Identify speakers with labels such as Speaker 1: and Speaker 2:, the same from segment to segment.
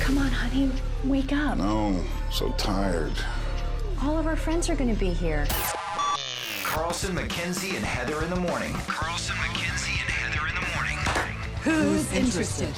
Speaker 1: Come on, honey, wake up.
Speaker 2: No, so tired.
Speaker 1: All of our friends are going to be here.
Speaker 3: Carlson, McKenzie, and Heather in the morning. Carlson, McKenzie, and Heather in the morning.
Speaker 4: Who's interested?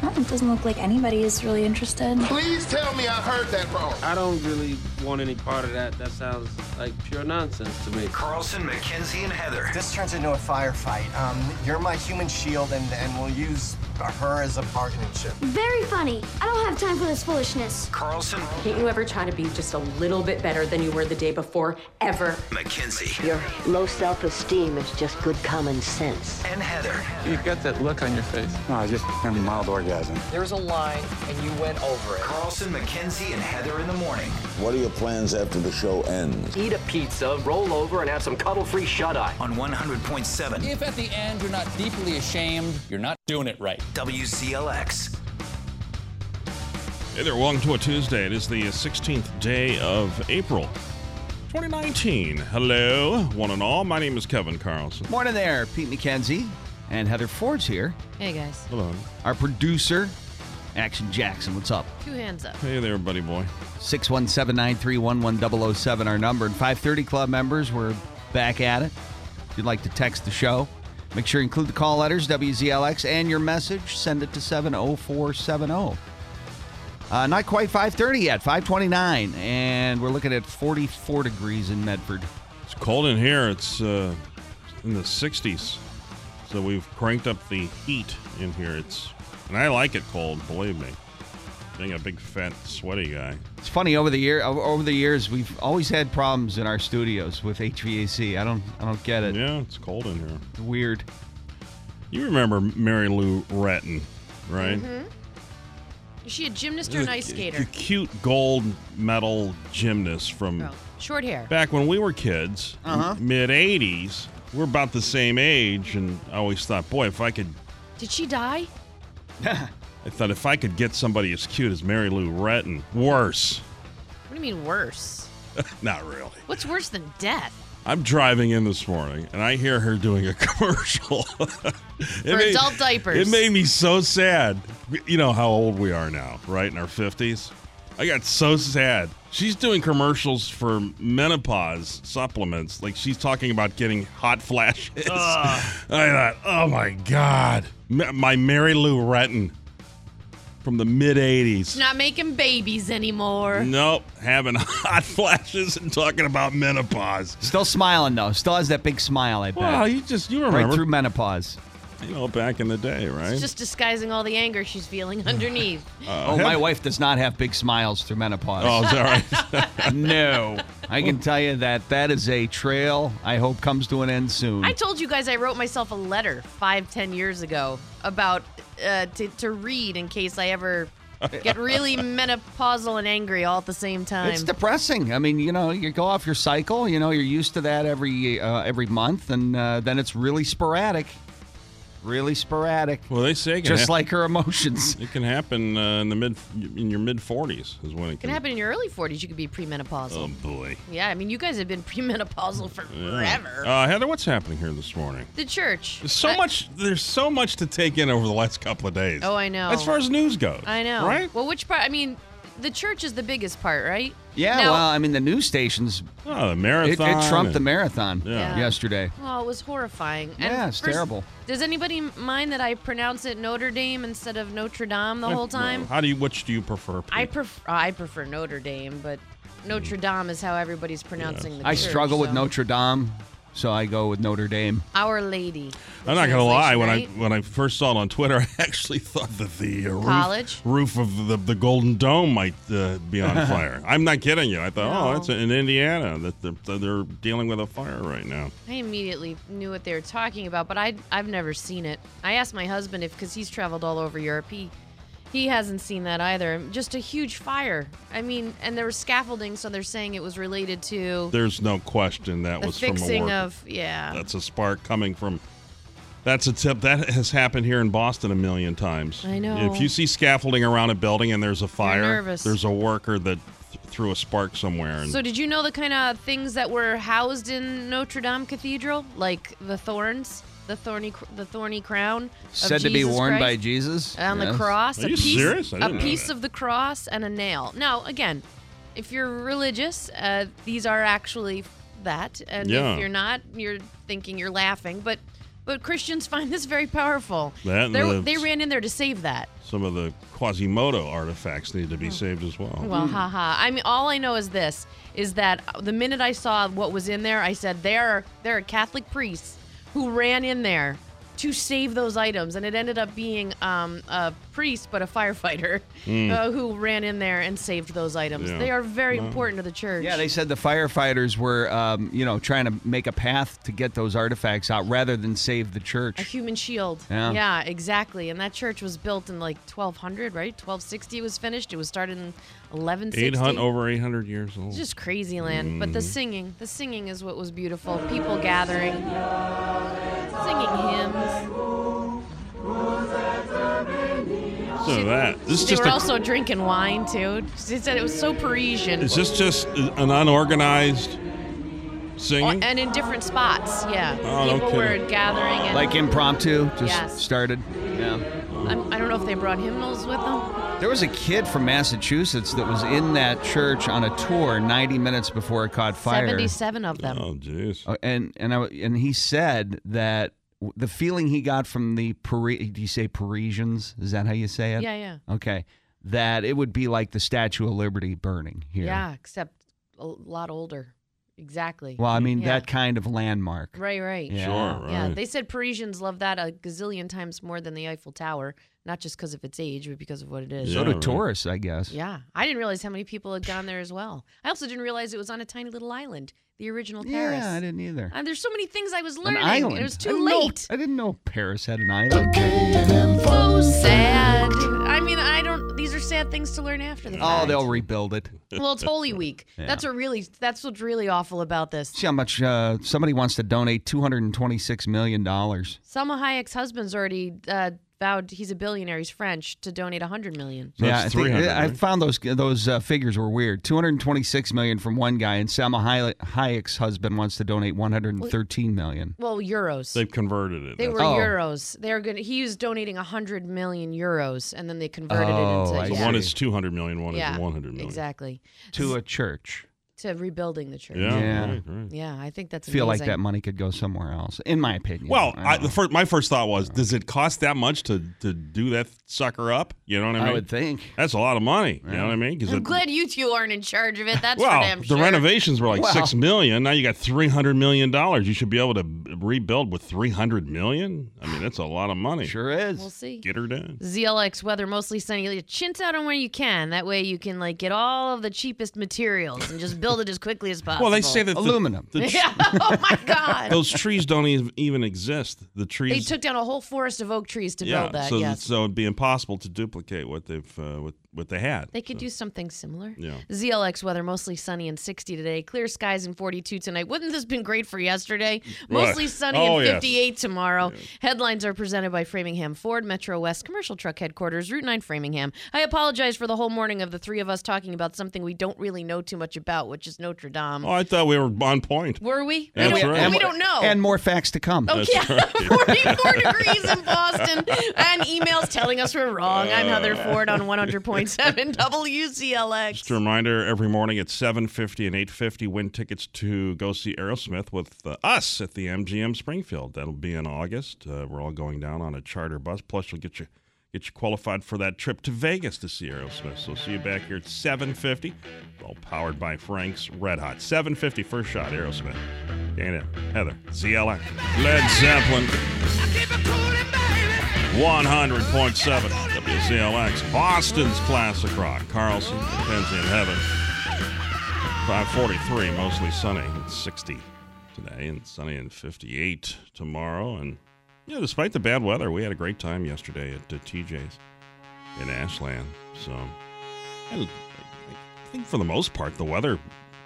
Speaker 1: Oh, it doesn't look like anybody is really interested.
Speaker 2: Please tell me I heard that wrong.
Speaker 5: I don't really want any part of that. That sounds like pure nonsense to me.
Speaker 3: Carlson, McKenzie, and Heather.
Speaker 6: This turns into a firefight. Um, you're my human shield, and, and we'll use her as a bargaining chip.
Speaker 7: Very funny. I don't have time for this foolishness.
Speaker 3: Carlson,
Speaker 4: Can't you ever try to be just a little bit better than you were the day before? Ever?
Speaker 3: McKenzie,
Speaker 8: Your low self esteem is just good common sense.
Speaker 3: and Heather.
Speaker 5: You got that look on your face.
Speaker 2: No, I just had a mild orgasm.
Speaker 6: There's a line, and you went over it.
Speaker 3: Carlson, McKenzie, and Heather in the morning.
Speaker 9: What are your plans after the show ends?
Speaker 6: Eat a pizza, roll over, and have some cuddle free shut eye.
Speaker 3: On 100.7
Speaker 10: If at the end you're not deeply ashamed, you're not doing it right.
Speaker 3: WCLX.
Speaker 11: Hey there, welcome to a Tuesday. It is the 16th day of April, 2019. Hello, one and all. My name is Kevin Carlson.
Speaker 10: Morning there, Pete McKenzie and Heather Forge here.
Speaker 4: Hey guys,
Speaker 11: Hello.
Speaker 10: Our producer, Action Jackson, what's up?
Speaker 4: two hands up.
Speaker 11: Hey there, buddy boy.
Speaker 10: 617-931-1007, our number. And 530 Club members, we're back at it. If you'd like to text the show, make sure you include the call letters, WZLX, and your message. Send it to 70470. Uh, not quite 530 yet, 529. And we're looking at 44 degrees in Medford.
Speaker 11: It's cold in here. It's uh, in the 60s. So we've cranked up the heat in here. It's and I like it cold, believe me. Being a big fat sweaty guy.
Speaker 10: It's funny over the year o- over the years we've always had problems in our studios with HVAC. I don't I don't get it.
Speaker 11: Yeah, it's cold in here.
Speaker 10: It's Weird.
Speaker 11: You remember Mary Lou Retton, right?
Speaker 4: Mm-hmm. Is she a gymnast or an ice
Speaker 11: The
Speaker 4: skater?
Speaker 11: cute gold medal gymnast from
Speaker 4: Girl. Short hair.
Speaker 11: back when we were kids, mid 80s, we're about the same age, and I always thought, boy, if I could,
Speaker 4: Did she die?
Speaker 11: I thought if I could get somebody as cute as Mary Lou Retton, worse.
Speaker 4: What do you mean worse?
Speaker 11: Not really.
Speaker 4: What's worse than death?
Speaker 11: I'm driving in this morning, and I hear her doing a commercial for
Speaker 4: adult diapers.
Speaker 11: It made me so sad. You know how old we are now, right? In our 50s. I got so sad. She's doing commercials for menopause supplements. Like she's talking about getting hot flashes. I thought, oh my God. Ma- My Mary Lou Retton from the mid 80s.
Speaker 4: Not making babies anymore.
Speaker 11: Nope, Oh, having hot flashes and talking about menopause.
Speaker 10: Still smiling though. Still has that big smile. I bet.
Speaker 11: Wow, you just, you
Speaker 10: right
Speaker 11: remember.
Speaker 10: through menopause.
Speaker 11: You know, back in the day, right? Uh,
Speaker 4: It's just disguising all the anger she's feeling underneath.
Speaker 10: oh, my wife does not have big smiles through menopause.
Speaker 11: oh, is that right?
Speaker 10: no. I can tell you that that is a trail I hope comes to an end soon.
Speaker 4: I told you guys I wrote myself a letter five, ten years ago about uh, to, to read in case I ever get really menopausal and angry all at the same time.
Speaker 10: It's depressing. I mean, you know, you go off your cycle. You know, you're used to that every uh, every month, and uh, then it's really sporadic, really sporadic.
Speaker 11: well, they say it can
Speaker 10: Just
Speaker 11: hap-
Speaker 10: like her emotions.
Speaker 11: it can happen uh, in the mid in your mid 40s is when it
Speaker 4: it can happen in your early 40s. You could be premenopausal.
Speaker 10: Um,
Speaker 11: Oh boy.
Speaker 4: yeah, I mean, you guys have been premenopausal for forever.
Speaker 10: Oh.
Speaker 11: Uh, Heather, what's happening here this morning?
Speaker 4: the church.
Speaker 11: There's so
Speaker 4: I-
Speaker 11: much. There's so much to take in over the last couple of days.
Speaker 4: Oh, I know.
Speaker 11: As far as news goes,
Speaker 4: I know.
Speaker 11: Right?
Speaker 4: Well, which part? I mean, the church is the biggest part, right?
Speaker 10: Yeah,
Speaker 4: Now-
Speaker 10: well, I mean, the news stations,
Speaker 11: Oh, the
Speaker 10: it,
Speaker 11: marathon.
Speaker 10: it trumped the
Speaker 11: and-
Speaker 10: marathon
Speaker 11: Yeah.
Speaker 4: Yeah.
Speaker 10: yesterday.
Speaker 4: Oh, it was horrifying.
Speaker 10: Yeah, it's terrible.
Speaker 4: Does anybody mind that I pronounce it Notre Dame instead of Notre Dame the whole time?
Speaker 11: How do you? Which do you prefer? Pete?
Speaker 4: I prefer I prefer
Speaker 11: Mm.
Speaker 4: Notre Dame, but Notre Dame is how everybody's pronouncing the.
Speaker 10: I
Speaker 4: church,
Speaker 10: struggle with
Speaker 4: so-
Speaker 10: Notre Dame. so I go with Notre Dame.
Speaker 4: Our Lady.
Speaker 11: I'm not gonna lie. When
Speaker 4: Right?
Speaker 11: I when I first saw it on Twitter, I actually thought that the uh, roof,
Speaker 4: College?
Speaker 11: roof of the, the Golden Dome might uh, be on fire. I'm not kidding you. I thought, oh, that's in Indiana that they're, that they're dealing with a fire right now.
Speaker 4: I immediately knew what they were talking about, but I I've never seen it. I asked my husband if because he's traveled all over Europe. He he hasn't seen that either. Just a huge fire. I mean, and there was scaffolding, so they're saying it was related to
Speaker 11: There's no question that
Speaker 4: the
Speaker 11: was
Speaker 4: Oh. fixing
Speaker 11: from a work.
Speaker 4: of yeah.
Speaker 11: That's a spark coming from. That's a tip that has happened here in Boston a million times.
Speaker 4: I know.
Speaker 11: If you see scaffolding around a building and there's a fire,
Speaker 4: nervous.
Speaker 11: there's a worker that th- threw a spark somewhere. And
Speaker 4: So did you know the kind of things that were housed in Notre Dame Cathedral, like the thorns, the thorny, cr- the thorny crown, of
Speaker 10: Said to be
Speaker 4: Jesus
Speaker 10: worn by
Speaker 4: Christ?
Speaker 10: Jesus
Speaker 4: on
Speaker 10: Yes.
Speaker 4: the cross, a piece,
Speaker 10: serious? I
Speaker 4: a
Speaker 10: didn't know
Speaker 4: piece
Speaker 10: that.
Speaker 4: of the cross, and a nail. Now, again, if you're religious, uh, these are actually that, and
Speaker 11: Yeah.
Speaker 4: if you're not, you're thinking you're laughing, but. But Christians find this very powerful.
Speaker 11: That and
Speaker 4: They're-
Speaker 11: the-
Speaker 4: they ran in there to save that.
Speaker 11: some of the Quasimodo artifacts need to be saved as well.
Speaker 4: Oh. Well,
Speaker 10: Mm.
Speaker 4: haha. I mean, all I know is this: is that the minute I saw what was in there, I said there are there are Catholic priests who ran in there to save those items, and it ended up being um, a priest, but a firefighter
Speaker 10: Mm.
Speaker 4: uh, who ran in there and saved those items.
Speaker 10: Yeah.
Speaker 4: They are very
Speaker 10: Wow.
Speaker 4: important to the church.
Speaker 10: Yeah, they said the firefighters were, um, you know, trying to make a path to get those artifacts out rather than save the
Speaker 4: a
Speaker 10: church.
Speaker 4: human shield.
Speaker 10: Yeah.
Speaker 4: exactly. And that church was built in like 1200, right? 1260 was finished. It was started in 1160.
Speaker 11: Eight hundred over eight hundred years old.
Speaker 4: It's just crazy land. But the
Speaker 11: Mhm.
Speaker 4: singing, the singing is what was beautiful. People gathering, singing hymns.
Speaker 11: So Mm. that this is
Speaker 4: they
Speaker 11: just
Speaker 4: were
Speaker 11: a-
Speaker 4: also drinking wine too. She said it was so Parisian.
Speaker 11: is this just an unorganized singing?
Speaker 4: Oh, and in different spots, yeah.
Speaker 11: Oh, no
Speaker 4: People
Speaker 11: kidding.
Speaker 4: were gathering and
Speaker 10: Like impromptu, just
Speaker 4: Yes.
Speaker 10: started. Yeah.
Speaker 4: I'm, I don't know if they brought hymnals with them.
Speaker 10: There was a kid from Massachusetts that was in that church on a tour 90 minutes before it caught fire.
Speaker 4: 77 of them.
Speaker 11: Oh, jeez.
Speaker 10: And and I, and he said that w- the feeling he got from the Pari- do you say Parisians? Is that how you say it?
Speaker 4: Yeah, yeah.
Speaker 10: Okay. That it would be like the Statue of Liberty burning here.
Speaker 4: Yeah, except a lot older. Exactly.
Speaker 10: Well, I mean
Speaker 4: Yeah.
Speaker 10: that kind of landmark.
Speaker 4: Right, right.
Speaker 10: Yeah. Sure,
Speaker 4: Yeah,
Speaker 10: right.
Speaker 4: they said Parisians love that a gazillion times more than the Eiffel Tower, not just because of its age, but because of what it is.
Speaker 10: so do tourists, I guess.
Speaker 4: Yeah. I didn't realize how many people had gone there as well. I also didn't realize it was on a tiny little island, the original Paris.
Speaker 10: Yeah, I didn't either.
Speaker 4: And there's so many things I was
Speaker 10: An
Speaker 4: learning.
Speaker 10: island.
Speaker 4: It was
Speaker 10: I
Speaker 4: too
Speaker 10: didn't know-
Speaker 4: late.
Speaker 10: I didn't know Paris had an island.
Speaker 4: So sad. I mean, I don't. These are sad things to learn after the
Speaker 10: Oh,
Speaker 4: fact.
Speaker 10: they'll rebuild it.
Speaker 4: Well, it's Holy Week.
Speaker 10: Yeah.
Speaker 4: That's what really. That's what's really awful about this.
Speaker 10: See how much uh, somebody wants to donate two hundred and twenty-six million dollars.
Speaker 4: Selma Hayek's husband's already uh, vowed he's a billionaire. He's French to donate a hundred million.
Speaker 10: yeah, I, think, I found those those uh, figures were weird. Two hundred twenty-six million from one guy, and Salma Hay- Hayek's husband wants to donate one hundred thirteen million. Oh,
Speaker 4: Well, euros.
Speaker 11: They've converted it.
Speaker 4: They
Speaker 11: that's
Speaker 4: were
Speaker 11: all.
Speaker 4: euros. They were going. to He was donating a hundred million euros, and then they converted
Speaker 10: Oh,
Speaker 4: it
Speaker 10: I
Speaker 4: into
Speaker 11: So
Speaker 4: yeah,
Speaker 11: one is two hundred million, one
Speaker 4: Yeah,
Speaker 11: is one hundred million.
Speaker 4: exactly
Speaker 10: to a church.
Speaker 4: to rebuilding the church.
Speaker 11: Yeah,
Speaker 10: Yeah.
Speaker 11: right, right.
Speaker 4: Yeah, I think that's
Speaker 10: Feel like
Speaker 4: amazing.
Speaker 10: that money could go somewhere else, in my opinion.
Speaker 11: Well, I, the first, my first thought was, does it cost that much to to do that sucker up? You know what I
Speaker 10: I
Speaker 11: mean?
Speaker 10: would think
Speaker 11: that's a lot of money. You know what I mean? 'Cause
Speaker 4: I'm
Speaker 11: it-
Speaker 4: glad you two aren't in charge of it. That's
Speaker 11: well,
Speaker 4: for damn
Speaker 11: the
Speaker 4: sure.
Speaker 11: renovations were like
Speaker 4: Well-
Speaker 11: six million. Now you got three hundred million dollars. You should be able to b- rebuild with three hundred million. I mean, that's a lot of money.
Speaker 10: Sure is.
Speaker 4: We'll see.
Speaker 11: Get her done.
Speaker 4: ZLX weather mostly sunny. Like, Chintz out on where you can. That way you can like get all of the cheapest materials and just build it as quickly as possible.
Speaker 11: Well, they say that the- Aluminum. the-
Speaker 4: yeah. Oh my God.
Speaker 11: Those trees don't e- even exist. The trees.
Speaker 4: They took down a whole forest of oak trees to
Speaker 11: yeah,
Speaker 4: build that.
Speaker 11: so
Speaker 4: yes.
Speaker 11: so it'd be impossible to duplicate what they've uh, what what they had.
Speaker 4: They could do something similar.
Speaker 11: Yeah.
Speaker 4: ZLX weather mostly sunny and 60 today. Clear skies and 42 tonight. Wouldn't this been great for yesterday?
Speaker 11: Right.
Speaker 4: Mostly sunny
Speaker 11: Oh,
Speaker 4: and
Speaker 11: yes.
Speaker 4: 58 tomorrow. Headlines are presented by Framingham Ford Metro West Commercial Truck Headquarters, Route 9 Framingham. I apologize for the whole morning of the three of us talking about something we don't really know too much about, which is Notre Dame.
Speaker 11: Oh, I thought we were on point.
Speaker 4: Were we?
Speaker 11: That's
Speaker 4: we, don't,
Speaker 11: right.
Speaker 4: we don't know.
Speaker 10: and more facts to
Speaker 11: Um,
Speaker 10: come.
Speaker 4: Oh, yeah.
Speaker 11: Forty-four
Speaker 4: degrees in Boston and emails telling us we're wrong. I'm Heather
Speaker 11: Uh.
Speaker 4: Ford on 100.7 WCLX.
Speaker 11: Just a reminder every morning at 7.50 and 8.50, win tickets to go see Aerosmith with uh, us at the MGM Springfield. That'll be in August. Uh, we're all going down on a charter bus. Plus, you'll get you, get you qualified for that trip to Vegas to see Aerosmith. So see you back here at 7.50, all powered by Frank's Red Hot. 7.50, first shot, Aerosmith. Ain't it? Heather, ZLX. Led Zeppelin. 100.7 WCLX. Boston's classic rock. Carlson, Mackenzie, and Heaven. 543, mostly sunny. It's 60 today and sunny and 58 tomorrow. And, you know, despite the bad weather, we had a great time yesterday at uh, TJ's in Ashland. So, I, I think for the most part, the weather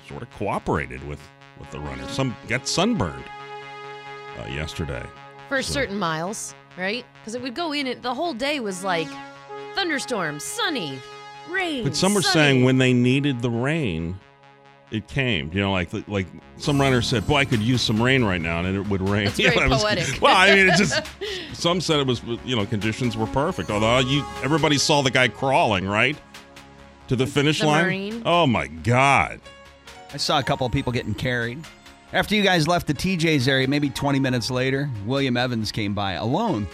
Speaker 11: sort of cooperated with, with the runner. Some got sunburned uh, yesterday.
Speaker 4: for
Speaker 11: So-
Speaker 4: certain miles, right? Because it would go in. It the whole day was like thunderstorms, sunny, rain.
Speaker 11: But some were
Speaker 4: sunny.
Speaker 11: saying when they needed the rain, it came. You know, like like some runner said, "Boy, I could use some rain right now," and it would rain.
Speaker 4: That's
Speaker 11: You know,
Speaker 4: very
Speaker 11: it was-
Speaker 4: poetic.
Speaker 11: well, I mean, it just some said it was you know conditions were perfect. Although you everybody saw the guy crawling right to the finish
Speaker 10: The
Speaker 11: line.
Speaker 10: Marine.
Speaker 11: Oh my God!
Speaker 10: I saw a couple of people getting carried. After you guys left the TJ's area, maybe 20 minutes later, William Evans came by alone.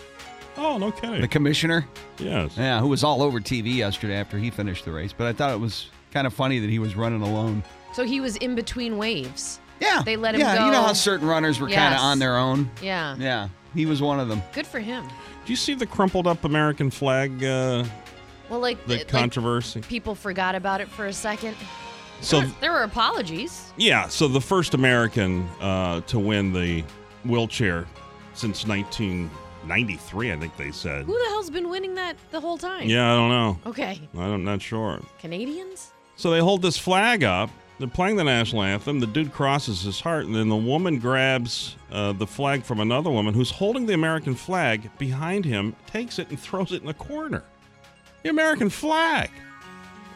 Speaker 11: Oh, no kidding.
Speaker 10: The commissioner?
Speaker 11: Yes.
Speaker 10: Yeah, who was all over TV yesterday after he finished the race. But I thought it was kind of funny that he was running alone.
Speaker 4: So he was in between waves.
Speaker 10: Yeah.
Speaker 4: They let him
Speaker 10: yeah,
Speaker 4: go.
Speaker 10: you know how certain runners were kind
Speaker 4: Yes.
Speaker 10: of on their own?
Speaker 4: Yeah.
Speaker 10: Yeah, he was one of them.
Speaker 4: Good for him.
Speaker 11: Do you see the crumpled up American flag? Uh,
Speaker 4: Well, like
Speaker 11: The
Speaker 4: it- like
Speaker 11: controversy.
Speaker 4: people forgot about it for a second.
Speaker 11: So-
Speaker 4: there, there were apologies.
Speaker 11: Yeah, so the first American uh, to win the wheelchair since 1993, I think they said.
Speaker 4: Who the hell's been winning that the whole time?
Speaker 11: Yeah, I don't know.
Speaker 4: Okay.
Speaker 11: I'm not sure.
Speaker 4: Canadians.
Speaker 11: So they hold this flag up. They're playing the national anthem. The dude crosses his heart, and then the woman grabs uh, the flag from another woman who's holding the American flag behind him, takes it, and throws it in the corner. The American flag.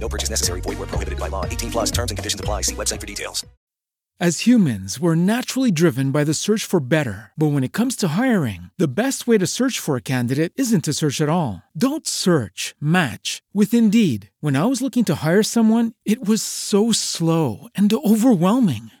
Speaker 12: No purchase necessary. Void where prohibited by law. 18 plus terms and conditions apply. See website for details.
Speaker 13: As humans, we're naturally driven by the search for better. But when it comes to hiring, the best way to search for a candidate isn't to search at all. Don't search, match with Indeed. When I was looking to hire someone, it was so slow and overwhelming.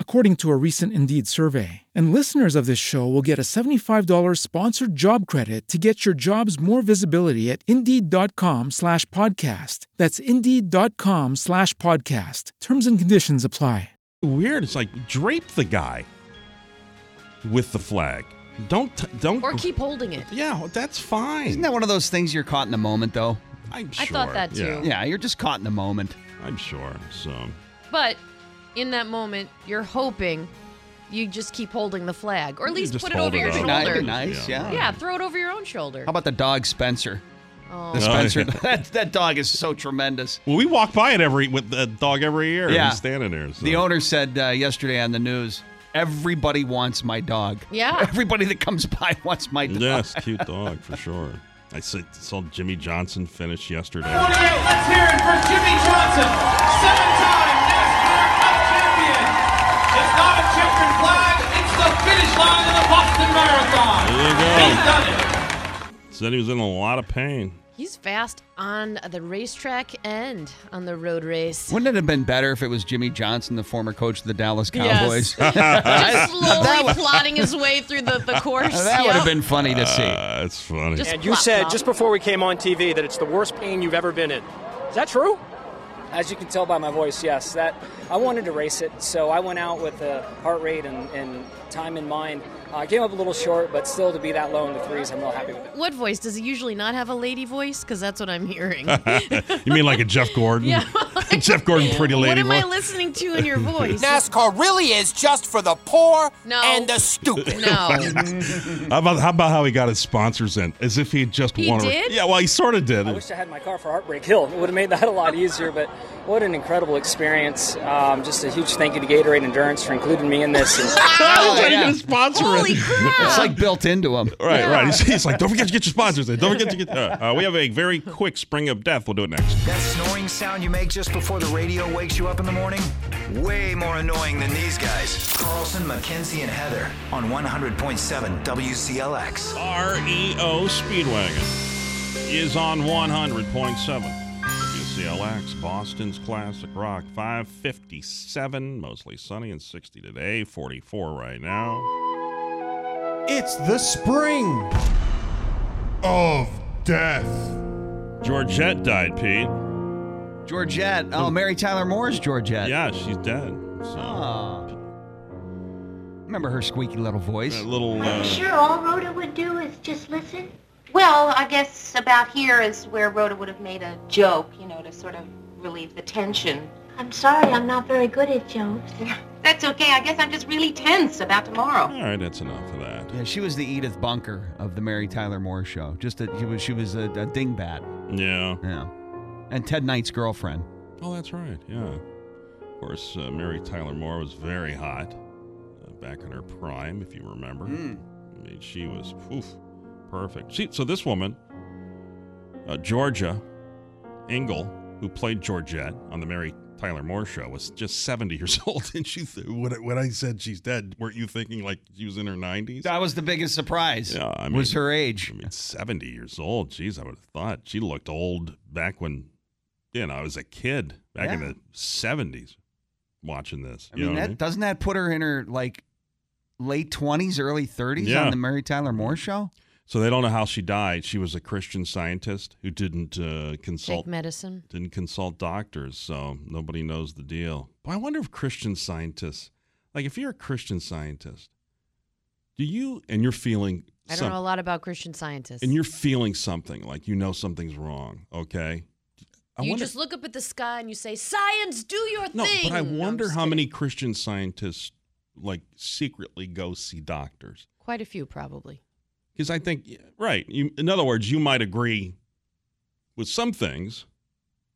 Speaker 13: according to a recent Indeed survey. And listeners of this show will get a $75 sponsored job credit to get your jobs more visibility at Indeed.com slash podcast. That's Indeed.com slash podcast. Terms and conditions apply.
Speaker 11: Weird. It's like drape the guy with the flag. Don't t- don't
Speaker 4: Or keep holding it.
Speaker 11: Yeah, that's fine.
Speaker 10: Isn't that one of those things you're caught in the moment, though?
Speaker 11: I'm
Speaker 4: I thought sure, that, too. yeah.
Speaker 10: Yeah. you're just caught in the moment.
Speaker 11: I'm sure. So,
Speaker 4: But in that moment, you're hoping you just keep holding the flag, or at least
Speaker 10: just
Speaker 4: put it
Speaker 10: hold
Speaker 4: over
Speaker 10: it
Speaker 4: your
Speaker 10: up.
Speaker 4: shoulder.
Speaker 10: That'd be nice, yeah.
Speaker 4: Yeah, throw it over your own shoulder.
Speaker 10: How about the dog Spencer?
Speaker 4: Oh.
Speaker 10: The
Speaker 11: Oh,
Speaker 10: Spencer,
Speaker 11: yeah.
Speaker 10: that, that dog is so tremendous.
Speaker 11: well, we walk by it every with the dog every year.
Speaker 10: Yeah.
Speaker 11: He's standing there. So.
Speaker 10: The owner said uh, yesterday on the news, everybody wants my dog.
Speaker 4: Yeah.
Speaker 10: Everybody that comes by wants my dog.
Speaker 11: yes, cute dog for sure. I saw, saw Jimmy Johnson finish yesterday.
Speaker 5: Let's hear it for Jimmy Johnson, seven-time NASCAR Cup champion. It's not a checkered flag; it's the finish line of the Boston Marathon.
Speaker 11: There you
Speaker 5: He's done
Speaker 11: go.
Speaker 5: it.
Speaker 11: Said he was in a lot of pain.
Speaker 4: He's fast on the racetrack and on the road race.
Speaker 10: Wouldn't it have been better if it was Jimmy Johnson, the former coach of the Dallas
Speaker 4: Yes.
Speaker 10: Cowboys?
Speaker 4: Just
Speaker 10: Now, that
Speaker 4: slowly
Speaker 10: would-
Speaker 4: plodding his way through the, the course.
Speaker 10: That would have been funny to see.
Speaker 11: That's Ah, funny.
Speaker 14: and you said just before we came on TV that it's the worst pain you've ever been in. Is that true?
Speaker 15: As you can tell by my voice, yes. That I wanted to race it, so I went out with the heart rate and, and time in mind. Uh, I came up a little short, but still to be that low in the threes, I'm real happy with it.
Speaker 4: What voice? Does he usually not have a lady voice? Because that's what I'm hearing.
Speaker 11: you mean like a Jeff Gordon?
Speaker 4: yeah.
Speaker 11: Jeff Gordon, pretty
Speaker 4: What
Speaker 11: lady.
Speaker 4: am I listening to in your voice?
Speaker 16: NASCAR really is just for the poor
Speaker 4: No.
Speaker 16: and the stupid.
Speaker 4: No.
Speaker 11: how about how about how he got his sponsors in, as if he had just
Speaker 15: He
Speaker 11: won? a-
Speaker 15: did?
Speaker 11: Yeah, well, he sort of did.
Speaker 15: I wish I had my car for Heartbreak Hill. It would have made that a lot easier, but what an incredible experience. Um, just a huge thank you to Gatorade Endurance for including me in this. And-
Speaker 11: sponsor
Speaker 4: Holy crap!
Speaker 10: It's like built into him.
Speaker 11: Right, right. He's, he's like, don't forget to get your sponsors in. Don't forget to get. Uh, uh, we have a very quick spring of death. We'll do it next.
Speaker 3: That snoring sound you make just before the radio wakes you up in the morning? Way more annoying than these guys. Carlson, McKenzie, and Heather on 100.7 WCLX.
Speaker 11: REO E Speedwagon is on 100.7. WCLX, Boston's Classic Rock, 557, mostly sunny and 60 today, 44 right now.
Speaker 17: It's the spring of death.
Speaker 11: Georgette died, Pete.
Speaker 10: Georgette. Oh, Mary Tyler Moore's Georgette. Ah.
Speaker 11: Yeah, she's dead. So.
Speaker 10: Remember her squeaky little voice?
Speaker 11: That little. uh,
Speaker 18: I'm sure all Rhoda would do is just listen. Well, I guess about here is where Rhoda would have made a joke, you know, to sort of relieve the tension.
Speaker 6: I'm sorry, I'm not very good at jokes.
Speaker 18: That's okay. I guess I'm just really tense about tomorrow.
Speaker 11: All right, that's enough of that.
Speaker 10: Yeah, she was the Edith Bunker of the Mary Tyler Moore Show. Just a, she was she was a, a dingbat.
Speaker 11: Yeah.
Speaker 10: Yeah. And Ted Knight's girlfriend.
Speaker 11: Oh, that's right. Yeah. Of course, uh, Mary Tyler Moore was very hot uh, back in her prime, if you remember.
Speaker 10: Mm.
Speaker 11: I mean, she was oof, perfect. She, so this woman, uh, Georgia Engel, who played Georgette on the Mary Tyler Moore show, was just 70 years old. And she, th- when, I- when I said she's dead, weren't you thinking like she was in her 90s?
Speaker 10: That was the biggest surprise.
Speaker 11: Yeah, I mean,
Speaker 10: was her age.
Speaker 11: I mean, 70 years old. Jeez, I would have thought she looked old back when, you know, I was a kid back in
Speaker 10: Yeah.
Speaker 11: the 70s watching this.
Speaker 10: I
Speaker 11: You
Speaker 10: mean,
Speaker 11: know what
Speaker 10: that doesn't that put her in her like late twenties, early thirties
Speaker 11: Yeah.
Speaker 10: on the Mary Tyler Moore Show?
Speaker 11: So they don't know how she died. She was a Christian scientist who didn't uh, consult
Speaker 4: Take medicine.
Speaker 11: didn't consult doctors, so nobody knows the deal. But I wonder if Christian scientists, like if you're a Christian scientist, do you and you're feeling
Speaker 4: I don't
Speaker 11: some-
Speaker 4: know a lot about Christian scientists.
Speaker 11: and you're feeling something like you know something's wrong, okay? I
Speaker 4: you
Speaker 11: wonder
Speaker 4: just look up at the sky and you say, "Science, do your
Speaker 11: No,
Speaker 4: thing."
Speaker 11: but I
Speaker 4: No, I'm
Speaker 11: wonder
Speaker 4: just
Speaker 11: how
Speaker 4: kidding.
Speaker 11: many Christian scientists like secretly go see doctors.
Speaker 4: Quite a few, probably.
Speaker 11: Because I think, yeah, right. You, in other words, you might agree with some things,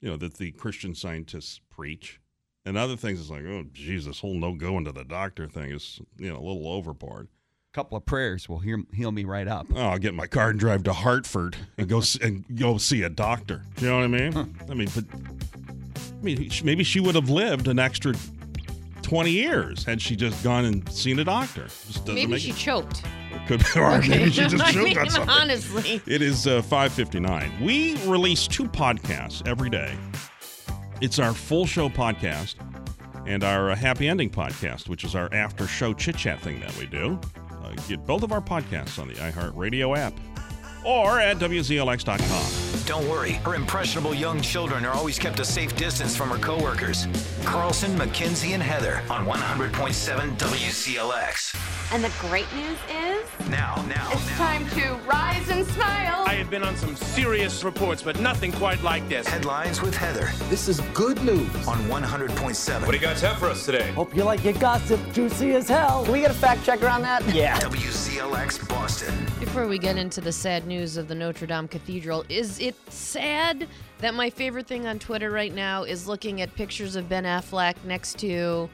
Speaker 11: you know, that the Christian scientists preach, and other things it's like, oh, geez, this whole no going to the doctor thing is, you know, a little overboard.
Speaker 10: A couple of prayers will hear, heal me right up.
Speaker 11: Oh, I'll get my car and drive to Hartford and go s- and go see a doctor. You know what I mean? I mean, but I mean, sh- maybe she would have lived an extra twenty years had she just gone and seen a doctor. Just doesn't
Speaker 4: Maybe
Speaker 11: make
Speaker 4: she
Speaker 11: it-
Speaker 4: choked.
Speaker 11: could be, or maybe she just
Speaker 4: I
Speaker 11: choked
Speaker 4: mean, uh,
Speaker 11: on something.
Speaker 4: honestly.
Speaker 11: It is uh, 5:59. We release two podcasts every day. It's our full show podcast and our uh, happy ending podcast, which is our after show chit chat thing that we do. Uh, get both of our podcasts on the iHeartRadio app or at wzlx.com.
Speaker 3: Don't worry, her impressionable young children are always kept a safe distance from her coworkers. Carlson, McKenzie, and Heather on 100.7 WCLX.
Speaker 19: And the great news is,
Speaker 3: Now,
Speaker 20: Oh,
Speaker 3: now,
Speaker 19: it's time to rise and smile.
Speaker 20: I have been on some serious reports, but nothing quite like this.
Speaker 3: Headlines with Heather
Speaker 20: This is good news.
Speaker 3: on 100.7.
Speaker 20: What do you guys have for us today?
Speaker 3: Hope
Speaker 20: you like your gossip juicy as hell.
Speaker 3: we get a fact checker on that? Yeah. WCLX Boston.
Speaker 4: Before we get into the sad news of the Notre Dame Cathedral, is it sad that my favorite thing on Twitter right now is looking at pictures of Ben Affleck next to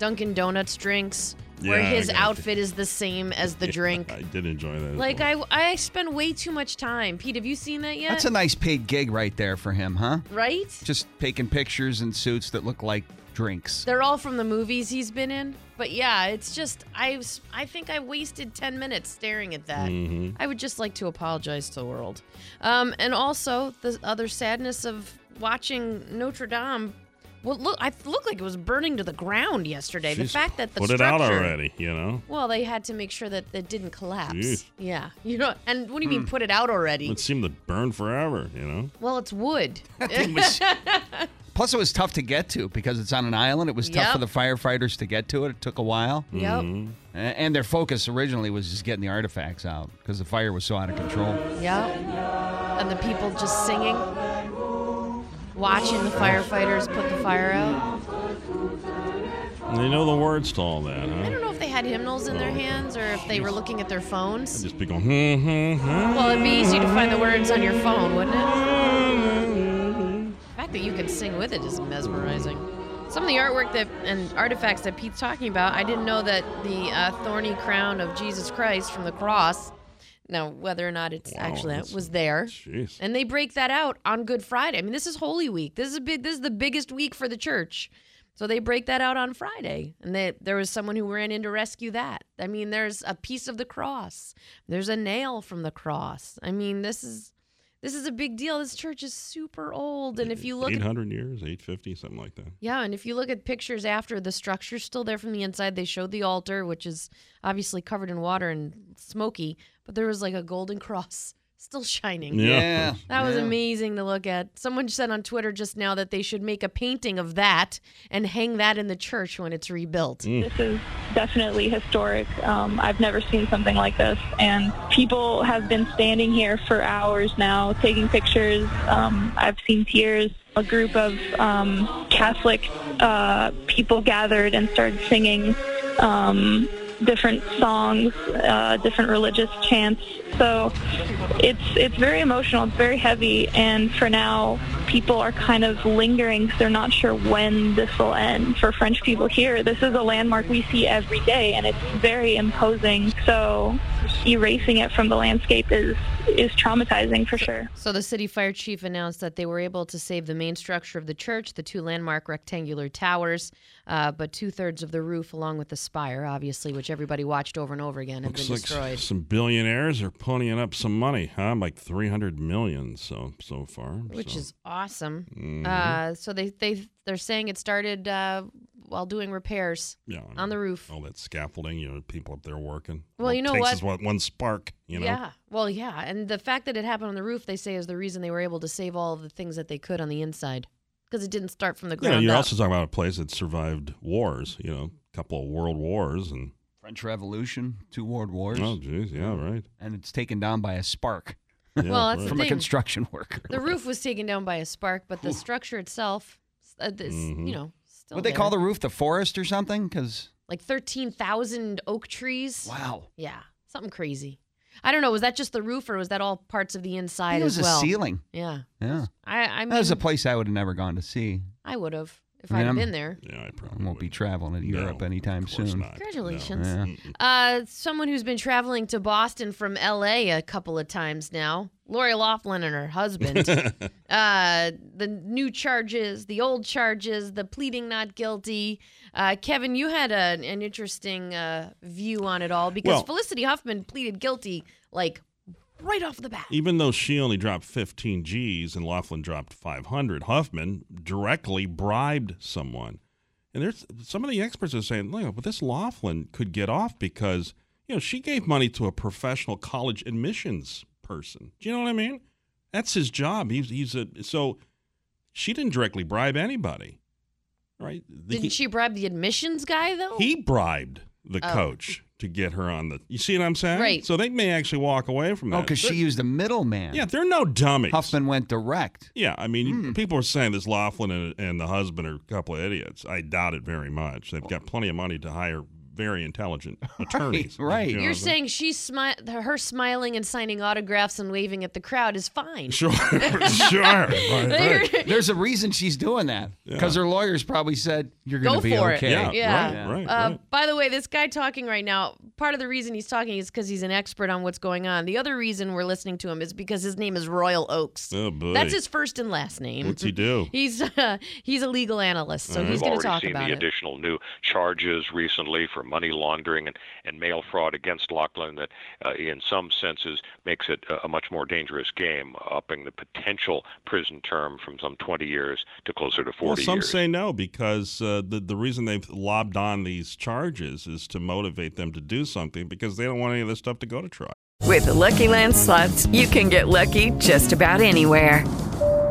Speaker 4: Dunkin' Donuts drinks, where
Speaker 11: Yeah, I
Speaker 4: his
Speaker 11: got
Speaker 4: outfit is the same as the drink?
Speaker 11: I did enjoy that. as
Speaker 4: Like
Speaker 11: well.
Speaker 4: I, I spend way too much time. Pete, have you seen that yet?
Speaker 10: That's a nice paid gig right there for him, huh?
Speaker 4: right.
Speaker 10: Just taking pictures in suits that look like drinks.
Speaker 4: They're all from the movies he's been in. But yeah, it's just I was- I think I wasted 10 minutes staring at that.
Speaker 11: Mhm.
Speaker 4: I would just like to apologize to the world. Um, and also the other sadness of watching Notre Dame well look I looked like it was burning to the ground yesterday. the
Speaker 11: She's
Speaker 4: fact that the
Speaker 11: put it out
Speaker 4: structure-
Speaker 11: already, you know.
Speaker 4: Well, they had to make sure that it didn't collapse.
Speaker 11: Jeez.
Speaker 4: Yeah. You know, and what do you
Speaker 11: Hmm.
Speaker 4: mean put it out already?
Speaker 11: It seemed to burn forever, you know.
Speaker 4: well, it's wood.
Speaker 10: Plus, it was tough to get to because it's on an island. It was tough
Speaker 4: Yep.
Speaker 10: for the firefighters to get to it. It took a while.
Speaker 4: Yep.
Speaker 11: Mm-hmm.
Speaker 10: A- And their focus originally was just getting the artifacts out because the fire was so out of control.
Speaker 4: Yeah. And the people just singing. watching the firefighters put the fire out.
Speaker 11: They know the words to all that,
Speaker 4: I
Speaker 11: huh?
Speaker 4: don't know if they had hymnals in their hands or if they were looking at their phones.
Speaker 11: Just be going, hmm, hmm, hmm.
Speaker 4: Well, it'd be easy to find the words on your phone, wouldn't it? The fact that you can sing with it is mesmerizing. Some of the artwork that and artifacts that Pete's talking about, I didn't know that the uh, thorny crown of Jesus Christ from the cross. Now, whether or not it's actually that
Speaker 21: that's-
Speaker 4: was there,
Speaker 21: jeez.
Speaker 4: and they break that out on Good Friday. I mean, this is Holy Week. This is a big. This is the biggest week for the church, so they break that out on Friday. And they, there was someone who ran in to rescue that. I mean, there's a piece of the cross. There's a nail from the cross. I mean, this is this is a big deal. This church is super old, and if you look, at-
Speaker 11: 800 years, 850, something like that.
Speaker 4: yeah, and if you look at pictures after, the structure's still there from the inside. They showed the altar, which is obviously covered in water and smoky, but there was like a golden cross still shining.
Speaker 11: Yeah. Yeah.
Speaker 4: That was
Speaker 11: Yeah.
Speaker 4: amazing to look at. Someone said on Twitter just now that they should make a painting of that and hang that in the church when it's rebuilt.
Speaker 22: This is definitely historic. Um, I've never seen something like this, and people have been standing here for hours now, taking pictures. Um, I've seen tears. A group of um, Catholic uh, people gathered and started singing um, different songs, uh, different religious chants. So it's it's very emotional. It's very heavy, and for now, people are kind of lingering because they're not sure when this will end. For French people here, this is a landmark we see every day, and it's very imposing. So erasing it from the landscape is is traumatizing for sure.
Speaker 4: So the city fire chief announced that they were able to save the main structure of the church, the two landmark rectangular towers, uh, but two thirds of the roof, along with the spire, obviously, which everybody watched over and over again, have
Speaker 11: Looks
Speaker 4: been
Speaker 11: like
Speaker 4: destroyed.
Speaker 11: s- some billionaires are ponying up some money, huh? Like 300 million so so far.
Speaker 4: which
Speaker 11: so.
Speaker 4: is awesome.
Speaker 11: Mhm.
Speaker 4: Uh, so they they they're saying it started uh, while doing repairs
Speaker 11: Yeah, I Oh,
Speaker 4: on the roof.
Speaker 11: all that scaffolding, you know, people up there working.
Speaker 4: Well,
Speaker 11: All
Speaker 4: you
Speaker 11: it
Speaker 4: know
Speaker 11: takes
Speaker 4: what?
Speaker 11: Is one, one spark, you know.
Speaker 4: Yeah. Well, yeah, and the fact that it happened on the roof, they say, is the reason they were able to save all of the things that they could on the inside because it didn't start from the
Speaker 11: You
Speaker 4: ground
Speaker 11: know, you're
Speaker 4: up.
Speaker 11: also talking about a place that survived wars, you know, a couple of world wars and
Speaker 10: French Revolution, two world wars.
Speaker 11: Oh, jeez, yeah, right.
Speaker 10: And it's taken down by a spark.
Speaker 11: Yeah,
Speaker 4: Well, that's the
Speaker 10: from a
Speaker 4: thing.
Speaker 10: construction worker.
Speaker 4: the roof was taken down by a spark, but the structure itself, uh, is,
Speaker 11: Mm-hmm.
Speaker 10: Mhm.
Speaker 4: you know, still.
Speaker 10: What they
Speaker 4: there.
Speaker 10: call the roof, the forest or something? Because
Speaker 4: like thirteen thousand oak trees.
Speaker 10: Wow.
Speaker 4: Yeah, something crazy. I don't know. Was that just the roof, or was that all parts of the inside
Speaker 10: it was
Speaker 4: as well?
Speaker 10: a ceiling.
Speaker 4: Yeah.
Speaker 10: Yeah,
Speaker 4: I I mean,
Speaker 10: that was a place I would have never gone to see.
Speaker 4: I would have if
Speaker 10: I
Speaker 4: I
Speaker 10: mean,
Speaker 4: had
Speaker 10: I'm-
Speaker 4: been there.
Speaker 11: Yeah, I
Speaker 10: probably won't be traveling to Europe anytime soon.
Speaker 4: Congratulations.
Speaker 10: Yeah.
Speaker 4: Uh, someone who's been traveling to Boston from LA a couple of times now, Lori Laughlin and her husband. uh, the new charges, the old charges, the pleading not guilty. Uh, Kevin, you had a, an interesting uh, view on it all because
Speaker 11: Well-
Speaker 4: Felicity Huffman pleaded guilty like right off the bat.
Speaker 11: Even though she only dropped 15 G's and Laughlin dropped 500, Huffman directly bribed someone. And there's some of the experts are saying, look, but this Laughlin could get off because, you know, she gave money to a professional college admissions person. Do you know what I mean? That's his job. He's, he's a, so she didn't directly bribe anybody, right? The-
Speaker 4: Didn't she bribe the admissions guy though?
Speaker 11: he bribed the
Speaker 4: Oh.
Speaker 11: coach to get her on the. You see what I'm saying?
Speaker 4: Right.
Speaker 11: So they may actually walk away from that.
Speaker 10: Oh, because she used a middleman.
Speaker 11: Yeah, they're no dummies.
Speaker 10: Huffman went direct. Hmm.
Speaker 11: Yeah, I mean, you- people are saying this Laughlin and, and the husband are a couple of idiots. I doubt it very much. They've got plenty of money to hire very intelligent attorneys.
Speaker 10: right.
Speaker 11: You know what
Speaker 4: You're
Speaker 11: I'm
Speaker 4: saying she's smi- her smiling and signing autographs and waving at the crowd is fine.
Speaker 11: Sure, sure. Right,
Speaker 4: They're-
Speaker 10: There's a reason she's doing that because her lawyers probably said you're going
Speaker 4: Go
Speaker 10: to be
Speaker 4: for
Speaker 10: okay.
Speaker 4: it. Yeah. uh, By the way, this guy talking right now, part of the reason he's talking is because he's an expert on what's going on. The other reason we're listening to him is because his name is Royal Oaks.
Speaker 11: Oh, boy.
Speaker 4: That's his first and last name.
Speaker 11: What's he do?
Speaker 4: He's uh, he's a legal analyst, so
Speaker 23: We've
Speaker 4: he's going to
Speaker 23: already
Speaker 4: talk
Speaker 23: seen
Speaker 4: about
Speaker 23: the
Speaker 4: it.
Speaker 23: additional new charges recently for money laundering and, and mail fraud against Lachlan that, uh, in some senses, makes it a, a much more dangerous game, upping the potential prison term from some 20 years to closer to 40
Speaker 11: Well, some
Speaker 23: years.
Speaker 11: say no because uh, the the reason they've lobbed on these charges is to motivate them to do something because they don't want any of this stuff to go to trial.
Speaker 24: With the Lucky Land slots, you can get lucky just about anywhere.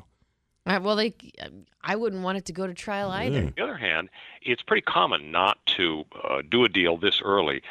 Speaker 4: All right, Uh, well, they, I wouldn't want it to go to trial either.
Speaker 23: On the other hand, it's pretty common not to uh, do a deal this early.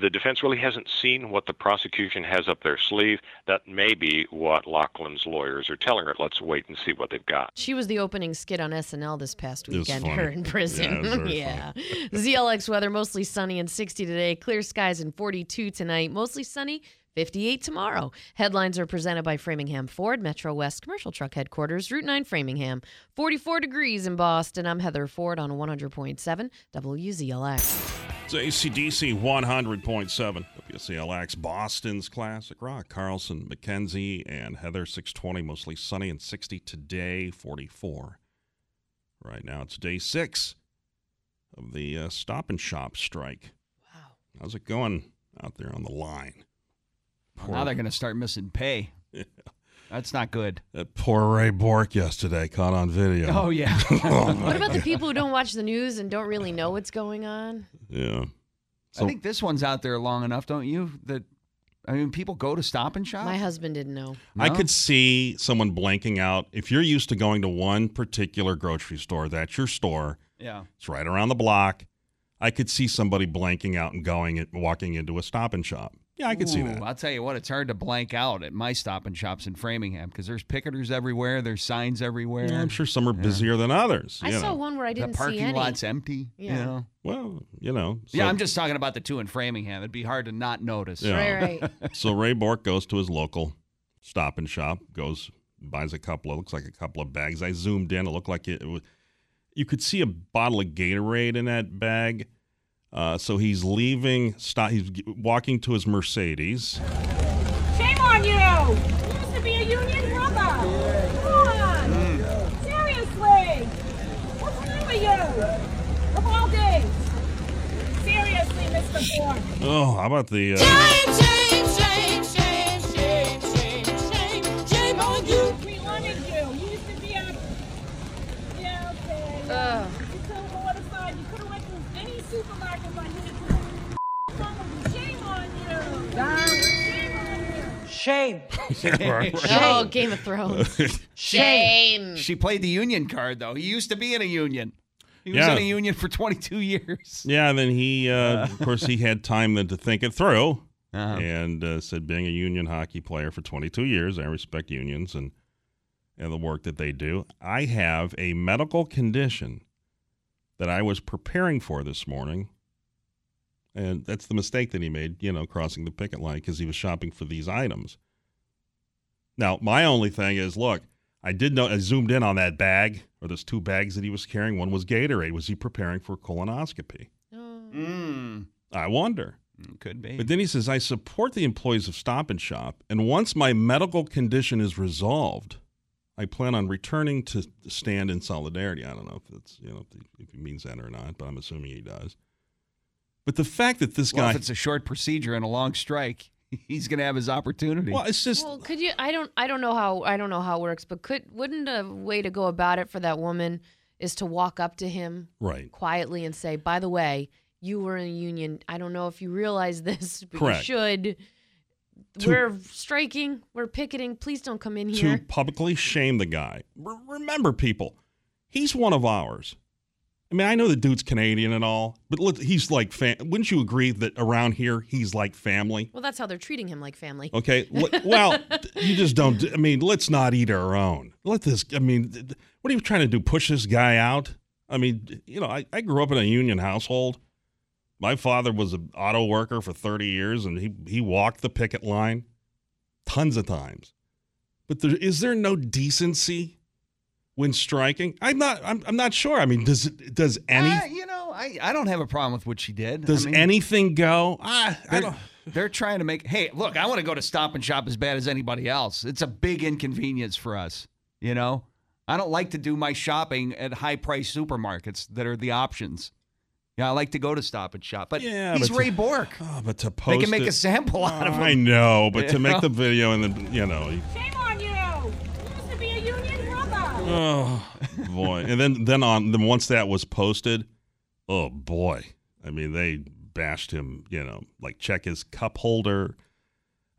Speaker 23: The defense really hasn't seen what the prosecution has up their sleeve. That may be what Lachlan's lawyers are telling her. Let's wait and see what they've got.
Speaker 4: She was the opening skit on SNL this past
Speaker 23: was
Speaker 4: weekend,
Speaker 23: funny.
Speaker 4: her in
Speaker 23: Yeah, it was
Speaker 4: prison.
Speaker 23: very
Speaker 4: Yeah. ZLX weather mostly sunny and 60 today, clear skies and 42 tonight, mostly sunny. 58 tomorrow. Headlines are presented by Framingham Ford, Metro West Commercial Truck Headquarters, Route 9 Framingham. 44 degrees in Boston. I'm Heather Ford on 100.7 WZLX.
Speaker 11: It's ACDC 100.7, WCLX, Boston's classic rock. Carlson, McKenzie, and Heather, 620, mostly sunny and 60 today, 44. Right now, it's day six of the uh, stop and shop strike. Wow. How's it going out there on the line?
Speaker 10: Now they're going to start missing pay. That's not good.
Speaker 11: Uh, Poor Ray Bork yesterday caught on video.
Speaker 10: Oh, yeah.
Speaker 11: Oh, my
Speaker 4: What about the
Speaker 11: God.
Speaker 4: people who don't watch the news and don't really know what's going on?
Speaker 11: Yeah.
Speaker 10: I think this one's out there long enough, don't you? That I mean, people go to Stop and Shop.
Speaker 4: My husband didn't know.
Speaker 11: I could see someone blanking out. If you're used to going to one particular grocery store, that's your store.
Speaker 10: Yeah.
Speaker 11: It's right around the block. I could see somebody blanking out and going and walking into a stop and shop. Yeah, I could see
Speaker 10: Ooh,
Speaker 11: that.
Speaker 10: I'll tell you what, it's hard to blank out at my Stop and Shops in Framingham because there's picketers everywhere, there's signs everywhere.
Speaker 11: Yeah, I'm sure some are busier than others.
Speaker 4: I
Speaker 11: you
Speaker 4: saw
Speaker 11: know.
Speaker 4: one where I didn't
Speaker 10: the parking
Speaker 4: see any.
Speaker 10: lot's empty.
Speaker 4: Yeah.
Speaker 10: You know?
Speaker 11: Well, you know.
Speaker 10: yeah,
Speaker 11: so-
Speaker 10: I'm just talking about the two in Framingham. It'd be hard to not notice.
Speaker 11: Yeah. so Ray Bork goes to his local stop and shop, goes buys a couple of looks like a couple of bags. I zoomed in; it looked like it. was, you could see a bottle of Gatorade in that bag. Uh, so he's leaving. Stop. He's g- walking to his Mercedes.
Speaker 5: Shame on you! You used to be a union brother! Come on! Seriously! What's wrong with you? Of all days! Seriously, Mr. Ford!
Speaker 11: Oh, how about the? Uh,
Speaker 5: Shame, shame, shame, shame, shame, shame, shame on you! We wanted you! You used to be a... Yeah, okay.
Speaker 4: Ugh.
Speaker 5: uh, You could have bought a five. You could have went to any supermarket by here. Shame on you! Shame on you!
Speaker 10: Shame.
Speaker 4: Oh, Game of Thrones. Shame.
Speaker 10: She played the union card, though. He used to be in a union. He was
Speaker 11: Yeah.
Speaker 10: in a union for 22 years.
Speaker 11: yeah. Then he, uh, of course, he had time then to think it through, and uh, said, "Being a union hockey player for 22 years, I respect unions and and the work that they do. I have a medical condition that I was preparing for this morning." And that's the mistake that he made, you know, crossing the picket line because he was shopping for these items. Now, my only thing is, look, I did know I zoomed in on that bag or those two bags that he was carrying. One was Gatorade. Was he preparing for colonoscopy?
Speaker 4: Oh.
Speaker 10: Mm,
Speaker 11: I wonder.
Speaker 10: could be.
Speaker 11: But then he says, I support the employees of Stop and Shop, and once my medical condition is resolved, I plan on returning to stand in solidarity. I don't know if that's you know if he means that or not, but I'm assuming he does. But the fact that this
Speaker 10: well,
Speaker 11: guy
Speaker 10: if it's a short procedure and a long strike, he's going to have his opportunity.
Speaker 11: Well, it's just
Speaker 4: Well, could you? I don't. I don't know how. I don't know how it works. But could wouldn't a way to go about it for that woman is to walk up to him
Speaker 11: Right.
Speaker 4: quietly and say, "By the way, you were in a union. I don't know if you realize this, but
Speaker 11: Correct.
Speaker 4: you should.
Speaker 11: To-
Speaker 4: we're striking. We're picketing. Please don't come in
Speaker 11: to
Speaker 4: here."
Speaker 11: publicly shame the guy. R- remember, people, he's one of ours. I mean, I know the dude's Canadian and all, but look, he's like, fam- wouldn't you agree that around here he's like family?
Speaker 4: Well, that's how they're treating him like family.
Speaker 11: Okay. L- well, you just don't. I mean, let's not eat our own. Let this. I mean, th- th- what are you trying to do? Push this guy out? I mean, you know, I, I grew up in a union household. My father was an auto worker for 30 years, and he he walked the picket line tons of times. But there, is there no decency when striking? I'm not. I'm, I'm not sure. I mean, does it- does any
Speaker 10: Uh, you know, I, I don't have a problem with what she did.
Speaker 11: does
Speaker 10: I mean,
Speaker 11: anything go? Ah, I
Speaker 10: they're-
Speaker 11: don't.
Speaker 10: They're trying to make. Hey, look, I want to go to Stop and Shop as bad as anybody else. It's a big inconvenience for us. You know, I don't like to do my shopping at high price supermarkets that are the options. Yeah, I like to go to Stop and Shop, but
Speaker 11: Yeah,
Speaker 10: he's
Speaker 11: but to-
Speaker 10: Ray Bork.
Speaker 11: Oh, but to post
Speaker 10: They can make
Speaker 11: it-
Speaker 10: a sample out of him.
Speaker 11: I know, but
Speaker 10: You
Speaker 11: to make
Speaker 10: know?
Speaker 11: the video and then you know, you-
Speaker 5: Shame on you. You used to be a union brother.
Speaker 11: oh boy, and then then on then once that was posted, oh boy, I mean they bashed him, you know, like check his cup holder.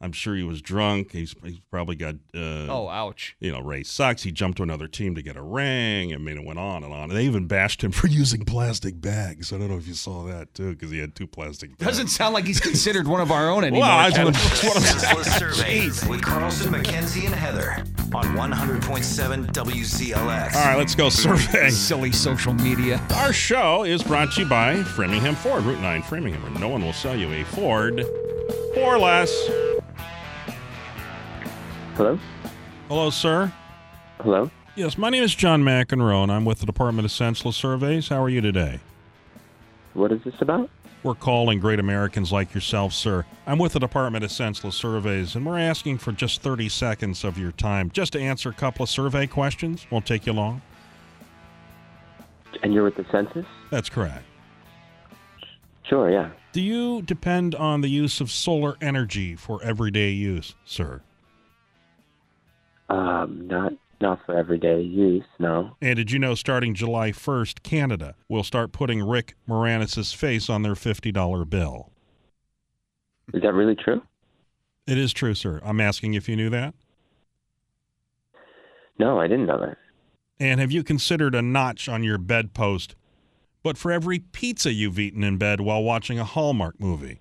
Speaker 11: I'm sure he was drunk. He's he's probably got uh,
Speaker 10: Oh, ouch.
Speaker 11: you know, Ray sucks. He jumped to another team to get a ring. I mean, it went on and on. They even bashed him for using plastic bags. I don't know if you saw that too, because he had two plastic bags.
Speaker 10: Doesn't sound like he's considered one of our own anymore.
Speaker 11: Well, I-
Speaker 10: Kevin.
Speaker 3: Senseless Survey with Carlson, McKenzie, and Heather on 100.7 WZLX.
Speaker 11: All right, let's go survey.
Speaker 10: Silly social media.
Speaker 11: Our show is brought to you by Framingham Ford, Route 9 Framingham, where no one will sell you a Ford for less.
Speaker 21: Hello?
Speaker 11: Hello, sir.
Speaker 21: Hello?
Speaker 11: Yes, my name is John McEnroe, and I'm with the Department of Senseless Surveys. How are you today?
Speaker 21: What is this about?
Speaker 11: We're calling great Americans like yourself, sir. I'm with the Department of Senseless Surveys, and we're asking for just 30 seconds of your time just to answer a couple of survey questions. Won't take you long.
Speaker 21: And you're with the census?
Speaker 11: That's correct.
Speaker 21: Sure, yeah.
Speaker 11: Do you depend on the use of solar energy for everyday use, sir?
Speaker 21: Um, not not for everyday use, no.
Speaker 11: And did you know starting July 1st, Canada will start putting Rick Moranis' face on their $50 bill?
Speaker 21: Is that really true?
Speaker 11: It is true, sir. I'm asking if you knew that.
Speaker 21: No, I didn't know that.
Speaker 11: And have you considered a notch on your bedpost, but for every pizza you've eaten in bed while watching a Hallmark movie?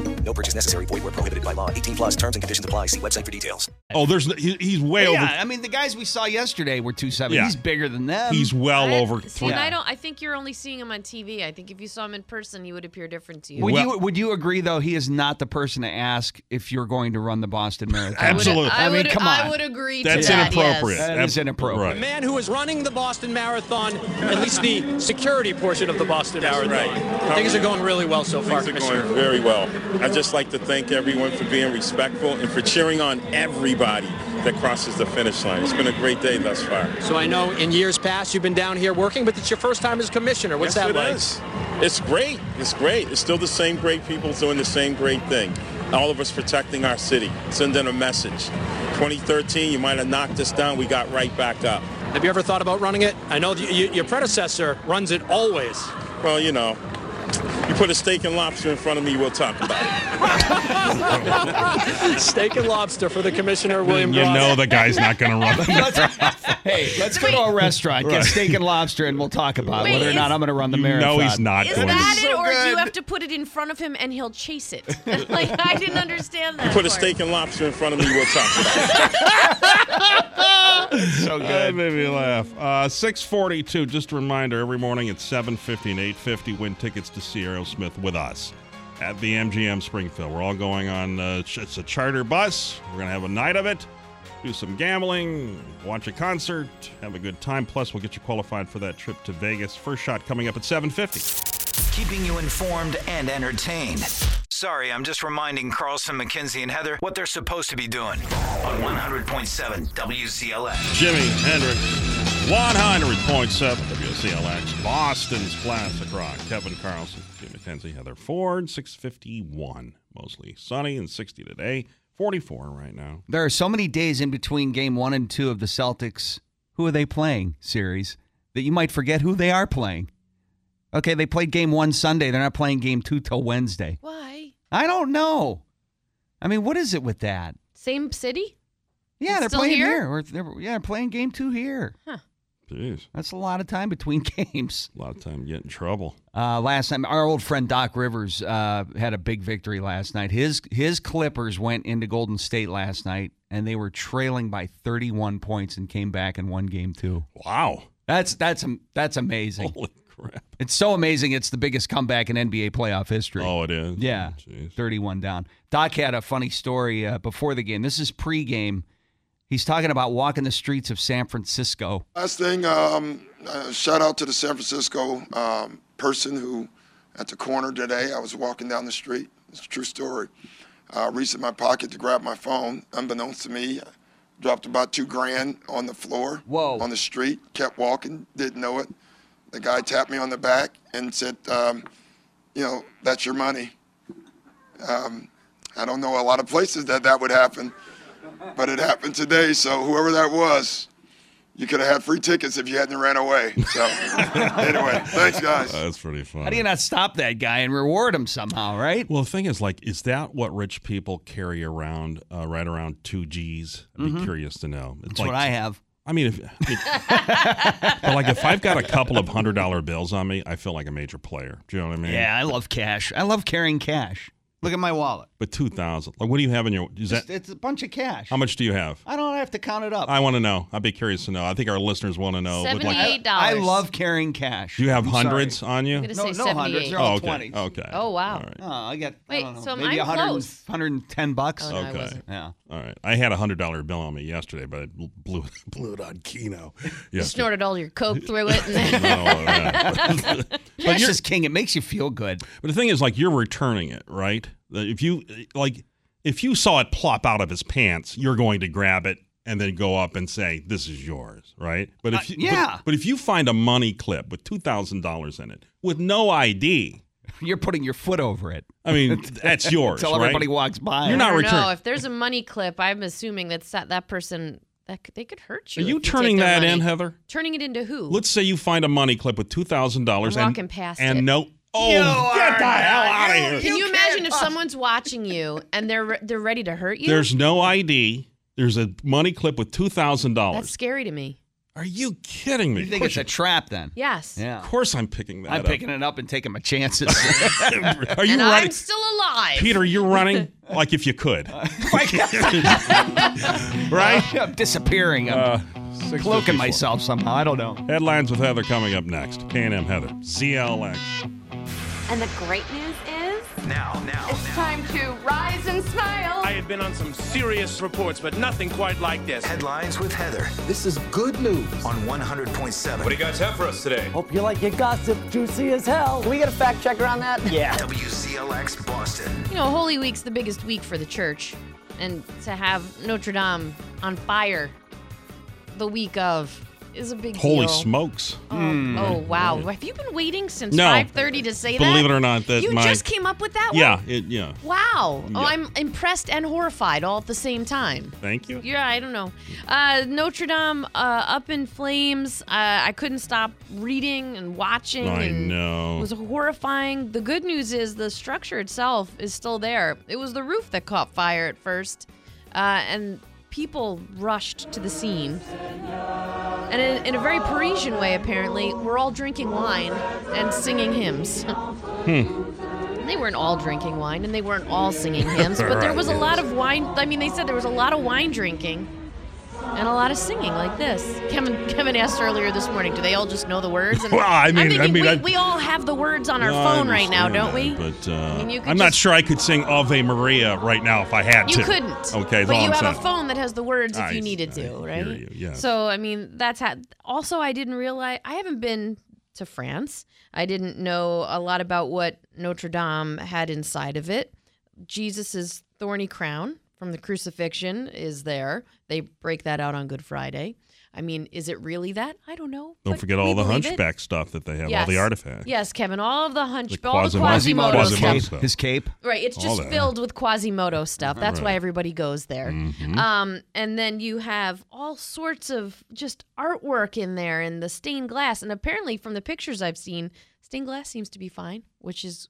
Speaker 12: No purchase necessary. Void where prohibited by law. 18 plus terms and conditions apply. See website for details.
Speaker 11: Oh, there's he, he's way
Speaker 10: yeah,
Speaker 11: over.
Speaker 10: I mean, the guys we saw yesterday were 270.
Speaker 11: Yeah.
Speaker 10: He's bigger than them.
Speaker 11: He's well
Speaker 4: I-
Speaker 11: over
Speaker 4: See,
Speaker 11: three.
Speaker 4: and I don't. I think you're only seeing him on TV. I think if you saw him in person, he would appear different to you.
Speaker 10: Would you would you agree though he is not the person to ask if you're going to run the Boston Marathon?
Speaker 11: Absolutely.
Speaker 4: I
Speaker 10: I, mean,
Speaker 4: would-
Speaker 10: come on.
Speaker 4: I would agree to
Speaker 10: That's
Speaker 4: That's that,
Speaker 10: inappropriate.
Speaker 4: inappropriate.
Speaker 10: That is inappropriate.
Speaker 14: The man who is running the Boston Marathon, at least the security portion of the Boston Marathon. Things are going really well so far,
Speaker 25: Things are
Speaker 14: Commissioner.
Speaker 25: going very well. I'd just like to thank everyone for being respectful and for cheering on everybody that crosses the finish line. It's been a great day thus far.
Speaker 14: So I know in years past you've been down here working, but it's your first time as commissioner. What's
Speaker 25: Yes,
Speaker 14: that
Speaker 25: it
Speaker 14: like?
Speaker 25: is. It's great. It's great. It's still the same great people doing the same great thing. All of us protecting our city, sending a message. 2013, you might have knocked us down. We got right back up.
Speaker 14: Have you ever thought about running it? I know that you, your predecessor runs it always.
Speaker 25: Well, you know, you put a steak and lobster in front of me, we'll talk about it.
Speaker 14: Steak and lobster for the commissioner, William
Speaker 11: You
Speaker 14: Gross.
Speaker 11: know the guy's not going to run.
Speaker 10: hey, let's go to a restaurant, get
Speaker 11: Right.
Speaker 10: steak and lobster, and we'll talk about
Speaker 4: Wait,
Speaker 10: whether or
Speaker 4: is-
Speaker 10: not I'm going to run the
Speaker 11: You know
Speaker 10: marathon.
Speaker 11: he's not
Speaker 4: Is that it, or do you have to put it in front of him and he'll chase it? like I didn't understand
Speaker 25: You
Speaker 4: that.
Speaker 25: put a
Speaker 4: part.
Speaker 25: steak and lobster in front of me, we'll talk about it.
Speaker 11: so good. That made me laugh. Uh, 642, just a reminder, every morning at 750 and 850, win tickets to see Aerosmith with us at the MGM Springfield. We're all going on, uh, ch- it's a charter bus. We're going to have a night of it, do some gambling, watch a concert, have a good time. Plus, we'll get you qualified for that trip to Vegas. First shot coming up at 750.
Speaker 3: Keeping you informed and entertained. Sorry, I'm just reminding Carlson, McKenzie, and Heather what they're supposed to be doing on 100.7 WCLX.
Speaker 11: Jimmy Hendrix, 100.7 WCLX, Boston's classic rock. Kevin Carlson, Jim McKenzie, Heather Ford, 651. Mostly sunny and 60 today, 44 right now.
Speaker 10: There are so many days in between game one and two of the Celtics who are they playing series that you might forget who they are playing. Okay, they played game one Sunday. They're not playing game two till Wednesday.
Speaker 4: Why?
Speaker 10: I don't know. I mean, what is it with that?
Speaker 4: Same city?
Speaker 10: Yeah, they're
Speaker 4: Still
Speaker 10: playing
Speaker 4: here?
Speaker 10: here. Or they're, yeah, playing game two here.
Speaker 4: Huh.
Speaker 11: Jeez.
Speaker 10: That's a lot of time between games.
Speaker 11: A lot of time getting in trouble.
Speaker 10: Uh, last time, our old friend Doc Rivers uh, had a big victory last night. His his Clippers went into Golden State last night, and they were trailing by 31 points and came back and won Game Two.
Speaker 11: Wow,
Speaker 10: that's that's am- that's amazing.
Speaker 11: Holy crap!
Speaker 10: It's so amazing. It's the biggest comeback in NBA playoff history.
Speaker 11: Oh, it is.
Speaker 10: Yeah, 31 down. Doc had a funny story uh, before the game. This is pregame. He's talking about walking the streets of San Francisco.
Speaker 26: Last thing, um, uh, shout out to the San Francisco um, person who, at the corner today, I was walking down the street. It's a true story. I reached in my pocket to grab my phone. Unbeknownst to me, I dropped about two grand on the floor. Whoa. On the street, kept walking, didn't know it. The guy tapped me on the back and said, um, "You know, that's your money." Um, I don't know a lot of places that that would happen, but it happened today. So whoever that was, you could have had free tickets if you hadn't ran away. So anyway, thanks guys.
Speaker 11: That's pretty funny.
Speaker 10: How do you not stop that guy and reward him somehow, right?
Speaker 11: Well, the thing is, like, is that what rich people carry around, uh, right around two G's? I'd
Speaker 10: Mhm.
Speaker 11: be curious to know. It's
Speaker 10: That's what I have.
Speaker 11: I mean, if, but like, if I've got a couple of hundred dollar bills on me, I feel like a major player. Do you know what I mean?
Speaker 10: Yeah, I love cash. I love carrying cash. Look at my wallet.
Speaker 11: But two thousand, like, what do you have in your? Is that
Speaker 10: It's, it's a bunch of cash.
Speaker 11: how much do you have?
Speaker 10: I don't have to count it up.
Speaker 11: I want to know. I'd be curious to know. I think our listeners want to know. With, like,
Speaker 10: I love carrying cash.
Speaker 11: do you have
Speaker 10: I'm sorry.
Speaker 11: hundreds on you?
Speaker 4: I'm gonna
Speaker 10: No,
Speaker 4: say
Speaker 10: no
Speaker 4: 78.
Speaker 10: hundreds. They're
Speaker 11: Oh,
Speaker 10: all
Speaker 11: okay.
Speaker 10: twenties.
Speaker 11: Okay.
Speaker 4: Oh, wow.
Speaker 10: Oh, I got. I
Speaker 4: Wait,
Speaker 10: don't know,
Speaker 4: so
Speaker 10: maybe
Speaker 4: I'm
Speaker 10: 100
Speaker 4: close. Oh,
Speaker 10: 110 bucks.
Speaker 11: Okay.
Speaker 10: Yeah.
Speaker 11: All right. I had a hundred dollar bill on me yesterday, but I bl- blew it blew it on Kino.
Speaker 4: You
Speaker 11: Yes.
Speaker 4: snorted all your coke through it. And then
Speaker 10: Cash is king. It makes you feel good.
Speaker 11: But the thing is, like, you're returning it, right? That If you like, if you saw it plop out of his pants, you're going to grab it and then go up and say, "This is yours," right? But
Speaker 10: Uh,
Speaker 11: if you, but-
Speaker 10: yeah.
Speaker 11: but, if you find a money clip with two thousand dollars in it with no ID,
Speaker 10: you're putting your foot over it.
Speaker 11: I mean, that's yours.
Speaker 10: Until
Speaker 11: right?
Speaker 10: everybody walks by.
Speaker 11: You're not
Speaker 4: I don't know.
Speaker 11: returning.
Speaker 4: If there's a money clip, I'm assuming that that person that could, they could hurt you.
Speaker 11: Are you
Speaker 4: if take
Speaker 11: turning
Speaker 4: their
Speaker 11: that in,
Speaker 4: money.
Speaker 11: Heather?
Speaker 4: Turning it into who?
Speaker 11: Let's say you find a money clip with two thousand dollars
Speaker 4: I'm
Speaker 11: and
Speaker 4: walking past
Speaker 11: and
Speaker 4: it.
Speaker 11: no. Oh, get the hell out of here!
Speaker 4: Can you, imagine if someone's watching you and they're re- they're ready to hurt you?
Speaker 11: There's no ID. There's a money clip with two thousand
Speaker 4: That's
Speaker 11: dollars.
Speaker 4: scary to me.
Speaker 11: Are you kidding me?
Speaker 10: You think
Speaker 11: Of
Speaker 10: it's a trap then?
Speaker 4: Yes.
Speaker 10: Yeah.
Speaker 11: Of course, I'm picking that.
Speaker 10: I'm
Speaker 11: up.
Speaker 10: picking it up and taking my chances.
Speaker 11: Are you
Speaker 4: and
Speaker 11: running,
Speaker 4: I'm still alive.
Speaker 11: Peter? You're running like if you could,
Speaker 10: Uh,
Speaker 11: right?
Speaker 10: I'm disappearing. I'm cloaking myself somehow. I don't know.
Speaker 11: Uh, Headlines with Heather coming up next. K&M Heather, ZLX.
Speaker 19: And the great news is
Speaker 3: Now, now.
Speaker 19: it's time to rise and smile.
Speaker 20: Oh, I have been on some serious reports, but nothing quite like this.
Speaker 3: Headlines with Heather. This is good news on 100.7.
Speaker 9: What do you guys have for us today?
Speaker 3: Hope you like your gossip juicy as hell. Can we get a fact checker on that? Yeah. WCLX Boston.
Speaker 4: You know, Holy Week's the biggest week for the church, and to have Notre Dame on fire the week of is a big
Speaker 11: Holy
Speaker 4: deal.
Speaker 11: smokes!
Speaker 4: Oh,
Speaker 10: Hmm.
Speaker 4: oh, wow! Have you been waiting since
Speaker 11: Hmm. No.
Speaker 4: 5:30 to say that?
Speaker 11: Believe it or not, that
Speaker 4: you
Speaker 11: my-
Speaker 4: just came up with that
Speaker 11: Yeah,
Speaker 4: one.
Speaker 11: it, yeah.
Speaker 4: Wow!
Speaker 11: Yeah.
Speaker 4: Oh, I'm impressed and horrified all at the same time.
Speaker 11: Thank you.
Speaker 4: Yeah, I don't know. Uh, Notre Dame uh, up in flames. Uh, I couldn't stop reading and watching.
Speaker 11: I
Speaker 4: and
Speaker 11: know.
Speaker 4: It was horrifying. The good news is the structure itself is still there. It was the roof that caught fire at first, uh, and people rushed to the scene. And in, in a very Parisian way, apparently, we're all drinking wine and singing hymns. They weren't all drinking wine and they weren't all singing hymns, but there
Speaker 27: Right,
Speaker 4: was a
Speaker 27: yes.
Speaker 4: lot of wine. I mean, they said there was a lot of wine drinking and a lot of singing like this. Kevin Kevin asked earlier this morning, do they all just know the words? And
Speaker 11: Well, I
Speaker 4: I'm
Speaker 11: mean- I
Speaker 4: thinking,
Speaker 11: mean,
Speaker 4: we,
Speaker 11: I-
Speaker 4: we all have the words on our
Speaker 11: No, I
Speaker 4: phone right now, don't we?
Speaker 11: understand that, But uh,
Speaker 4: mean, you could
Speaker 11: I'm not
Speaker 4: just-
Speaker 11: sure I could sing Ave Maria right now if I had
Speaker 4: You
Speaker 11: to.
Speaker 4: couldn't.
Speaker 11: Okay, that's
Speaker 4: but
Speaker 11: all
Speaker 4: you
Speaker 11: I'm
Speaker 4: have
Speaker 11: saying.
Speaker 4: a phone that has the words if
Speaker 11: I-
Speaker 4: you needed
Speaker 11: I
Speaker 4: to,
Speaker 11: hear
Speaker 4: right?
Speaker 11: you, yes.
Speaker 4: So I mean, that's how. Also, I didn't realize I haven't been to France. I didn't know a lot about what Notre Dame had inside of it. Jesus's thorny crown from the crucifixion is there. They break that out on Good Friday. I mean, is it really that? I don't know.
Speaker 11: Don't forget all the
Speaker 4: believe it.
Speaker 11: hunchback stuff that they have, all the
Speaker 4: Yes.
Speaker 11: artifacts.
Speaker 4: Yes, Kevin, all of the hunch,
Speaker 11: The
Speaker 4: all the
Speaker 11: Quasimodo.
Speaker 4: Quasimodo,
Speaker 11: Quasimodo
Speaker 4: stuff.
Speaker 11: stuff.
Speaker 10: His cape.
Speaker 4: Right, it's
Speaker 10: All
Speaker 4: just
Speaker 10: that.
Speaker 4: filled with Quasimodo stuff. That's why
Speaker 10: Right.
Speaker 4: everybody goes there.
Speaker 11: Mm-hmm.
Speaker 10: Mhm.
Speaker 4: Um, and then you have all sorts of just artwork in there and the stained glass. And apparently, from the pictures I've seen, stained glass seems to be fine, which is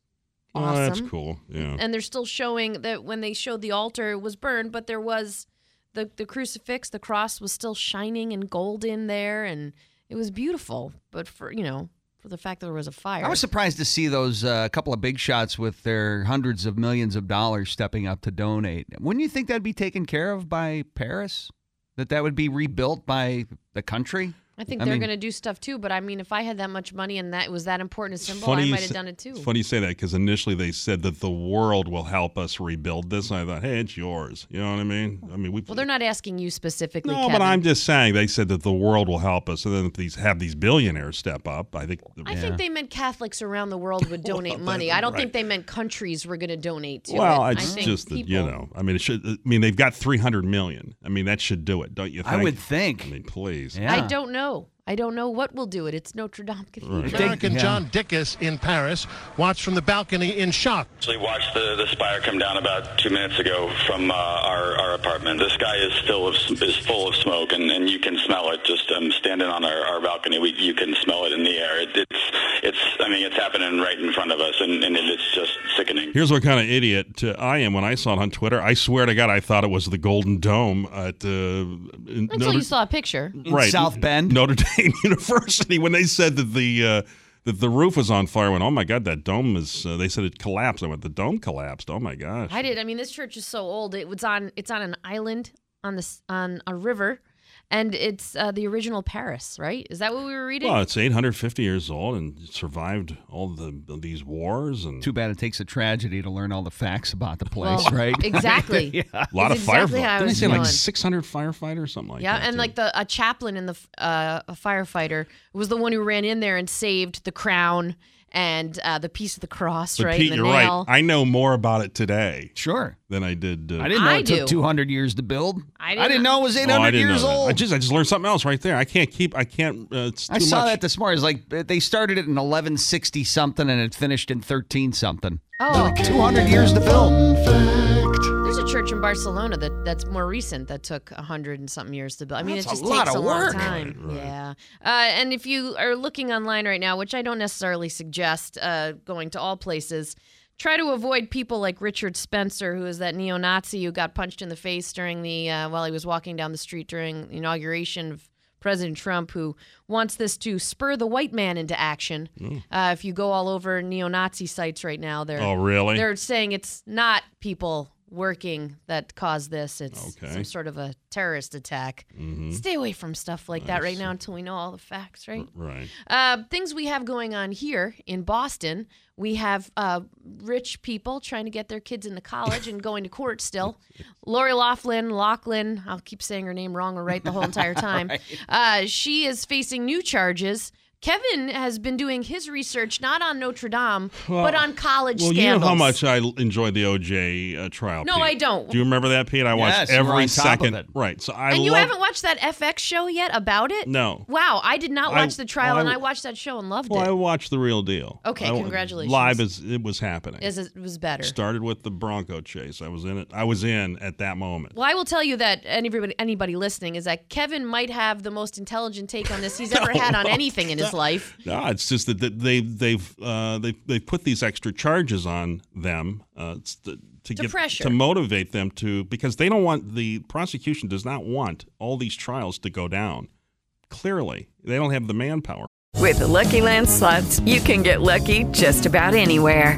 Speaker 11: Oh,
Speaker 4: awesome.
Speaker 11: that's cool. Yeah.
Speaker 4: And they're still showing that when they showed the altar, it was burned, but there was the the crucifix, the cross was still shining and gold in there, and it was beautiful. But for you know, for the fact that there was a fire,
Speaker 10: I was surprised to see those uh, couple of big shots with their hundreds of millions of dollars stepping up to donate. Wouldn't you think that'd be taken care of by Paris? That that would be rebuilt by the country?
Speaker 4: I think they're
Speaker 10: mean,
Speaker 4: going to do stuff too, but I mean, if I had that much money and that was that important a symbol, I
Speaker 11: you
Speaker 4: might have
Speaker 11: sa-
Speaker 4: done it too.
Speaker 11: Funny you say that because initially they said that the world will help us rebuild this, and I thought, hey, it's yours. You know what I mean? I mean, we.
Speaker 4: Well, they're not asking you specifically,
Speaker 11: no,
Speaker 4: Kevin.
Speaker 11: but I'm just saying they said that the world will help us, and then if these have these billionaires step up, I think.
Speaker 4: I think they meant Catholics around the world would donate money. I don't think
Speaker 11: right.
Speaker 4: they meant countries were going to donate to
Speaker 11: Well,
Speaker 4: it.
Speaker 11: it's
Speaker 4: I think
Speaker 11: just that you
Speaker 4: people-
Speaker 11: know. I mean, it should. I mean, they've got 300 million. I mean, that should do it, don't you? think?
Speaker 10: I would think.
Speaker 11: I mean, please.
Speaker 4: I don't know. I don't know what will do it. It's Notre Dame Cathedral.
Speaker 9: American John Dickus in Paris watched from the balcony in shock.
Speaker 27: Actually, watched the, the spire come down about two minutes ago from uh, our, our apartment. The sky is still of, is full of smoke, and, and you can smell it. Just um, standing on our, our balcony, we, you can smell it in the air. It, it's it's I mean it's happening right in front of us, and, and it's just sickening.
Speaker 11: Here's what kind of idiot uh, I am. When I saw it on Twitter, I swear to God, I thought it was the Golden Dome at uh, in
Speaker 4: Until
Speaker 11: Notre-
Speaker 4: you saw a picture.
Speaker 11: right Bend, Notre Dame University. When they said that the uh, that the roof was on fire, I went, "Oh my God, that dome is." Uh, they said it collapsed. I went, "The dome collapsed." Oh my gosh.
Speaker 4: I did. I mean, this church is so old. It was on. It's on an island on this on a river, and it's uh, the original Paris, right? Is that what we were reading?
Speaker 11: Well, it's 850 years old and survived all the these wars and
Speaker 10: Too bad it takes a tragedy to learn all the facts about the place,
Speaker 4: Well,
Speaker 10: right?
Speaker 4: exactly.
Speaker 10: yeah.
Speaker 11: a lot
Speaker 4: That's
Speaker 11: of
Speaker 4: exactly
Speaker 11: firefighters.
Speaker 4: how I
Speaker 11: Didn't they
Speaker 4: was
Speaker 11: say like
Speaker 4: feeling.
Speaker 11: 600 firefighters or something like
Speaker 4: yeah,
Speaker 11: that?
Speaker 4: and
Speaker 11: too?
Speaker 4: like the a chaplain in the f- uh, a firefighter was the one who ran in there and saved the crown and uh, the piece of the cross,
Speaker 11: But
Speaker 4: right?
Speaker 11: Pete,
Speaker 4: and the
Speaker 11: you're
Speaker 4: nail.
Speaker 11: right. I know more about it today.
Speaker 10: Sure.
Speaker 11: Than I did. Uh,
Speaker 10: I didn't know
Speaker 4: I
Speaker 10: it
Speaker 4: do.
Speaker 10: took 200 years to build.
Speaker 4: I
Speaker 10: I didn't know it was
Speaker 11: Oh, I
Speaker 10: 800
Speaker 11: didn't know
Speaker 10: years
Speaker 11: that.
Speaker 10: old.
Speaker 11: I just I just learned something else right there. I can't keep. I can't. Uh, it's too
Speaker 10: I saw
Speaker 11: much.
Speaker 10: that this morning. It's like uh, they started it in 1160 something and it finished in 13 something.
Speaker 4: Oh,
Speaker 10: 200 years to build.
Speaker 4: There's a church in Barcelona that that's more recent that took a hundred and something years to build. I mean,
Speaker 10: That's
Speaker 4: it
Speaker 10: a
Speaker 4: just
Speaker 10: lot
Speaker 4: takes
Speaker 10: of
Speaker 4: a long
Speaker 10: work.
Speaker 4: time. Yeah. Uh, and if you are looking online right now, which I don't necessarily suggest uh, going to all places, try to avoid people like Richard Spencer, who is that neo-Nazi who got punched in the face during the uh, while he was walking down the street during the inauguration of President Trump, who wants this to spur the white man into action. Uh, if you go all over neo-Nazi sites right now, they're
Speaker 11: Oh, really?
Speaker 4: They're saying it's not people working that caused this. It's
Speaker 11: Okay. Mm-hmm.
Speaker 4: some sort of a terrorist attack. Stay away from stuff like that right now until we know all the facts, right?
Speaker 11: Right.
Speaker 4: Uh, things we have going on here in Boston. We have uh, rich people trying to get their kids into college and going to court still. Lori Laughlin, Laughlin, I'll keep saying her name wrong or right the whole entire time.
Speaker 28: Right.
Speaker 4: uh, she is facing new charges. Kevin has been doing his research not on Notre Dame, but
Speaker 11: Well-
Speaker 4: on college
Speaker 11: Well, you
Speaker 4: scandals.
Speaker 11: know how much I l- enjoyed the OJ uh, trial.
Speaker 4: No,
Speaker 11: Pete.
Speaker 4: I don't.
Speaker 11: Do you remember that, Pete? I watched
Speaker 10: Yes, we're
Speaker 11: every
Speaker 10: on top of
Speaker 11: second.
Speaker 10: it.
Speaker 11: Right. So I
Speaker 4: and
Speaker 11: love.
Speaker 4: you haven't watched that FX show yet about it?
Speaker 11: No.
Speaker 4: Wow, I did not
Speaker 11: I-
Speaker 4: watch the trial,
Speaker 11: I-
Speaker 4: and I watched that show and loved
Speaker 11: well, I
Speaker 4: it.
Speaker 11: watched the real deal.
Speaker 4: Okay,
Speaker 11: I-
Speaker 4: congratulations.
Speaker 11: Live as it was happening.
Speaker 4: Is it was better.
Speaker 11: Started with the Bronco chase. I was in it. I was in at that moment.
Speaker 4: Well, I will tell you that anybody anybody listening is that Kevin might have the most intelligent take on this he's ever had on anything in his life.
Speaker 11: No, it's just that that they they've uh, they they've put these extra charges on them uh, it's to, to, get
Speaker 4: pressure.
Speaker 11: to motivate them to because they don't want the prosecution does not want all these trials to go down. Clearly, they don't have the manpower.
Speaker 24: With the Lucky Land slots, you can get lucky just about anywhere.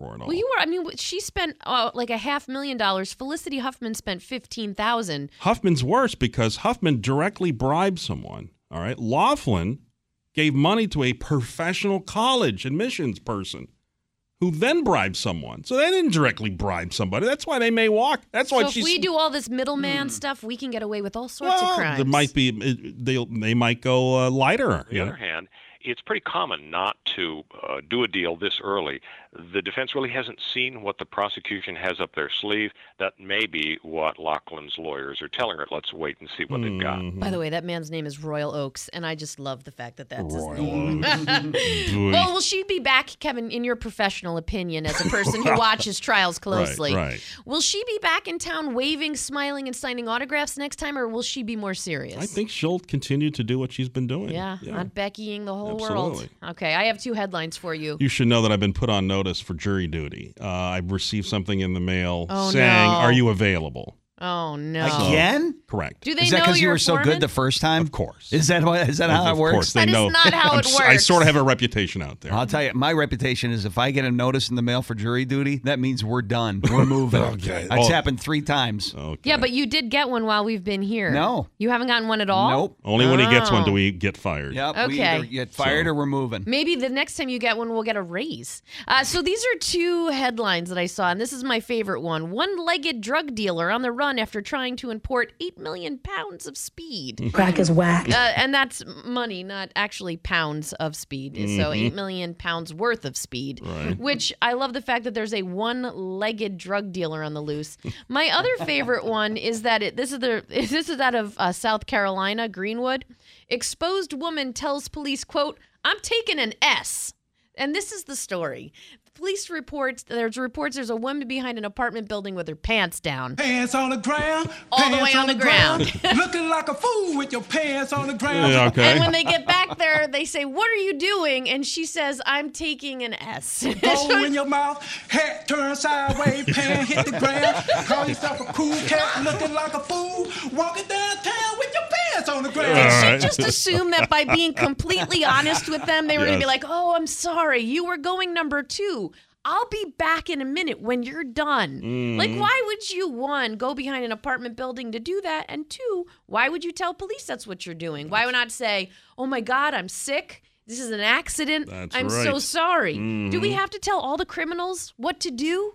Speaker 4: Well, you were. I mean, she spent uh, like a half million dollars. Felicity Huffman spent fifteen thousand.
Speaker 11: Huffman's worse because Huffman directly bribed someone. All right. Laughlin gave money to a professional college admissions person who then bribed someone. So they didn't directly bribe somebody. That's why they may walk. That's why
Speaker 4: So if
Speaker 11: she's. Hmm.
Speaker 4: we do all this middleman stuff, we can get away with all sorts of crimes.
Speaker 11: There might be they they might go uh, lighter.
Speaker 23: On the other hand, it's pretty common not to uh, do a deal this early. The defense really hasn't seen what the prosecution has up their sleeve. That may be what Lachlan's lawyers are telling her. Let's wait and see what they've got.
Speaker 11: Mm.
Speaker 4: By the way, that man's name is Royal Oaks, and I just love the fact that that's his
Speaker 23: Royal
Speaker 4: name. well, will she be back, Kevin? In your professional opinion, as a person who watches trials closely,
Speaker 11: right.
Speaker 4: will she be back in town, waving, smiling, and signing autographs next time, or will she be more serious?
Speaker 11: I think she'll continue to do what she's been doing.
Speaker 4: Yeah, not Beckying the whole world.
Speaker 11: Absolutely.
Speaker 4: Okay, I have two headlines for you.
Speaker 11: You should know that I've been put on notice for jury duty. Uh, I received something in the mail
Speaker 4: Oh,
Speaker 11: saying,
Speaker 4: no.
Speaker 11: "Are you available?"
Speaker 4: Oh no!
Speaker 11: So- correct.
Speaker 4: Do they
Speaker 10: Is that
Speaker 4: know
Speaker 10: because you
Speaker 4: your
Speaker 10: were so
Speaker 4: foreman?
Speaker 10: good the first time? Of
Speaker 11: course.
Speaker 10: Is that why? Is that how
Speaker 11: Of
Speaker 10: it works?
Speaker 11: course, they That is know. not how
Speaker 10: I'm
Speaker 11: it
Speaker 10: s-
Speaker 11: I works. sort of have a reputation out there.
Speaker 10: I'll tell you, my reputation is if I get a notice in the mail for jury duty, that means we're done. We're moving.
Speaker 11: Okay.
Speaker 10: It's
Speaker 11: Oh.
Speaker 10: happened three times.
Speaker 11: Okay.
Speaker 4: Yeah, but you did get one while we've been here.
Speaker 10: No.
Speaker 4: you haven't gotten one at all.
Speaker 10: Nope.
Speaker 11: Only when he gets one
Speaker 4: Oh.
Speaker 11: do we get fired.
Speaker 10: Yep. We
Speaker 4: Okay.
Speaker 10: either get fired or we're moving.
Speaker 4: Maybe the next time you get one, we'll get a raise. Uh, so these are two headlines that I saw, and this is my favorite one. One legged drug dealer on the run after trying to import 8 million pounds of speed.
Speaker 6: Crack is whack.
Speaker 4: Uh, and that's money, not actually pounds of speed. So
Speaker 6: Mhm.
Speaker 4: 8 million pounds worth of speed,
Speaker 6: Right.
Speaker 4: which I love the fact that there's a one legged drug dealer on the loose. My other favorite one is that it, this is the this is out of uh, South Carolina, Greenwood. Exposed woman tells police, "quote I'm taking an S," and this is the story. Police reports there's reports there's a woman behind an apartment building with her pants down.
Speaker 28: Pants on the ground.
Speaker 4: All the
Speaker 28: pants
Speaker 4: way on the
Speaker 28: Looking like a fool with your pants on the ground.
Speaker 11: Yeah, okay.
Speaker 4: And when they get back there, they say, "What are you doing?" And she says, "I'm taking an S."
Speaker 28: Bowl in your mouth, hat turned sideways, pan hit the ground. Call yourself a cool cat, looking like a fool, walking downtown with your pants on the ground.
Speaker 4: Did she just assume that by being completely honest with them, they were going to be
Speaker 28: Yes.
Speaker 4: like, oh, I'm sorry, you were going number two. I'll be back in a minute when you're done. Like,
Speaker 11: Hmm.
Speaker 28: Mhm.
Speaker 4: why would you, one, go behind an apartment building to do that? And two, why would you tell police that's what you're doing? Why would not say, oh my God, I'm sick? This is an accident.
Speaker 28: That's
Speaker 4: I'm so
Speaker 28: right.
Speaker 4: sorry. Do we
Speaker 11: Mm-hmm.
Speaker 10: Mhm.
Speaker 4: have to tell all the criminals what to do?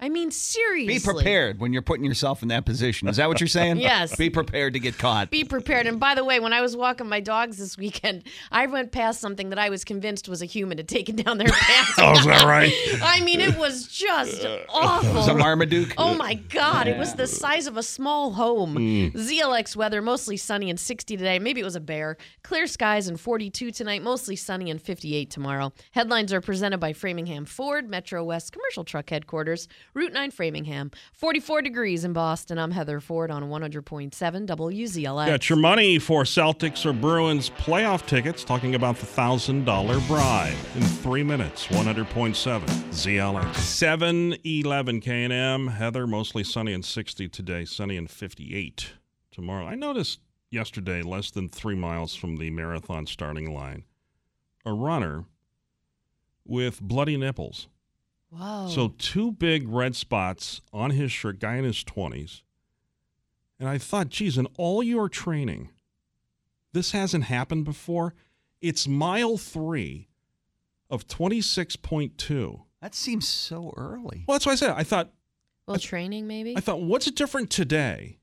Speaker 4: I mean, seriously.
Speaker 10: Be prepared when you're putting yourself in that position. Is that what you're saying?
Speaker 4: Yes.
Speaker 10: Be prepared to get caught.
Speaker 4: Be prepared. And by the way, when I was walking my dogs this weekend, I went past something that I was convinced was a human had taken down their pants.
Speaker 10: Oh, is that right? Uh,
Speaker 4: I mean, it was just awful.
Speaker 10: Is that Marmaduke?
Speaker 4: Oh my God! It
Speaker 10: Yeah.
Speaker 4: was the size of a small home.
Speaker 10: Mm.
Speaker 4: ZLX weather: mostly sunny and 60 today. Maybe it was a bear. Clear skies and 42 tonight. Mostly sunny and 58 tomorrow. Headlines are presented by Framingham Ford Metro West Commercial Truck Headquarters, Route 9 Framingham. 44 degrees in Boston. I'm Heather Ford on 100.7 WZLX.
Speaker 11: Got your money for Celtics or Bruins playoff tickets. Talking about the thousand dollar bribe in three minutes. One hundred point seven ZLX seven eleven K and M. Heather mostly sunny and sixty today. Sunny and fifty eight tomorrow. I noticed yesterday, less than three miles from the marathon starting line, a runner with bloody nipples.
Speaker 4: Wow.
Speaker 13: Oh.
Speaker 11: So two big red spots on his shirt, guy in his twenties. And I thought, geez, in all your training, this hasn't happened before. It's mile three of twenty six point two.
Speaker 10: That seems so early.
Speaker 11: Well, that's why I said I thought
Speaker 4: Well, training maybe.
Speaker 11: I thought what's different today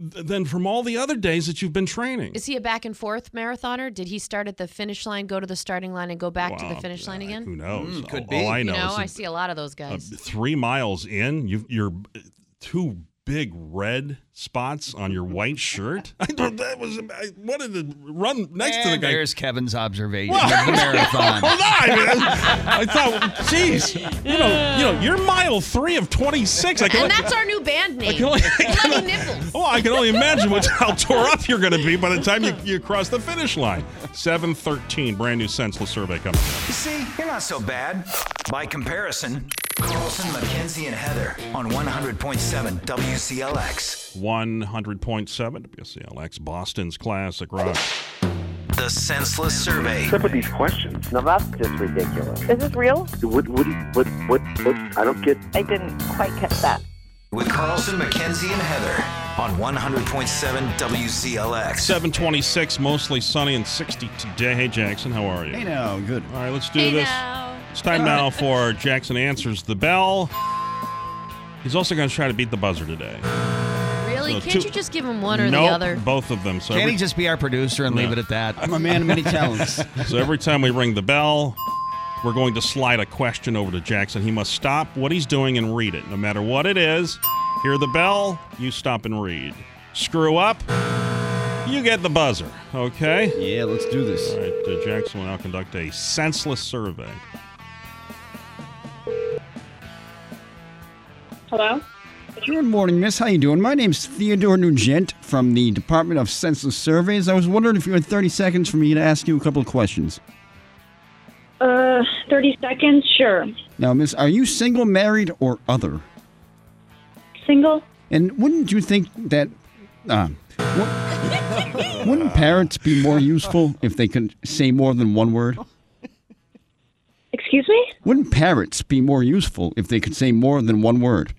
Speaker 11: th- than from all the other days that you've been training.
Speaker 4: Is he a back and forth marathoner? Did he start at the finish line, go to the starting line, and go back to
Speaker 11: Wow,
Speaker 4: the finish line again? Hmm.
Speaker 11: Who knows?
Speaker 10: Mm, could
Speaker 11: all,
Speaker 10: be.
Speaker 11: all I
Speaker 4: You
Speaker 11: know,
Speaker 4: know,
Speaker 11: is
Speaker 4: I
Speaker 11: that,
Speaker 4: see a lot of those
Speaker 11: uh,
Speaker 4: guys.
Speaker 11: three miles in, you you're uh, two big red spots on your white shirt. I thought that was I wanted to run next to the
Speaker 10: And
Speaker 11: guy.
Speaker 10: There's Kevin's observation
Speaker 11: Well-
Speaker 10: of the marathon.
Speaker 11: Hold on. I thought, jeez, you know, you know, you're mile three of 26. I can
Speaker 4: and
Speaker 11: only-
Speaker 4: that's our new band
Speaker 11: I
Speaker 4: name.
Speaker 11: can only-
Speaker 4: Bloody nipples.
Speaker 11: Oh, I can only imagine what, how tore up you're going to be by the time you, you cross the finish line. 713, brand new senseless survey coming up.
Speaker 3: You see, you're not so bad. By comparison, Carlson, McKenzie, and Heather on 100.7 WCLX.
Speaker 11: 100.7 WCLX, Boston's Classic Rock.
Speaker 3: The Senseless Survey.
Speaker 21: Except with these questions. Now that's just ridiculous.
Speaker 22: Is this real?
Speaker 21: What, what, what, what, what, I don't get.
Speaker 22: I didn't quite catch that.
Speaker 3: With Carlson, McKenzie, and Heather on 100.7 WCLX.
Speaker 11: 726, mostly sunny and 60 today. Hey, Jackson, how are you?
Speaker 10: Hey now, good. All
Speaker 11: right, let's do this. It's time now for Jackson Answers the Bell. He's also going to try to beat the buzzer today.
Speaker 4: Really?
Speaker 11: So
Speaker 4: Can't
Speaker 11: two-
Speaker 4: you just give him one or
Speaker 11: Nope,
Speaker 4: the other?
Speaker 11: Both of them. So
Speaker 10: Can't
Speaker 11: every-
Speaker 10: he just be our producer and leave
Speaker 11: No.
Speaker 10: it at that?
Speaker 11: I'm a man of many talents. So every time we ring the bell, we're going to slide a question over to Jackson. He must stop what he's doing and read it. No matter what it is, hear the bell, you stop and read. Screw up, you get the buzzer. Okay?
Speaker 6: Yeah, let's do this.
Speaker 11: All right, uh, Jackson will now conduct a senseless survey.
Speaker 22: Hello?
Speaker 6: Good morning, miss. How you doing? My name's Theodore Nugent from the Department of Census Surveys. I was wondering if you had 30 seconds for me to ask you a couple of questions.
Speaker 22: Uh, 30 seconds? Sure.
Speaker 6: Now, miss, are you single, married, or other?
Speaker 22: Single?
Speaker 6: And wouldn't you think that... Uh, wou- wouldn't parents be more useful if they could say more than one word?
Speaker 22: Excuse me?
Speaker 6: Wouldn't parrots be more useful if they could say more than one word?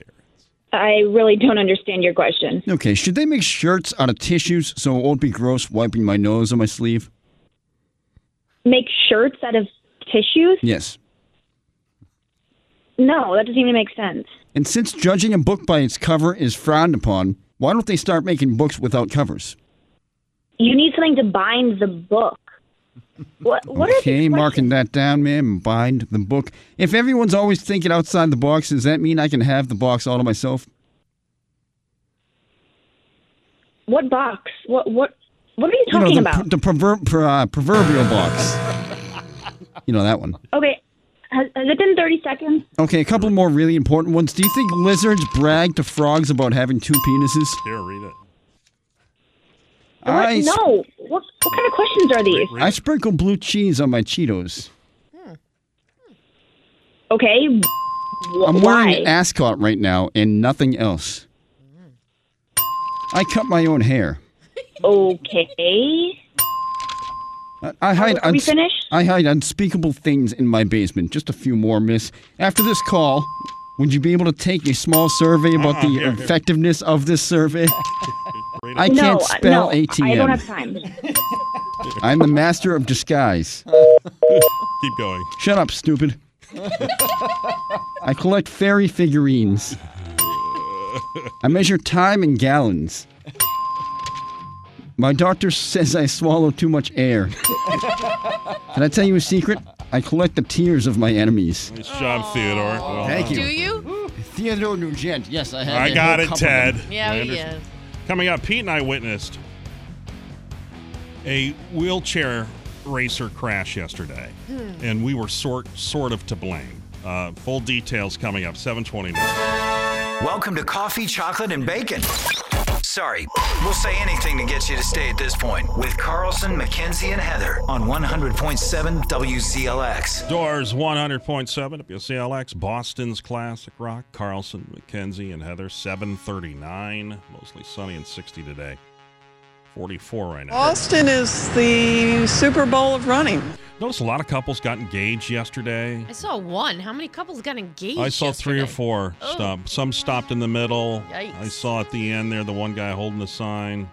Speaker 22: I really don't understand your question.
Speaker 6: Okay, should they make shirts out of tissues so it won't be gross wiping my nose on my sleeve?
Speaker 22: Make shirts out of tissues?
Speaker 6: Yes.
Speaker 22: No, that doesn't even make sense.
Speaker 6: And since judging a book by its cover is frowned upon, why don't they start making books without covers?
Speaker 22: You need something to bind the book. What? What are
Speaker 6: okay, marking that down, ma'am. Bind the book. If everyone's always thinking outside the box, does that mean I can have the box all to myself?
Speaker 22: what box? What? What? What are you talking
Speaker 6: you know, the,
Speaker 22: about?
Speaker 6: the prover- pro- uh, proverbial box. you know that one.
Speaker 22: okay, has, has it been thirty seconds?
Speaker 6: Okay, a couple more really important ones. Do you think lizards brag to frogs about having two penises?
Speaker 11: Here, read it.
Speaker 22: What?
Speaker 6: I, sp-
Speaker 22: no. What? What kind of questions are these?
Speaker 6: I sprinkle blue cheese on my Cheetos.
Speaker 22: Okay. wh-
Speaker 6: I'm
Speaker 22: why?
Speaker 6: wearing an ascot right now and nothing else. I cut my own hair.
Speaker 22: okay.
Speaker 6: I- I hide.
Speaker 22: are we finished?
Speaker 6: I hide unspeakable things in my basement. Just a few more, Miss. After this call, would you be able to take a small survey about
Speaker 11: Uh-uh,
Speaker 6: the
Speaker 11: here, here.
Speaker 6: effectiveness of this survey? I
Speaker 22: No,
Speaker 6: can't
Speaker 22: uh,
Speaker 6: spell
Speaker 22: no, I
Speaker 6: ATM.
Speaker 22: don't have time.
Speaker 6: I'm the master of disguise.
Speaker 11: Keep going.
Speaker 6: Shut up, stupid. I collect fairy figurines. I measure time in gallons. My doctor says I swallow too much air. Can I tell you a secret? I collect the tears of my enemies.
Speaker 11: Nice job, Theodore. Well
Speaker 6: Thank
Speaker 11: done.
Speaker 6: you.
Speaker 4: Do you?
Speaker 6: Theodore Nugent. Yes, I
Speaker 11: I got it, Ted.
Speaker 4: Yeah,
Speaker 11: I
Speaker 4: he
Speaker 11: understand.
Speaker 4: is.
Speaker 11: Coming up, Pete and I witnessed a wheelchair racer crash yesterday,
Speaker 4: Hmm.
Speaker 11: and we were sort sort of to blame. Uh, full details coming up. 729.
Speaker 3: Welcome to Coffee, Chocolate, and Bacon. Sorry, we'll say anything to get you to stay at this point with Carlson, McKenzie, and Heather on 100.7 WCLX.
Speaker 11: Doors 100.7 WCLX, Boston's Classic Rock, Carlson, McKenzie, and Heather. 739. Mostly sunny and 60 today. 44 right now.
Speaker 15: Boston is the Super Bowl of running.
Speaker 11: Notice a lot of couples got engaged yesterday.
Speaker 4: I saw one. How many couples got engaged?
Speaker 11: I saw three or
Speaker 4: yesterday?
Speaker 11: four
Speaker 4: Oh.
Speaker 11: stop. Some stopped in the middle.
Speaker 4: Yikes.
Speaker 11: I saw at the end there the one guy holding the sign.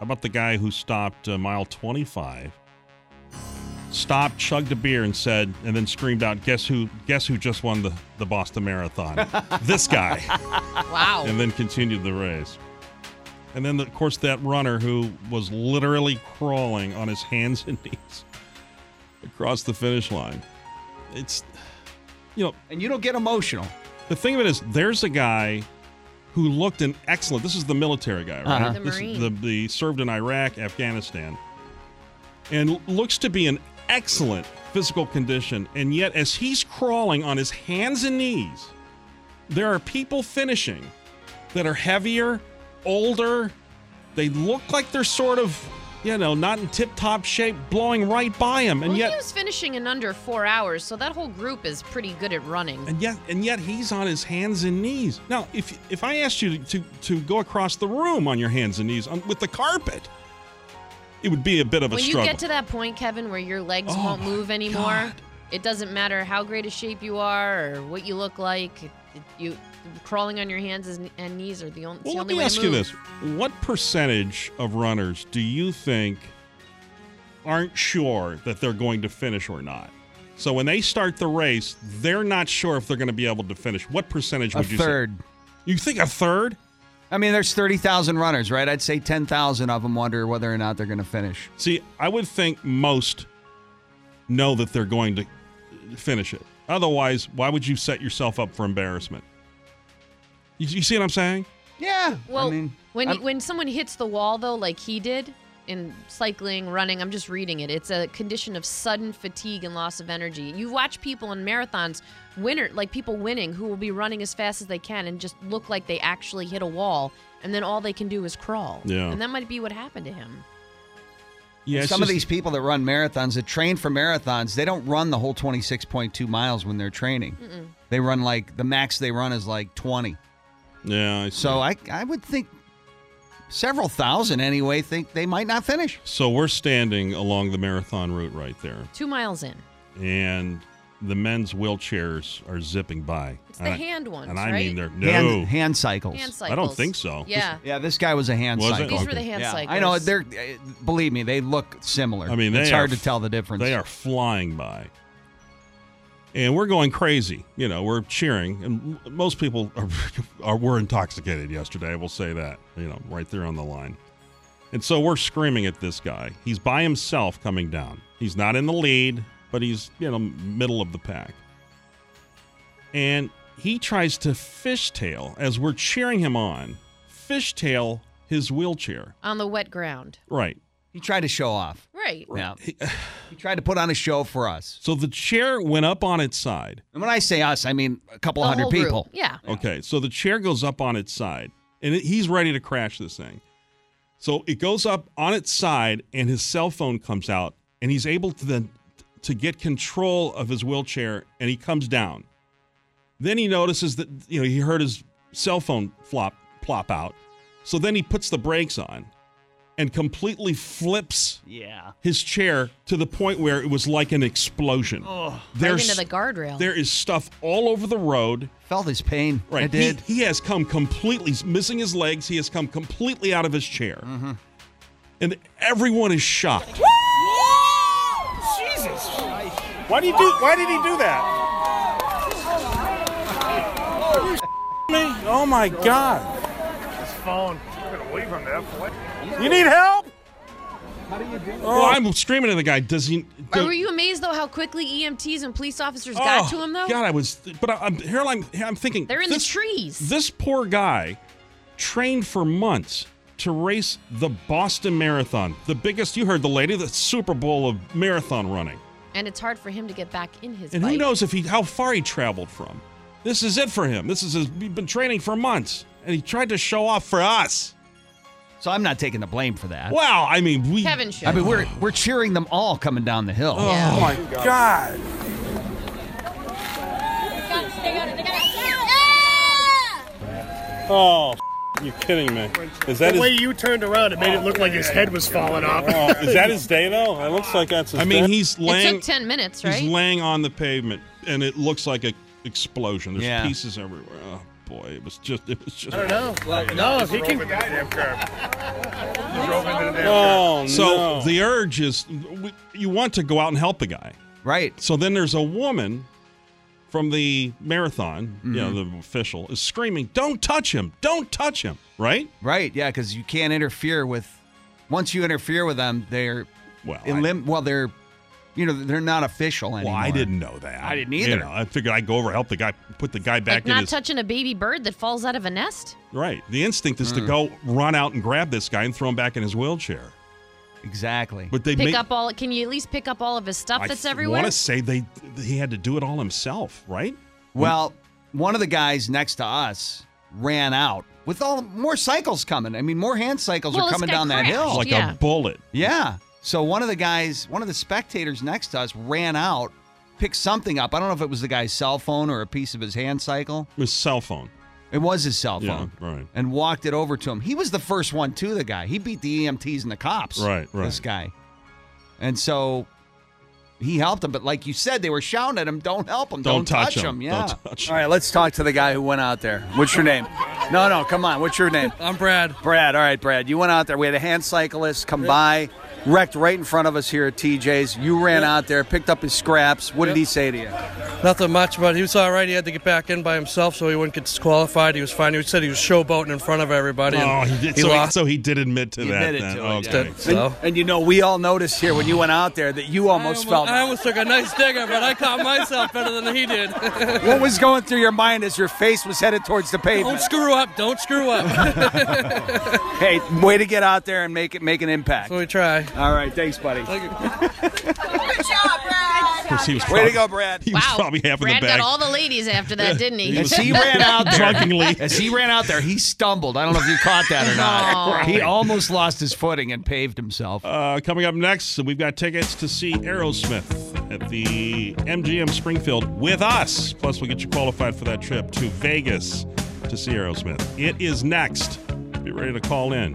Speaker 11: How about the guy who stopped uh, mile 25 stopped, chugged a beer, and said, and then screamed out, "Guess who? Guess who just won the, the Boston Marathon? this guy!"
Speaker 4: Wow.
Speaker 11: And then continued the race. And then, of course, that runner who was literally crawling on his hands and knees across the finish line. It's, you know,
Speaker 10: and you don't get emotional.
Speaker 11: The thing of it is, there's a guy who looked an excellent. This is the military guy, right?
Speaker 4: Uh-huh. The
Speaker 11: This is
Speaker 4: Marine.
Speaker 11: the, the served in Iraq, Afghanistan, and l- looks to be in excellent physical condition. And yet, as he's crawling on his hands and knees, there are people finishing that are heavier, older. They look like they're sort of, you know, not in tip-top shape, blowing right by him, and
Speaker 4: well,
Speaker 11: yet
Speaker 4: he was finishing in under four hours, so that whole group is pretty good at running.
Speaker 11: and yet and yet he's on his hands and knees. Now, if if I asked you to to go across the room on your hands and knees on, with the carpet, it would be a bit of a
Speaker 4: when
Speaker 11: struggle.
Speaker 4: you get to that point, Kevin, where your legs
Speaker 11: Oh,
Speaker 4: won't
Speaker 11: my
Speaker 4: move anymore, it doesn't matter how great a shape you are or what you look like. it- it- you crawling on your hands is- and knees are the only.
Speaker 11: well,
Speaker 4: the
Speaker 11: let
Speaker 4: only
Speaker 11: me
Speaker 4: way
Speaker 11: ask
Speaker 4: to
Speaker 11: you
Speaker 4: move.
Speaker 11: this: What percentage of runners do you think aren't sure that they're going to finish or not? So when they start the race, they're not sure if they're going to be able to finish. What percentage
Speaker 10: A
Speaker 11: would you
Speaker 10: third.
Speaker 11: say? You think a third?
Speaker 10: I mean, there's 30,000 runners, right? I'd say 10,000 of them wonder whether or not they're going to finish.
Speaker 11: See, I would think most know that they're going to finish it. Otherwise, why would you set yourself up for embarrassment? You, you see what I'm saying?
Speaker 10: Yeah.
Speaker 4: Well, when
Speaker 11: I'm-
Speaker 4: when someone hits the wall though, like he did in cycling, running, I'm just reading it. It's a condition of sudden fatigue and loss of energy. You watch people in marathons, winner like people winning who will be running as fast as they can and just look like they actually hit a wall, and then all they can do is crawl.
Speaker 10: Yeah.
Speaker 4: and that might be what happened to him.
Speaker 11: Yeah,
Speaker 10: some
Speaker 11: it's
Speaker 10: of
Speaker 11: just-
Speaker 10: these people that run marathons, that train for marathons, they don't run the whole 26.2 miles when they're training.
Speaker 4: Mm-mm.
Speaker 10: They run like the max they run is like 20.
Speaker 11: Yeah.
Speaker 10: so I, I would think several thousand anyway think they might not finish.
Speaker 11: So we're standing along the marathon route right there,
Speaker 4: Two miles in,
Speaker 11: and the men's wheelchairs are zipping by. It's
Speaker 4: the hand ones,
Speaker 11: and I mean
Speaker 4: right?
Speaker 11: they're no
Speaker 10: Hand, hand cycles.
Speaker 4: hand cycles.
Speaker 11: I don't think so.
Speaker 4: Yeah,
Speaker 10: This- yeah, this guy was a hand
Speaker 11: Was it?
Speaker 10: cycle.
Speaker 4: These were the hand
Speaker 10: Yeah.
Speaker 4: cycles.
Speaker 10: I know. They're uh, believe me, they look similar.
Speaker 11: I mean,
Speaker 10: it's
Speaker 11: they are
Speaker 10: hard to
Speaker 11: f-
Speaker 10: tell the difference.
Speaker 11: They are flying by. And we're going crazy. You know, we're cheering. And m- most people are, are were intoxicated yesterday. We'll say that, you know, right there on the line. And so we're screaming at this guy. He's by himself coming down. He's not in the lead, but he's, you know, middle of the pack. And he tries to fishtail as we're cheering him on, fishtail his wheelchair.
Speaker 4: on the wet ground.
Speaker 11: Right.
Speaker 10: He tried to show off.
Speaker 4: Right.
Speaker 10: Yeah. He, tried to put on a show for us.
Speaker 11: So the chair went up on its side.
Speaker 10: And when I say us, I mean a couple
Speaker 4: The
Speaker 10: hundred
Speaker 4: whole group.
Speaker 10: people.
Speaker 4: Yeah.
Speaker 11: Okay, so the chair goes up on its side, and it, he's ready to crash this thing. So it goes up on its side, and his cell phone comes out, and he's able to then to get control of his wheelchair, and he comes down. Then he notices that you know he heard his cell phone flop plop out, so then he puts the brakes on, and completely flips
Speaker 10: Yeah.
Speaker 11: his chair to the point where it was like an explosion.
Speaker 4: Right
Speaker 11: There's-
Speaker 4: into the guardrail.
Speaker 11: there is stuff all over the road.
Speaker 10: Felt his pain.
Speaker 11: Right.
Speaker 10: I
Speaker 11: He-
Speaker 10: did.
Speaker 11: He, has come completely, he's missing his legs. He has come completely out of his chair.
Speaker 10: Mm-hmm.
Speaker 11: And everyone is shocked.
Speaker 12: Jesus! Why do you do? Why did he do that?
Speaker 29: Me? Oh my
Speaker 12: God.
Speaker 29: His phone. I'm gonna leave him that point.
Speaker 12: You need help?
Speaker 29: How do you do
Speaker 12: Oh.
Speaker 11: Well, I'm screaming at the guy. Does he?
Speaker 4: Or
Speaker 11: do-
Speaker 4: were you amazed though how quickly EMTs and police officers
Speaker 11: Oh,
Speaker 4: got to him though?
Speaker 11: God, I was. But I, I'm here. I'm, here I'm thinking.
Speaker 4: They're in the trees.
Speaker 11: This poor guy trained for months to race the Boston Marathon, the biggest. You heard the lady, the Super Bowl of marathon running.
Speaker 4: And it's hard for him to get back in his
Speaker 11: And
Speaker 4: bike.
Speaker 11: who knows if he how far he traveled from. This is it for him. This is his, he's been training for months, and he tried to show off for us.
Speaker 10: So I'm not taking the blame for that.
Speaker 11: Well, I mean, we.
Speaker 4: Kevin should.
Speaker 10: I mean, we're we're cheering them all coming down the hill.
Speaker 11: Yeah. Oh, my
Speaker 12: God.
Speaker 11: Oh, you kidding me? Is that
Speaker 29: the
Speaker 11: his?
Speaker 29: way you turned around, it made it look like his head was falling off.
Speaker 11: Oh, is that his day though? It looks like that's. His
Speaker 12: I
Speaker 11: mean,
Speaker 12: day.
Speaker 11: he's
Speaker 4: it
Speaker 11: laying.
Speaker 4: took 10 minutes,
Speaker 11: he's
Speaker 4: right?
Speaker 11: laying on the pavement, and it looks like a explosion. There's
Speaker 29: Yeah.
Speaker 11: pieces everywhere. Oh boy, it was just. It was just.
Speaker 29: I don't know. no, if he can. Drove into the damn curb.
Speaker 10: Oh,
Speaker 11: so the Oh, urge is, we- you want to go out and help the guy.
Speaker 10: Right.
Speaker 11: So then there's a woman from the marathon, you know,
Speaker 10: Mm-hmm.
Speaker 11: the official is screaming, "Don't touch him! Don't touch him!" Right?
Speaker 10: Right. Yeah, because you can't interfere with. Once you interfere with them, they're
Speaker 11: well.
Speaker 10: Elim- well, they're you know they're not official anymore.
Speaker 11: Well, I didn't know that.
Speaker 10: I didn't
Speaker 11: You
Speaker 10: either.
Speaker 11: know, I figured I'd go over, help the guy, put the guy back
Speaker 4: like not
Speaker 11: in his
Speaker 4: touching a baby bird that falls out of a nest.
Speaker 11: Right. The instinct
Speaker 10: Mm.
Speaker 11: is to go run out and grab this guy and throw him back in his wheelchair.
Speaker 10: Exactly.
Speaker 11: But they
Speaker 4: pick
Speaker 11: make,
Speaker 4: up all. Can you at least pick up all of his stuff that's everywhere?
Speaker 11: I want to say they he had to do it all himself, right?
Speaker 10: Well, one of the guys next to us ran out with all more cycles coming. I mean, more hand cycles
Speaker 4: Well,
Speaker 10: are
Speaker 4: this
Speaker 10: coming
Speaker 4: guy
Speaker 10: down that hill.
Speaker 4: crashed, Like a yeah.
Speaker 11: bullet.
Speaker 10: Yeah. So one of the guys, one of the spectators next to us ran out, picked something up. I don't know if it was the guy's cell phone or a piece of his hand cycle.
Speaker 11: His cell phone.
Speaker 10: It was his cell
Speaker 11: Yeah,
Speaker 10: phone.
Speaker 11: right.
Speaker 10: And walked it over to him. He was the first one to the guy. He beat the EMTs and the cops.
Speaker 11: Right, right.
Speaker 10: This guy. And so he helped him, but like you said, they were shouting at him, don't help him, don't, touch, him. Yeah.
Speaker 5: All right, let's talk to the guy who went out there. What's your name? No, no, come on. What's your name? I'm Brad. Brad. All right, Brad. You went out there. We had a hand cyclist come by, wrecked right in front of us here at TJ's. You ran out there, picked up his scraps. What did he say to you?
Speaker 14: Nothing much, but he was all right. He had to get back in by himself so he wouldn't get disqualified. He was fine. He said he was showboating in front of everybody. and
Speaker 11: Oh, he did.
Speaker 14: he
Speaker 11: so, he,
Speaker 14: lost.
Speaker 11: so he did admit to
Speaker 14: He
Speaker 11: that.
Speaker 14: admitted
Speaker 11: then.
Speaker 14: to it,
Speaker 11: okay.
Speaker 14: yeah. So-
Speaker 5: And, and you know, we all noticed here when you went out there that you almost
Speaker 14: I almost-
Speaker 5: felt.
Speaker 14: I almost took a nice digger, but I caught myself better than he did.
Speaker 5: What was going through your mind as your face was headed towards the
Speaker 14: Don't
Speaker 5: pavement?
Speaker 14: screw up. Don't screw up.
Speaker 5: Hey, way to get out there and make it make an impact.
Speaker 14: we try.
Speaker 5: All right, thanks, buddy.
Speaker 16: Good job, Brad.
Speaker 11: Because he was
Speaker 5: Way to
Speaker 11: probably-
Speaker 5: go, Brad.
Speaker 11: He was probably half
Speaker 4: Brad
Speaker 11: in the
Speaker 4: got
Speaker 11: bag.
Speaker 4: all the ladies after that, didn't he?
Speaker 10: As he ran out there, as he ran out there, he stumbled. I don't know if you caught that or not.
Speaker 11: Oh.
Speaker 10: He almost lost his footing and paved himself.
Speaker 11: Uh, coming up next, we've got tickets to see Aerosmith at the MGM Springfield with us. Plus, we'll get you qualified for that trip to Vegas to see Aerosmith. It is next. Be ready to call in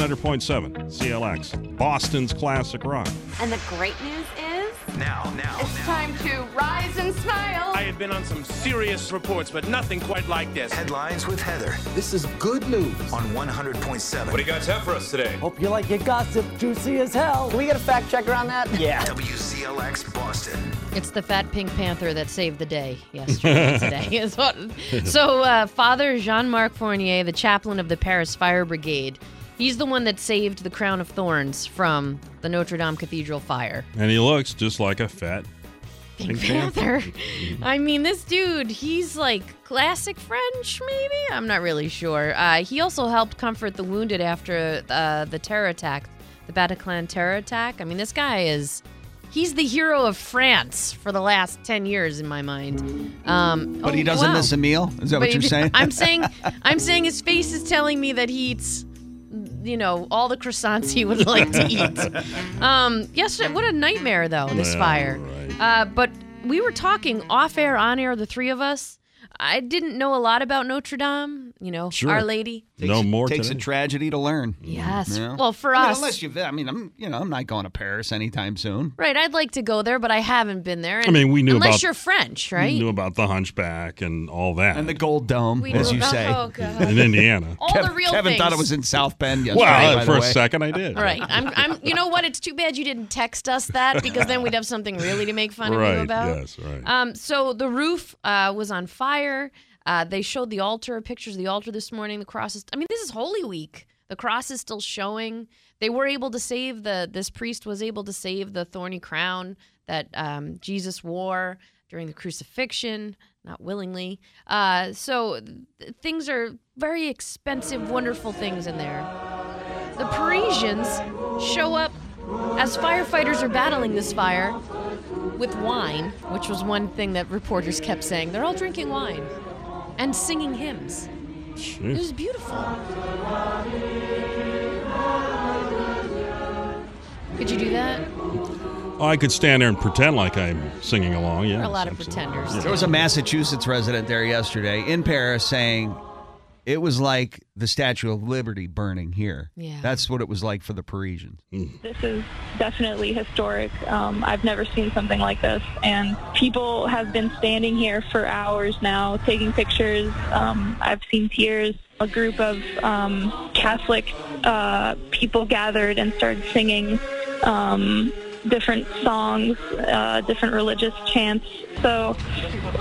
Speaker 11: 100.7 CLX, Boston's classic rock.
Speaker 19: And the great news is
Speaker 3: now, now,
Speaker 19: it's time to rise and smile.
Speaker 20: Oh, I have been on some serious reports, but nothing quite like this.
Speaker 3: Headlines with Heather. This is good news on 100.7. What do you guys have for us today?
Speaker 17: Hope you like your gossip juicy as hell. Can we get a fact checker on that? Yeah.
Speaker 3: WZLX Boston.
Speaker 4: It's the fat pink panther that saved the day yesterday. today is what. So uh, Father Jean-Marc Fournier, the chaplain of the Paris Fire Brigade, he's the one that saved the crown of thorns from the Notre Dame Cathedral fire.
Speaker 11: And he looks just like a fat
Speaker 4: Pink Panther.
Speaker 10: Mm-hmm.
Speaker 4: I mean, this dude, he's like classic French, maybe? I'm not really sure. Uh, he also helped comfort the wounded after uh, the terror attack, the Bataclan terror attack. I mean, this guy is. He's the hero of France for the last 10 years in my mind. Um,
Speaker 10: But
Speaker 4: oh,
Speaker 10: he doesn't
Speaker 4: wow.
Speaker 10: miss a meal? Is that
Speaker 4: But
Speaker 10: what
Speaker 4: he
Speaker 10: you're
Speaker 4: d-
Speaker 10: saying?
Speaker 4: I'm saying I'm saying his face is telling me that he eats you know all the croissants he would like to eat. Um yesterday what a nightmare though this
Speaker 18: Yeah,
Speaker 4: fire. Uh but we were talking off air on air the three of us. I didn't know a lot about Notre Dame, you know,
Speaker 10: Sure.
Speaker 4: Our Lady.
Speaker 11: no more
Speaker 10: Takes
Speaker 11: today.
Speaker 10: a tragedy to learn.
Speaker 4: Yes.
Speaker 10: Yeah.
Speaker 4: Well, for
Speaker 10: I mean,
Speaker 4: us-
Speaker 10: unless you, I mean, I'm, you know, I'm not going to Paris anytime soon.
Speaker 4: Right, I'd like to go there, but I haven't been there.
Speaker 11: I mean, we knew
Speaker 4: unless
Speaker 11: about-
Speaker 4: you're French, right?
Speaker 11: We knew about the hunchback and all that.
Speaker 10: And the Gold Dome,
Speaker 4: We
Speaker 10: as
Speaker 4: knew
Speaker 10: you
Speaker 4: about-
Speaker 10: say.
Speaker 4: oh, God.
Speaker 11: in Indiana.
Speaker 4: All the real
Speaker 10: Kevin thought it
Speaker 4: things.
Speaker 10: was in South Bend yesterday.
Speaker 11: Well, uh,
Speaker 10: by
Speaker 11: for
Speaker 10: the
Speaker 11: a
Speaker 10: way.
Speaker 11: second I did.
Speaker 4: Right. I'm, I'm. You know what? It's too bad you didn't text us that because then we'd have something really to make fun of
Speaker 11: Right,
Speaker 4: you about.
Speaker 11: yes, right.
Speaker 4: Um. So the roof uh, was on fire. Uh, they showed the altar pictures of the altar this morning. The cross is. I mean, this is Holy Week. The cross is still showing. They were able to save the. This priest was able to save the thorny crown that um, Jesus wore during the crucifixion, not willingly. Uh, so th- things are very expensive, wonderful things in there. The Parisians show up as firefighters are battling this fire with wine, which was one thing that reporters kept saying. They're all drinking wine and singing hymns.
Speaker 5: Mm.
Speaker 4: It was beautiful. Could you do that?
Speaker 11: Oh, I could stand there and pretend like I'm singing along. Yeah.
Speaker 4: There are a lot of pretenders.
Speaker 10: There was a Massachusetts resident there yesterday in Paris saying it was like the Statue of Liberty burning here.
Speaker 22: Yeah.
Speaker 10: That's what it was like for the Parisians.
Speaker 11: Hmm.
Speaker 22: This is definitely historic. Um, I've never seen something like this, and people have been standing here for hours now, taking pictures. Um, I've seen tears. A group of um, Catholic uh, people gathered and started singing um, different songs, uh, different religious chants. So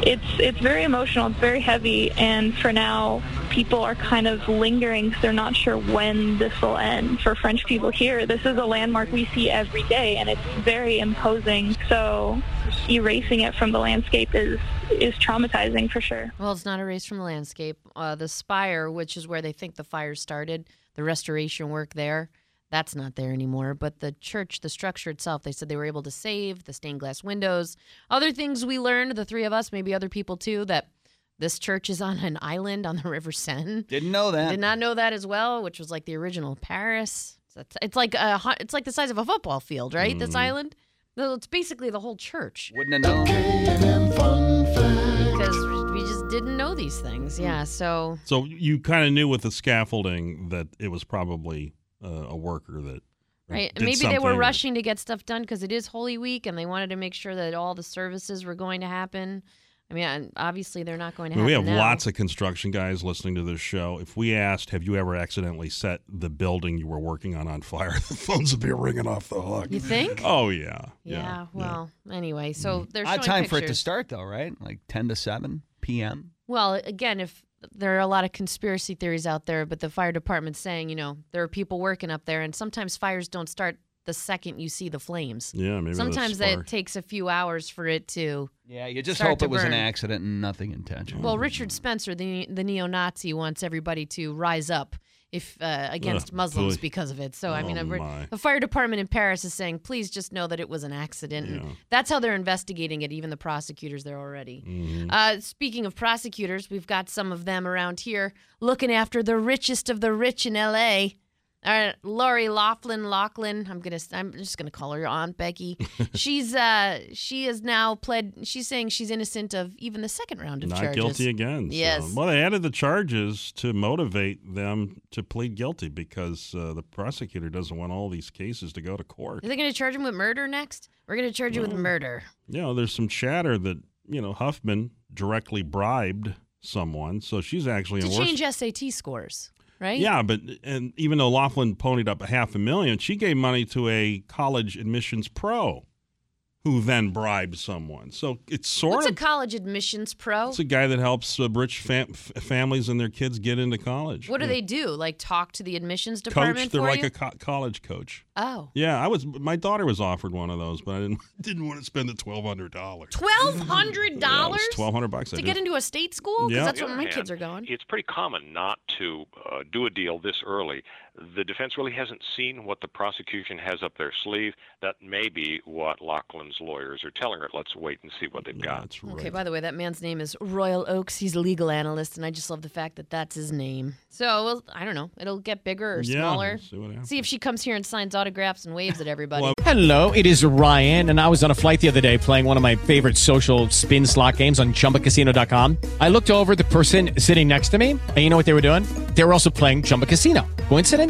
Speaker 22: it's it's very emotional. It's very heavy, and for now, people are kind of lingering because they're not sure when this will end. For French people here, this is a landmark we see every day, and it's very imposing. So erasing it from the landscape is is traumatizing for sure.
Speaker 4: Well, it's not erased from the landscape. Uh, the spire, which is where they think the fire started, the restoration work there, that's not there anymore. But the church, the structure itself, they said they were able to save the stained glass windows. Other things we learned, the three of us, maybe other people too, that this church is on an island on the River Seine.
Speaker 10: Didn't know that.
Speaker 4: Did not know that as well, which was like the original Paris. So it's, it's like a, hu- it's like the size of a football field, right?
Speaker 10: Mm-hmm.
Speaker 4: This island. No, it's basically the whole church.
Speaker 10: Wouldn't have
Speaker 4: known. Because we just didn't know these things. Yeah. So
Speaker 11: So you kind of knew with the scaffolding that it was probably uh, a worker that
Speaker 4: Right.
Speaker 11: did
Speaker 4: Maybe they were
Speaker 11: something.
Speaker 4: rushing to get stuff done because it is Holy Week and they wanted to make sure that all the services were going to happen. I mean, and obviously they're not going
Speaker 11: I
Speaker 4: to
Speaker 11: mean,
Speaker 4: happen.
Speaker 11: we have
Speaker 4: now.
Speaker 11: lots of construction guys listening to this show. If we asked, "Have you ever accidentally set the building you were working on on fire?" the phones would be ringing off the hook.
Speaker 4: You think?
Speaker 11: Oh yeah, Mm.
Speaker 4: Yeah. well, anyway, so there's
Speaker 10: Odd time for it to start though, right? Like ten to seven p.m.
Speaker 4: Well, again, if there are a lot of conspiracy theories out there, but the fire department's saying, you know, there are people working up there, and sometimes fires don't start the second you see the flames.
Speaker 10: Yeah, maybe the
Speaker 4: sometimes that
Speaker 10: spark.
Speaker 4: takes a few hours for it to.
Speaker 10: Yeah, you just
Speaker 4: start
Speaker 10: hope
Speaker 4: to
Speaker 10: it was an
Speaker 4: burn.
Speaker 10: accident and nothing intentional.
Speaker 4: Well, Richard Spencer, the the neo-Nazi, wants everybody to rise up if uh, against
Speaker 10: Ugh,
Speaker 4: Muslims
Speaker 10: boy.
Speaker 4: because of it. So I mean,
Speaker 10: Oh,
Speaker 4: I'm re-
Speaker 10: my.
Speaker 4: the fire department in Paris is saying, please just know that it was an accident. And that's how they're investigating it. Even the prosecutors there already.
Speaker 11: Mm-hmm.
Speaker 4: Uh, speaking of prosecutors, we've got some of them around here looking after the richest of the rich in L.A. All right, Lori Laughlin, Laughlin. I'm gonna. I'm just gonna call her Aunt Becky. she's. Uh, she is now pled. She's saying she's innocent of even the second round of
Speaker 11: Not
Speaker 4: charges.
Speaker 11: guilty again. so-
Speaker 4: Yes.
Speaker 11: Well, they added the charges to motivate them to plead guilty because uh, the prosecutor doesn't want all these cases to go to court.
Speaker 4: Are they going to charge him with murder next? We're going to charge you with murder.
Speaker 11: you know, there's some chatter that, you know, Huffman directly bribed someone. So she's actually
Speaker 4: To
Speaker 11: in worse.
Speaker 4: change SAT scores, right?
Speaker 11: Yeah, but and even though Laughlin ponied up a half a million, she gave money to a college admissions pro who then bribed someone. So it's sort
Speaker 4: What's a
Speaker 11: of
Speaker 4: college admissions pro?
Speaker 11: it's a guy that helps uh, rich fam- f- families and their kids get into college.
Speaker 4: What do
Speaker 11: Yeah.
Speaker 4: they do? Like talk to the admissions department
Speaker 11: Coach, they're
Speaker 4: for
Speaker 11: like
Speaker 4: you?
Speaker 11: a co- college coach.
Speaker 4: oh.
Speaker 11: Yeah, I was my daughter was offered one of those, but I didn't didn't want to spend the $1200.
Speaker 4: $1,200
Speaker 11: $1200 bucks. I
Speaker 4: to
Speaker 11: did.
Speaker 4: get into a state school? Because
Speaker 11: Yeah.
Speaker 4: that's
Speaker 23: On
Speaker 4: what
Speaker 23: the
Speaker 4: my
Speaker 23: other
Speaker 4: kids are
Speaker 23: hand,
Speaker 4: going.
Speaker 23: It's pretty common not to uh, do a deal this early. The defense really hasn't seen what the prosecution has up their sleeve. That may be what Lachlan's lawyers are telling her. Let's wait and see what they've got. That's
Speaker 4: Okay, by the way, that man's name is Royal Oaks. He's a legal analyst, and I just love the fact that that's his name. So, well, I don't know. It'll get bigger or
Speaker 25: Yeah,
Speaker 4: smaller.
Speaker 25: see what happens.
Speaker 4: if she comes here and signs autographs and waves at everybody.
Speaker 25: Hello, it is Ryan, and I was on a flight the other day playing one of my favorite social spin slot games on chumbacasino.com. I looked over at the person sitting next to me, and you know what they were doing? They were also playing Chumba Casino. Coincidence?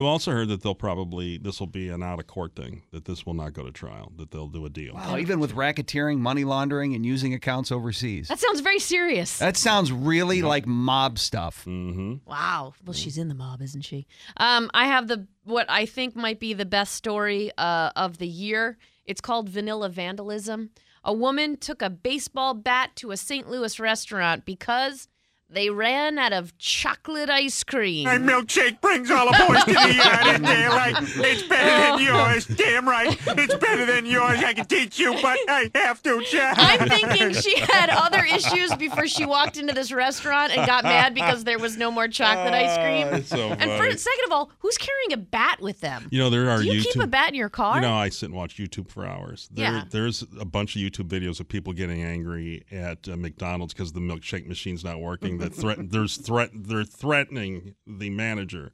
Speaker 11: I've also heard that they'll probably this will be an out of court thing that this will not go to trial that they'll do a deal.
Speaker 10: Wow, even with racketeering, money laundering, and using accounts overseas.
Speaker 4: That sounds very serious.
Speaker 10: That sounds really like mob stuff.
Speaker 11: Mm-hmm.
Speaker 4: Wow. Well, she's in the mob, isn't she? Um, I have the what I think might be the best story uh, of the year. It's called Vanilla Vandalism. A woman took a baseball bat to a St. Louis restaurant because they ran out of chocolate ice cream.
Speaker 12: My milkshake brings all the boys to the yard, and they're like, it's
Speaker 4: Oh.
Speaker 12: better than yours. Damn right, it's better than yours. I can teach you, but I have to check.
Speaker 4: I'm thinking she had other issues before she walked into this restaurant and got mad because there was no more chocolate ice
Speaker 11: Ah,
Speaker 4: cream.
Speaker 11: that's so
Speaker 4: and
Speaker 11: funny.
Speaker 4: first, second of all, who's carrying a bat with them?
Speaker 11: You know there are
Speaker 4: Do you
Speaker 11: YouTube.
Speaker 4: keep a bat in your car?
Speaker 11: You know, I sit and watch YouTube for hours. There,
Speaker 4: Yeah.
Speaker 11: There's a bunch of YouTube videos of people getting angry at uh, McDonald's because the milkshake machine's not working. That threat, there's threat, they're threatening the manager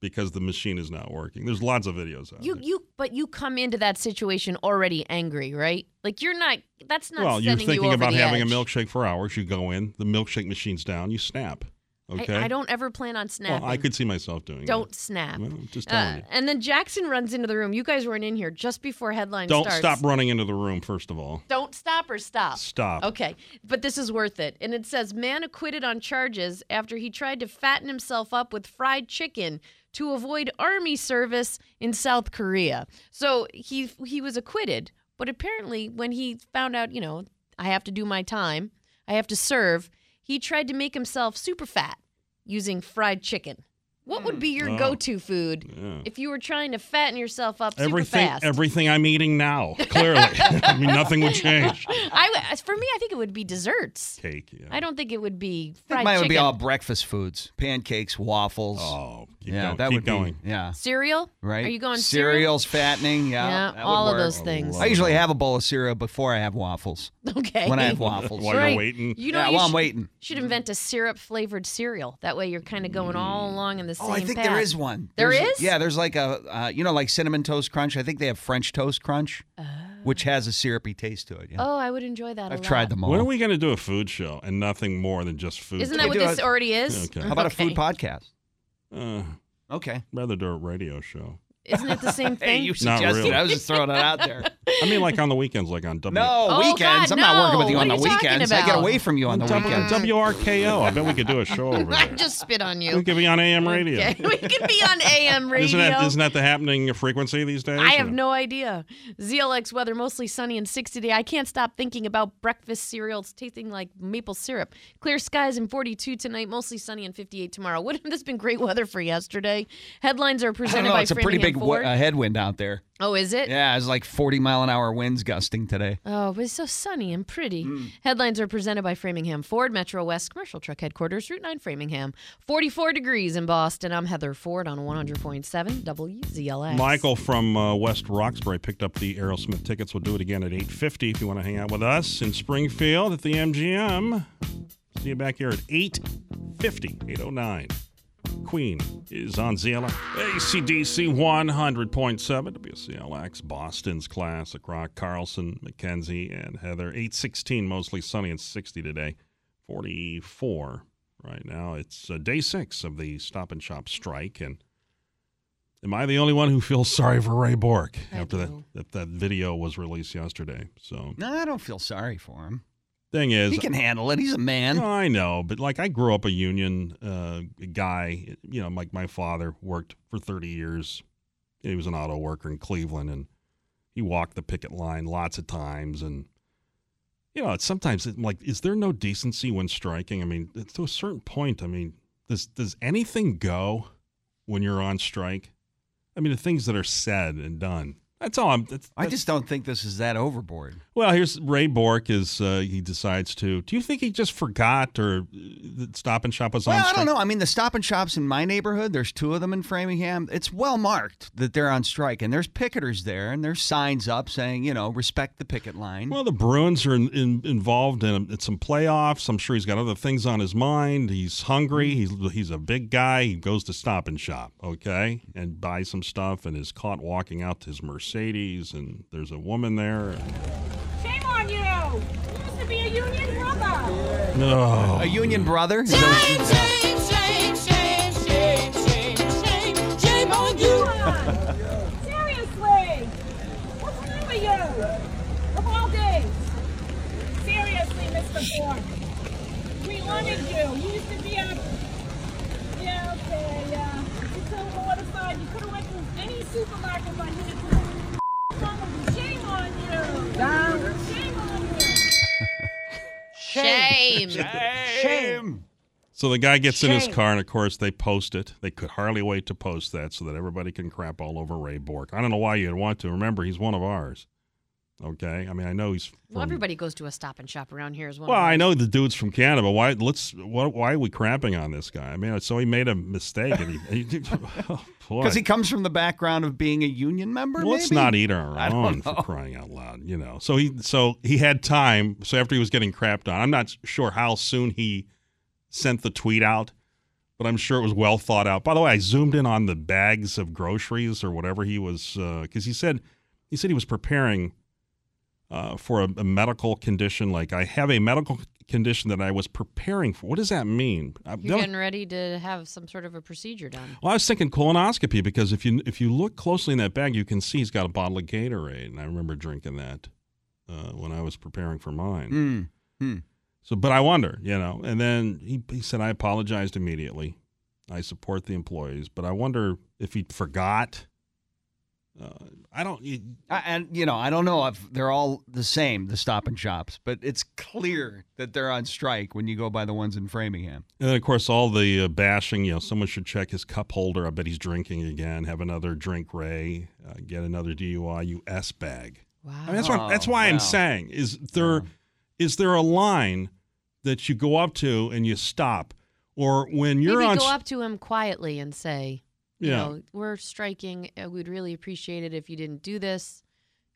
Speaker 11: because the machine is not working. There's lots of videos out.
Speaker 4: you you but you come into that situation already angry, right? Like you're not. That's not.
Speaker 11: well, you're
Speaker 4: sending
Speaker 11: thinking
Speaker 4: you over
Speaker 11: about
Speaker 4: the
Speaker 11: having
Speaker 4: edge.
Speaker 11: a milkshake for hours. You go in, the milkshake machine's down, you snap. Okay.
Speaker 4: I, I don't ever plan on snapping.
Speaker 11: Well, I could see myself doing.
Speaker 4: Don't snap.
Speaker 11: That. Well, I'm just
Speaker 4: Uh,
Speaker 11: telling you.
Speaker 4: and then Jackson runs into the room. You guys weren't in here just before headline
Speaker 11: Don't
Speaker 4: starts.
Speaker 11: stop running into the room. First of all,
Speaker 4: Don't stop or stop.
Speaker 11: Stop.
Speaker 4: Okay, but this is worth it. And it says man acquitted on charges after he tried to fatten himself up with fried chicken to avoid army service in South Korea. So he he was acquitted, but apparently when he found out, you know, I have to do my time, I have to serve, he tried to make himself super fat using fried chicken. What would be your
Speaker 11: Oh.
Speaker 4: go-to food
Speaker 11: Yeah.
Speaker 4: if you were trying to fatten yourself up
Speaker 11: everything,
Speaker 4: super fast?
Speaker 11: everything I'm eating now, clearly, I mean, nothing would change.
Speaker 4: I w- for me, I think it would be desserts.
Speaker 11: Cake. Yeah.
Speaker 4: I don't think it would be
Speaker 10: I think
Speaker 4: fried
Speaker 10: mine
Speaker 4: chicken.
Speaker 10: would be all breakfast foods, pancakes, waffles.
Speaker 11: Oh, keep
Speaker 10: yeah,
Speaker 11: going,
Speaker 10: that
Speaker 11: keep
Speaker 10: would
Speaker 11: going.
Speaker 10: be yeah.
Speaker 4: cereal.
Speaker 10: Right?
Speaker 4: Are you going cereal?
Speaker 10: cereals fattening? Yeah,
Speaker 4: Yeah,
Speaker 10: that would
Speaker 4: all of
Speaker 10: work.
Speaker 4: those things.
Speaker 10: I usually have a bowl of cereal before I have waffles.
Speaker 4: Okay.
Speaker 10: When I have waffles.
Speaker 11: While you're Right. waiting.
Speaker 4: You know,
Speaker 10: yeah,
Speaker 4: you
Speaker 10: while
Speaker 4: should-
Speaker 10: I'm waiting.
Speaker 4: Should invent a syrup flavored cereal. That way, you're kind of going all
Speaker 11: Mm.
Speaker 4: along in the same.
Speaker 10: Oh, I think
Speaker 4: path.
Speaker 10: there is one.
Speaker 4: There
Speaker 10: There's-
Speaker 4: is?
Speaker 10: Yeah, there's like a uh, you know like cinnamon toast crunch. I think they have French toast crunch, which has a syrupy taste to it. Yeah.
Speaker 4: Oh, I would enjoy that. a
Speaker 10: I've tried
Speaker 4: lot.
Speaker 10: them all.
Speaker 11: When are we going to do a food show and nothing more than just food?
Speaker 4: Isn't that what
Speaker 10: do
Speaker 4: this
Speaker 10: a-
Speaker 4: already is?
Speaker 11: Okay.
Speaker 10: How about
Speaker 4: Okay.
Speaker 10: a food podcast?
Speaker 11: Uh,
Speaker 10: okay.
Speaker 11: Rather do a radio show.
Speaker 4: Isn't it the same
Speaker 10: Hey,
Speaker 4: thing?
Speaker 10: you
Speaker 11: Not
Speaker 10: suggested.
Speaker 11: really.
Speaker 10: it. I was just throwing it out there.
Speaker 11: I mean, like on the weekends, like on W.
Speaker 10: No
Speaker 4: Oh,
Speaker 10: weekends.
Speaker 4: God,
Speaker 10: I'm not working with
Speaker 4: no.
Speaker 10: you on
Speaker 4: What
Speaker 10: the
Speaker 4: are you talking
Speaker 10: weekends. I get
Speaker 4: about?
Speaker 10: away from you on the
Speaker 11: W-
Speaker 10: weekends.
Speaker 11: WRKO. I bet we could do a show over
Speaker 4: I
Speaker 11: there.
Speaker 4: just spit on you.
Speaker 11: We could be on AM radio.
Speaker 4: Okay. we could be on AM radio.
Speaker 11: Isn't that isn't that the happening frequency these days?
Speaker 4: I have no idea. ZLX weather mostly sunny and 60 today. I can't stop thinking about breakfast cereals tasting like maple syrup. Clear skies and 42 tonight, mostly sunny and 58 tomorrow. Wouldn't this been great weather for yesterday? Headlines
Speaker 10: I
Speaker 4: are
Speaker 10: don't
Speaker 4: presented
Speaker 10: know.
Speaker 4: by
Speaker 10: It's a pretty
Speaker 4: Framingham
Speaker 10: big wa-
Speaker 4: Ford.
Speaker 10: uh, headwind out there.
Speaker 4: oh, is it?
Speaker 10: Yeah, it's like 40 mile an hour winds gusting today.
Speaker 4: Oh, but it's so sunny and pretty.
Speaker 10: Hmm.
Speaker 4: Headlines are presented by Framingham Ford, Metro West Commercial Truck Headquarters, Route 9, Framingham. 44 degrees in Boston. I'm Heather Ford on 100.7 WZLX.
Speaker 11: Michael from uh, West Roxbury picked up the Aerosmith tickets. We'll do it again at 8.50 if you want to hang out with us in Springfield at the MGM. See you back here at 8.50, 809. Queen is on ZLX. ACDC 100.7, WCLX, Boston's Classic Rock, Carlson, McKenzie, and Heather. 816, mostly sunny and 60 today. 44 right now. It's uh, day six of the Stop and Shop strike, and Am I the only one who feels sorry for Ray Bork after that, that that video was released yesterday? So
Speaker 10: No, I don't feel sorry for him.
Speaker 11: thing is,
Speaker 10: He can handle it. He's a man.
Speaker 11: No, I know, but like I grew up a union uh, guy. You know, like my father worked for thirty years. He was an auto worker in Cleveland, and he walked the picket line lots of times. And you know, it's sometimes it, like, is there no decency when striking? I mean, to a certain point, I mean, does does anything go when you're on strike? I mean, the things that are said and done. That's all. I'm. That's,
Speaker 10: I just don't think this is that overboard.
Speaker 11: well, here's Ray Bork is uh, he decides to. Do you think he just forgot or uh, that Stop and Shop was on?
Speaker 10: Well, I don't
Speaker 11: strike?
Speaker 10: know. I mean, the stop and shops in my neighborhood, there's two of them in Framingham. It's well marked that they're on strike, and there's picketers there, and there's signs up saying, you know, respect the picket line.
Speaker 11: Well, the Bruins are in, in, involved in, in some playoffs. I'm sure he's got other things on his mind. He's hungry. He's
Speaker 10: Mm-hmm.
Speaker 11: he's a big guy. He goes to Stop and Shop, okay, and buys some stuff, and is caught walking out to his Mercedes. And there's a woman there.
Speaker 16: Shame on you! You used to be a union brother!
Speaker 11: No,
Speaker 10: a union brother.
Speaker 16: Shame, shame, shame, shame, shame, shame, shame, shame Come on, you! Seriously! What's wrong with you? Of all days! Seriously, Mr. Ford! We wanted you. You used to be a. Yeah, okay, yeah. You're so mortified. You could have went to any supermarket by here. Shame on you! Shame on you!
Speaker 4: Shame.
Speaker 16: Shame.
Speaker 11: So the guy gets in his
Speaker 16: Shame.
Speaker 11: car, and of course they post it. They could hardly wait to post that so that everybody can crap all over Ray Bork. I don't know why you'd want to. Remember, he's one of ours. Okay, I mean I know he's. From,
Speaker 4: Well, everybody goes to a stop and shop around here as well.
Speaker 11: well, I know the dude's from Canada. But why? Let's. What, why are we crapping on this guy? I mean, so he made a mistake, and he. oh, boy.
Speaker 10: Because he comes from the background of being a union member.
Speaker 11: Let's
Speaker 10: maybe?
Speaker 11: not eat our
Speaker 10: I don't
Speaker 11: own for
Speaker 10: know.
Speaker 11: crying out loud, you know. So he so he had time. So after he was getting crapped on, I'm not sure how soon he sent the tweet out, but I'm sure it was well thought out. By the way, I zoomed in on the bags of groceries or whatever he was because he said he said he was preparing uh, for a, a medical condition. Like I have a medical condition that I was preparing for. What does that mean? I-
Speaker 4: You're getting ready to have some sort of a procedure done.
Speaker 11: well, I was thinking colonoscopy because if you if you look closely in that bag, you can see he's got a bottle of Gatorade, and I remember drinking that uh, when I was preparing for mine.
Speaker 10: Mm. Hmm.
Speaker 11: So, but I wonder, you know. And then he he said, "I apologized immediately. I support the employees, but I wonder if he forgot." Uh, I don't.
Speaker 10: I, and you know, I don't know if they're all the same, the Stop and Shops, but it's clear that they're on strike when you go by the ones in Framingham.
Speaker 11: And then, of course, all the uh, bashing. You know, someone should check his cup holder. I bet he's drinking again. Have another drink, Ray. Uh, get another DUI. You s bag. Wow. I mean, that's what,
Speaker 10: Wow.
Speaker 11: that's why
Speaker 10: Wow.
Speaker 11: I'm saying is there is there a line that you go up to and you stop, or when you're
Speaker 4: Maybe
Speaker 11: on
Speaker 4: go
Speaker 11: s-
Speaker 4: up to him quietly and say, you
Speaker 11: Yeah.
Speaker 4: know, we're striking. Uh, We'd really appreciate it if you didn't do this.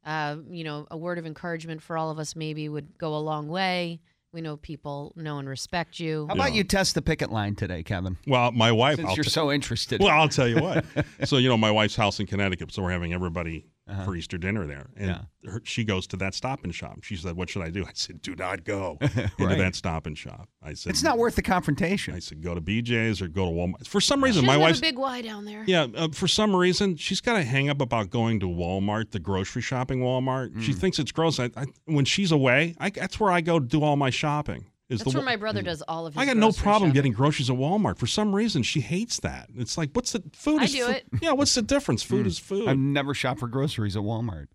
Speaker 4: Uh, you know, a word of encouragement for all of us maybe would go a long way. We know people know and respect you.
Speaker 10: How about you test the picket line today, Kevin?
Speaker 11: Well, my wife.
Speaker 10: Since
Speaker 11: I'll
Speaker 10: you're
Speaker 11: t-
Speaker 10: so interested.
Speaker 11: Well, I'll tell you what. so you know, my wife's house in Connecticut, so we're having everybody
Speaker 10: Uh-huh.
Speaker 11: for Easter dinner there, and her, she goes to that stop and shop. She said, "What should I do?" I said, "Do not go into
Speaker 10: Right.
Speaker 11: that stop and shop." I said, "Mm."
Speaker 10: It's not worth the confrontation.
Speaker 11: I said, "Go to BJ's or go to Walmart." For some reason,
Speaker 4: She
Speaker 11: my
Speaker 4: doesn't have
Speaker 11: wife's
Speaker 4: a big Y down there.
Speaker 11: yeah. Uh, for some reason, she's got a hang up about going to Walmart, the grocery shopping Walmart. She
Speaker 10: Mm.
Speaker 11: thinks it's gross. I, I, when she's away, I, that's where I go do all my shopping. Is
Speaker 4: That's
Speaker 11: the,
Speaker 4: where
Speaker 11: Wa-
Speaker 4: my brother does all of his
Speaker 11: I got no
Speaker 4: grocery
Speaker 11: problem
Speaker 4: shopping.
Speaker 11: getting groceries at Walmart. For some reason, she hates that. It's like, what's the food?
Speaker 4: I
Speaker 11: is
Speaker 4: do
Speaker 11: fu-
Speaker 4: it.
Speaker 11: Yeah, what's the difference? Food
Speaker 10: Mm.
Speaker 11: is food.
Speaker 10: I've never shopped for groceries at Walmart.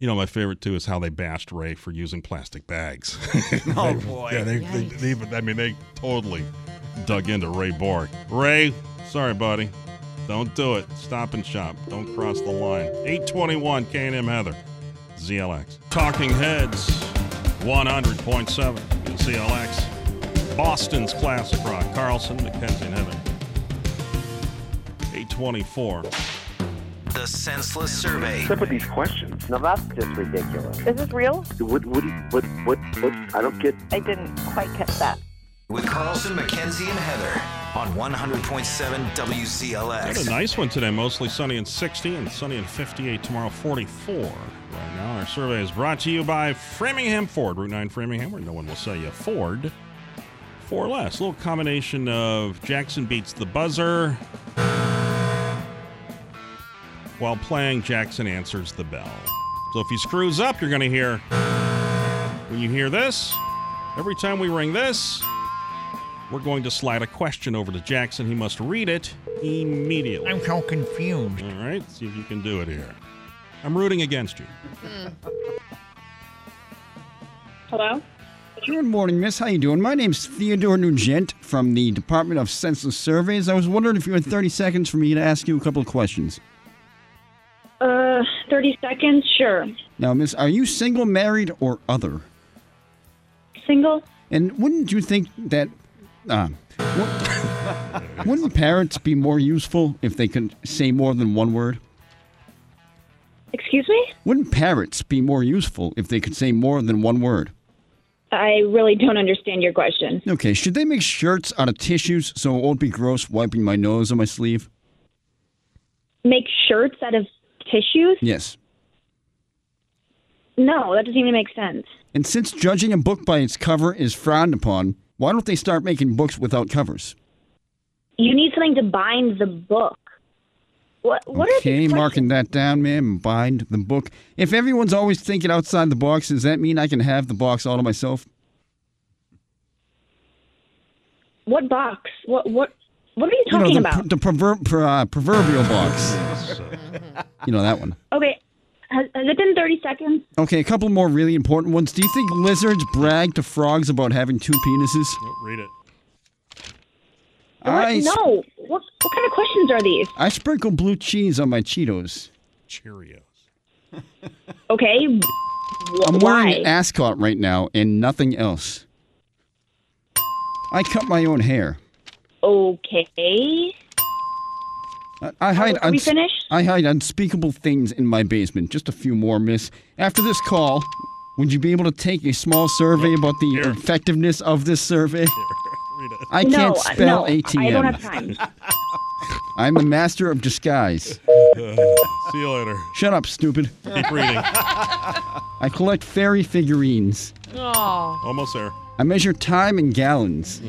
Speaker 11: you know, my favorite too is how they bashed Ray for using plastic bags.
Speaker 10: Oh,
Speaker 11: They-
Speaker 10: boy.
Speaker 11: Yeah, they, they, they even- I mean, they totally dug into Ray Borg. Ray, sorry, buddy. Don't do it. Stop and shop. Don't cross the line. 821 K&M Heather, ZLX. Talking Heads, 100.7 ZLX. Boston's Classic Rock. Carlson, McKenzie, and Heather. 824.
Speaker 3: The senseless survey.
Speaker 21: Except with these questions. Now that's just ridiculous.
Speaker 9: Is this real?
Speaker 21: What, what, what, what, what, I don't get.
Speaker 9: I didn't quite catch that.
Speaker 3: With Carlson, McKenzie, and Heather on 100.7 WZLX.
Speaker 11: Got a nice one today. Mostly sunny and 16, sunny and 58 tomorrow, 44. Right now, our survey is brought to you by Framingham Ford, Route 9 Framingham, where no one will sell you a Ford for less. A little combination of Jackson beats the buzzer while playing Jackson answers the bell. So if he screws up, you're going to hear when you hear this. Every time we ring this, we're going to slide a question over to Jackson. He must read it immediately. I'm so confused. All right, see if you can do it here. I'm rooting against you.
Speaker 22: Hello?
Speaker 6: Good morning, miss. How you doing? My name's Theodore Nugent from the Department of Census Surveys. I was wondering if you had 30 seconds for me to ask you a couple of questions.
Speaker 22: Uh, 30 seconds? Sure.
Speaker 6: Now, miss, are you single, married, or other?
Speaker 22: Single?
Speaker 6: And wouldn't you think that... Uh, wou- wouldn't parents be more useful if they could say more than one word?
Speaker 22: Excuse me?
Speaker 6: Wouldn't parrots be more useful if they could say more than one word?
Speaker 22: I really don't understand your question.
Speaker 6: Okay, should they make shirts out of tissues so it won't be gross wiping my nose on my sleeve?
Speaker 22: Make shirts out of tissues?
Speaker 6: Yes.
Speaker 22: No, that doesn't even make sense.
Speaker 6: And since judging a book by its cover is frowned upon, why don't they start making books without covers?
Speaker 22: You need something to bind the book. What? What are
Speaker 6: Okay,
Speaker 22: these
Speaker 6: marking that down, ma'am. Bind the book. If everyone's always thinking outside the box, does that mean I can have the box all to myself?
Speaker 22: What box? What? What? What are you
Speaker 6: you know,
Speaker 22: talking
Speaker 6: the,
Speaker 22: about?
Speaker 6: the proverb, pr- uh, proverbial box. you know that one.
Speaker 22: okay, has, has it been thirty seconds?
Speaker 6: Okay, a couple more really important ones. Do you think lizards brag to frogs about having two penises?
Speaker 11: Read it.
Speaker 6: I,
Speaker 22: What?
Speaker 6: sp-
Speaker 22: No. What? What kind of questions are these?
Speaker 6: I sprinkle blue cheese on my Cheetos.
Speaker 11: Cheerio.
Speaker 22: Okay. wh-
Speaker 6: I'm
Speaker 22: why?
Speaker 6: wearing an ascot right now and nothing else. I cut my own hair.
Speaker 22: okay.
Speaker 6: I- I hide.
Speaker 22: are we
Speaker 6: uns-
Speaker 22: finished?
Speaker 6: I hide unspeakable things in my basement. Just a few more, Miss. After this call, would you be able to take a small survey about the effectiveness of this survey? I
Speaker 22: No,
Speaker 6: can't
Speaker 22: uh,
Speaker 6: spell
Speaker 22: no,
Speaker 6: ATM.
Speaker 22: I don't have time.
Speaker 6: I'm the master of disguise.
Speaker 11: See you later.
Speaker 6: Shut up, stupid.
Speaker 11: Keep reading.
Speaker 6: I collect fairy figurines.
Speaker 4: Oh.
Speaker 11: Almost there.
Speaker 6: I measure time in gallons.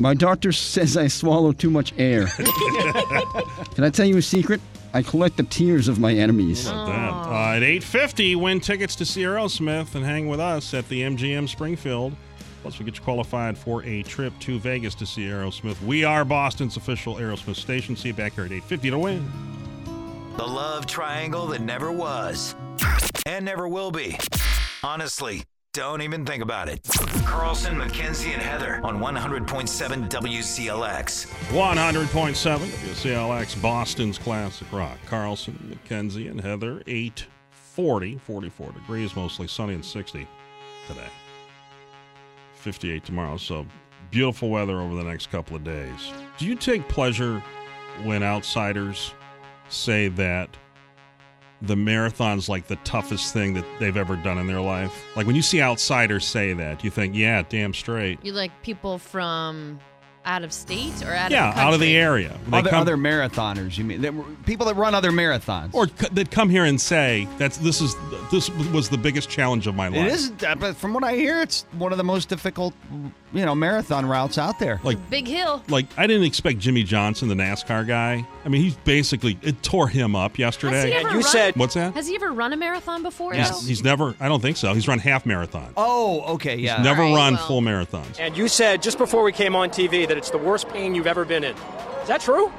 Speaker 6: My doctor says I swallow too much air. Can I tell you a secret? I collect the tears of my
Speaker 22: Oh.
Speaker 6: enemies.
Speaker 11: How about that? Uh, at 8.50, win tickets to see Aerosmith and hang with us at the MGM Springfield. Plus, we get you qualified for a trip to Vegas to see Aerosmith. We are Boston's official Aerosmith station. See you back here at 8.50 to win.
Speaker 3: The love triangle that never was and never will be. Honestly, don't even think about it. Carlson, McKenzie, and Heather on 100.7 WCLX.
Speaker 11: 100.7 WCLX, Boston's Classic Rock. Carlson, McKenzie, and Heather, 840, 44 degrees, mostly sunny and 60 today. 58 tomorrow, so beautiful weather over the next couple of days. Do you take pleasure when outsiders say that the marathon's like the toughest thing that they've ever done in their life? Like when you see outsiders say that, you think, yeah, damn straight.
Speaker 4: You like people from out of state or out
Speaker 11: Yeah, out
Speaker 4: of
Speaker 11: of
Speaker 4: country?
Speaker 11: the area. They
Speaker 10: Other,
Speaker 11: come-
Speaker 10: other marathoners, you mean? That were- people that run other marathons.
Speaker 11: or c- that come here and say that's this is this was the biggest challenge of my life.
Speaker 10: It is, uh, but from what I hear, it's one of the most difficult, you know, marathon routes out there.
Speaker 11: Like,
Speaker 4: Big hill.
Speaker 11: like I didn't expect Jimmy Johnson, the NASCAR guy. I mean, he's basically it tore him up yesterday.
Speaker 4: Has he ever run-
Speaker 11: what's that?
Speaker 4: Has he ever run a marathon before?
Speaker 11: He's,
Speaker 4: though?
Speaker 11: he's never. I don't think so. He's run half marathon.
Speaker 10: Oh, okay,
Speaker 11: He's
Speaker 10: yeah.
Speaker 11: never run full marathons.
Speaker 20: And you said just before we came on TV that it's the worst pain you've ever been in. Is that true?